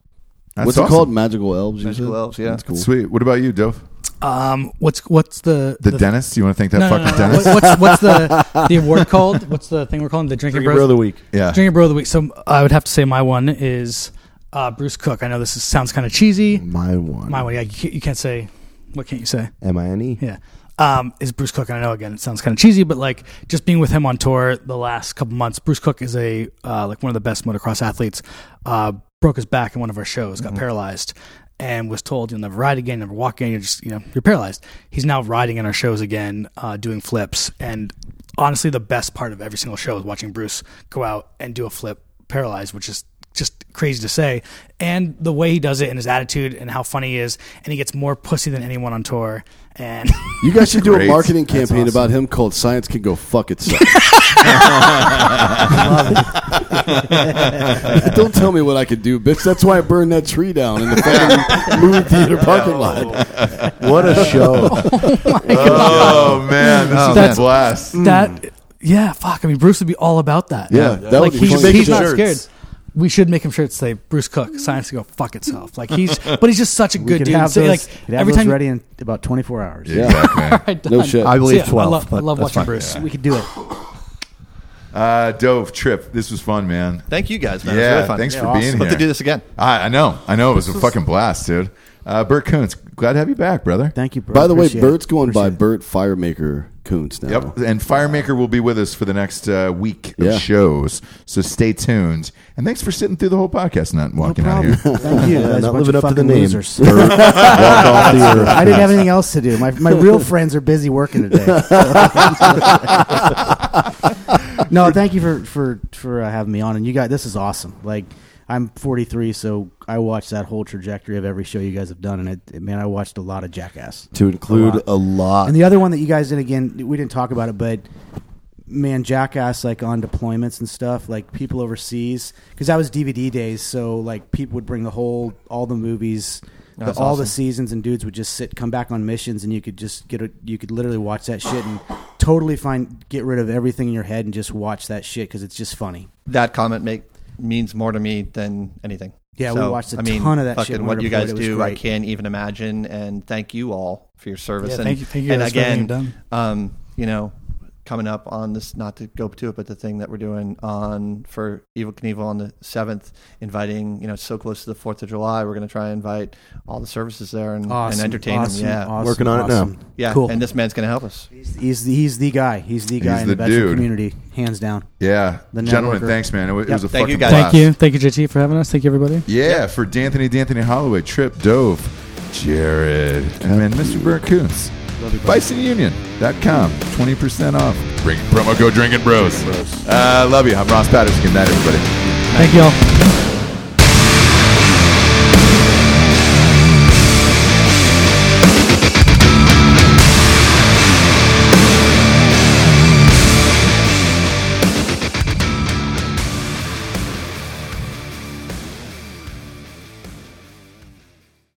[SPEAKER 1] That's
[SPEAKER 6] What's it
[SPEAKER 1] awesome.
[SPEAKER 6] called? Magical Elves. you
[SPEAKER 4] Magical
[SPEAKER 6] said?
[SPEAKER 4] Elves, yeah.
[SPEAKER 6] That's cool.
[SPEAKER 1] Sweet. What about you, Dove?
[SPEAKER 9] Um, what's what's the
[SPEAKER 1] The, dentist? You want to thank that
[SPEAKER 9] no, no,
[SPEAKER 1] fucking
[SPEAKER 9] no, no.
[SPEAKER 1] dentist?
[SPEAKER 9] What- what's what's the the award called? What's the thing we're calling the drinking
[SPEAKER 5] Bro of the week.
[SPEAKER 1] Yeah.
[SPEAKER 9] Junior Bro of the Week. So I would have to say my one is uh, Bruce Cook. I know this is, sounds kind of cheesy.
[SPEAKER 10] My one.
[SPEAKER 9] My one, yeah. You can't, you can't say. What can't you say?
[SPEAKER 10] M I N E.
[SPEAKER 9] Yeah. Um, is Bruce Cook. And I know again, it sounds kind of cheesy, but like just being with him on tour the last couple months, Bruce Cook is a uh, like one of the best motocross athletes. Uh, broke his back in one of our shows, got paralyzed, and was told you'll never ride again, never walk again. You're just you know you're paralyzed. He's now riding in our shows again, uh, doing flips, and honestly the best part of every single show is watching Bruce go out and do a flip paralyzed, which is just crazy to say. And the way he does it and his attitude and how funny he is, and he gets more pussy than anyone on tour. And
[SPEAKER 6] You guys should do
[SPEAKER 1] Great.
[SPEAKER 6] a marketing campaign about him called "Science Can Go Fuck Itself." Don't tell me what I could do, bitch. That's why I burned that tree down in the fucking movie theater parking lot.
[SPEAKER 10] What a show!
[SPEAKER 1] Oh man, this is
[SPEAKER 9] That's-
[SPEAKER 1] a blast.
[SPEAKER 7] Hmm.
[SPEAKER 9] that yeah, fuck. I mean, Bruce would be all about that.
[SPEAKER 6] Yeah, that
[SPEAKER 9] like
[SPEAKER 6] would be
[SPEAKER 9] he's,
[SPEAKER 6] funny.
[SPEAKER 9] he's not
[SPEAKER 6] Shirts.
[SPEAKER 9] scared. We should make him shirts say Bruce Cook. Science to go fuck itself. Like he's, but he's just such a
[SPEAKER 7] We
[SPEAKER 9] good
[SPEAKER 7] could
[SPEAKER 9] dude.
[SPEAKER 7] have
[SPEAKER 9] So,
[SPEAKER 7] those,
[SPEAKER 9] like
[SPEAKER 7] could have
[SPEAKER 9] every
[SPEAKER 7] those
[SPEAKER 9] time,
[SPEAKER 7] ready in about 24 hours.
[SPEAKER 6] Yeah.
[SPEAKER 1] Exactly.
[SPEAKER 9] All right,
[SPEAKER 6] No
[SPEAKER 9] done.
[SPEAKER 6] shit.
[SPEAKER 9] So,
[SPEAKER 6] I
[SPEAKER 10] believe
[SPEAKER 9] yeah,
[SPEAKER 10] 12,
[SPEAKER 9] I love, I
[SPEAKER 10] but
[SPEAKER 9] love
[SPEAKER 10] that's
[SPEAKER 9] watching
[SPEAKER 10] fine.
[SPEAKER 9] Bruce.
[SPEAKER 7] We could do it.
[SPEAKER 1] Uh, Dove Trip, this was fun, man.
[SPEAKER 4] Thank you guys, man. It was
[SPEAKER 1] yeah,
[SPEAKER 4] really fun.
[SPEAKER 1] thanks
[SPEAKER 4] Yeah,
[SPEAKER 1] for
[SPEAKER 4] awesome.
[SPEAKER 1] being
[SPEAKER 4] Hope
[SPEAKER 1] here.
[SPEAKER 4] to do this again.
[SPEAKER 1] I, I know, I know. It was a fucking blast, dude. Uh, Burt Coons, glad to have you back, brother.
[SPEAKER 7] Thank you, bro.
[SPEAKER 6] By the way,
[SPEAKER 7] Appreciate it.
[SPEAKER 6] Bert's going by
[SPEAKER 7] Appreciate it.
[SPEAKER 6] Bert Firemaker Coons now.
[SPEAKER 1] Yep, and Firemaker will be with us for the next uh, week of
[SPEAKER 6] Yeah.
[SPEAKER 1] shows, so stay tuned. And thanks for sitting through the whole podcast, and not walking out of here.
[SPEAKER 7] Thank you. guys,
[SPEAKER 10] not
[SPEAKER 7] bunch
[SPEAKER 10] living
[SPEAKER 7] of
[SPEAKER 10] up to the
[SPEAKER 7] fucking
[SPEAKER 10] name.
[SPEAKER 7] losers.
[SPEAKER 10] Walk off the earth.
[SPEAKER 7] I didn't have anything else to do. My, my real friends are busy working today. no, thank you for for for uh, having me on. And you guys, this is awesome. Like I'm 43, so I watched that whole trajectory of every show you guys have done, and it, man, I watched a lot of Jackass.
[SPEAKER 10] to include a lot.
[SPEAKER 7] And the other one that you guys did again, we didn't talk about it, but man, Jackass like on deployments and stuff, like people overseas, because that was DVD days, so like people would bring the whole all the movies. The,
[SPEAKER 4] That's
[SPEAKER 7] all the
[SPEAKER 4] awesome.
[SPEAKER 7] seasons and dudes would just sit, come back on missions, and you could just get a, you could literally watch that shit and totally find get rid of everything in your head and just watch that shit because it's just funny.
[SPEAKER 4] That comment make means more to me than anything.
[SPEAKER 7] Yeah, we watched a
[SPEAKER 4] a
[SPEAKER 7] ton of that shit
[SPEAKER 4] fucking
[SPEAKER 7] in
[SPEAKER 4] What you
[SPEAKER 7] Waterboard.
[SPEAKER 4] guys
[SPEAKER 7] It was
[SPEAKER 4] do, I
[SPEAKER 7] great.
[SPEAKER 4] can't even imagine. And thank you all for your service.
[SPEAKER 9] Yeah,
[SPEAKER 4] and
[SPEAKER 9] thank you- thank you
[SPEAKER 4] and
[SPEAKER 9] guys for everything
[SPEAKER 4] again,
[SPEAKER 9] you've done.
[SPEAKER 4] um, you know, coming up on this, not to go to it, but the thing that we're doing on for Evil Knievel on the seventh, inviting you know, so close to the Fourth of July, we're going to try and invite all the services there and,
[SPEAKER 7] Awesome,
[SPEAKER 4] and entertain
[SPEAKER 7] awesome,
[SPEAKER 4] them. Yeah,
[SPEAKER 7] awesome,
[SPEAKER 10] Working on it now.
[SPEAKER 7] awesome.
[SPEAKER 4] yeah.
[SPEAKER 7] cool.
[SPEAKER 4] And this man's going to help us.
[SPEAKER 7] he's, he's the, he's the guy. He's the guy in
[SPEAKER 1] the
[SPEAKER 7] the, veteran
[SPEAKER 1] dude.
[SPEAKER 7] community, hands down.
[SPEAKER 1] Yeah,
[SPEAKER 7] The
[SPEAKER 1] gentlemen,
[SPEAKER 7] networker.
[SPEAKER 1] thanks, man. It, wa- it
[SPEAKER 4] Yep,
[SPEAKER 1] was a
[SPEAKER 4] thank
[SPEAKER 1] fucking
[SPEAKER 4] you guys.
[SPEAKER 1] blast.
[SPEAKER 9] Thank you, thank you, JT, for having us. Thank you, everybody.
[SPEAKER 1] Yeah, for D'Anthony, D'Anthony Holloway, Trip, Dove, Jared, and then Mr. Burt Coons. BisonUnion.com. 20% off. Bring promo code Drinking Bros. Uh, love you. I'm Ross Patterson. Good night, everybody.
[SPEAKER 9] Thank you all.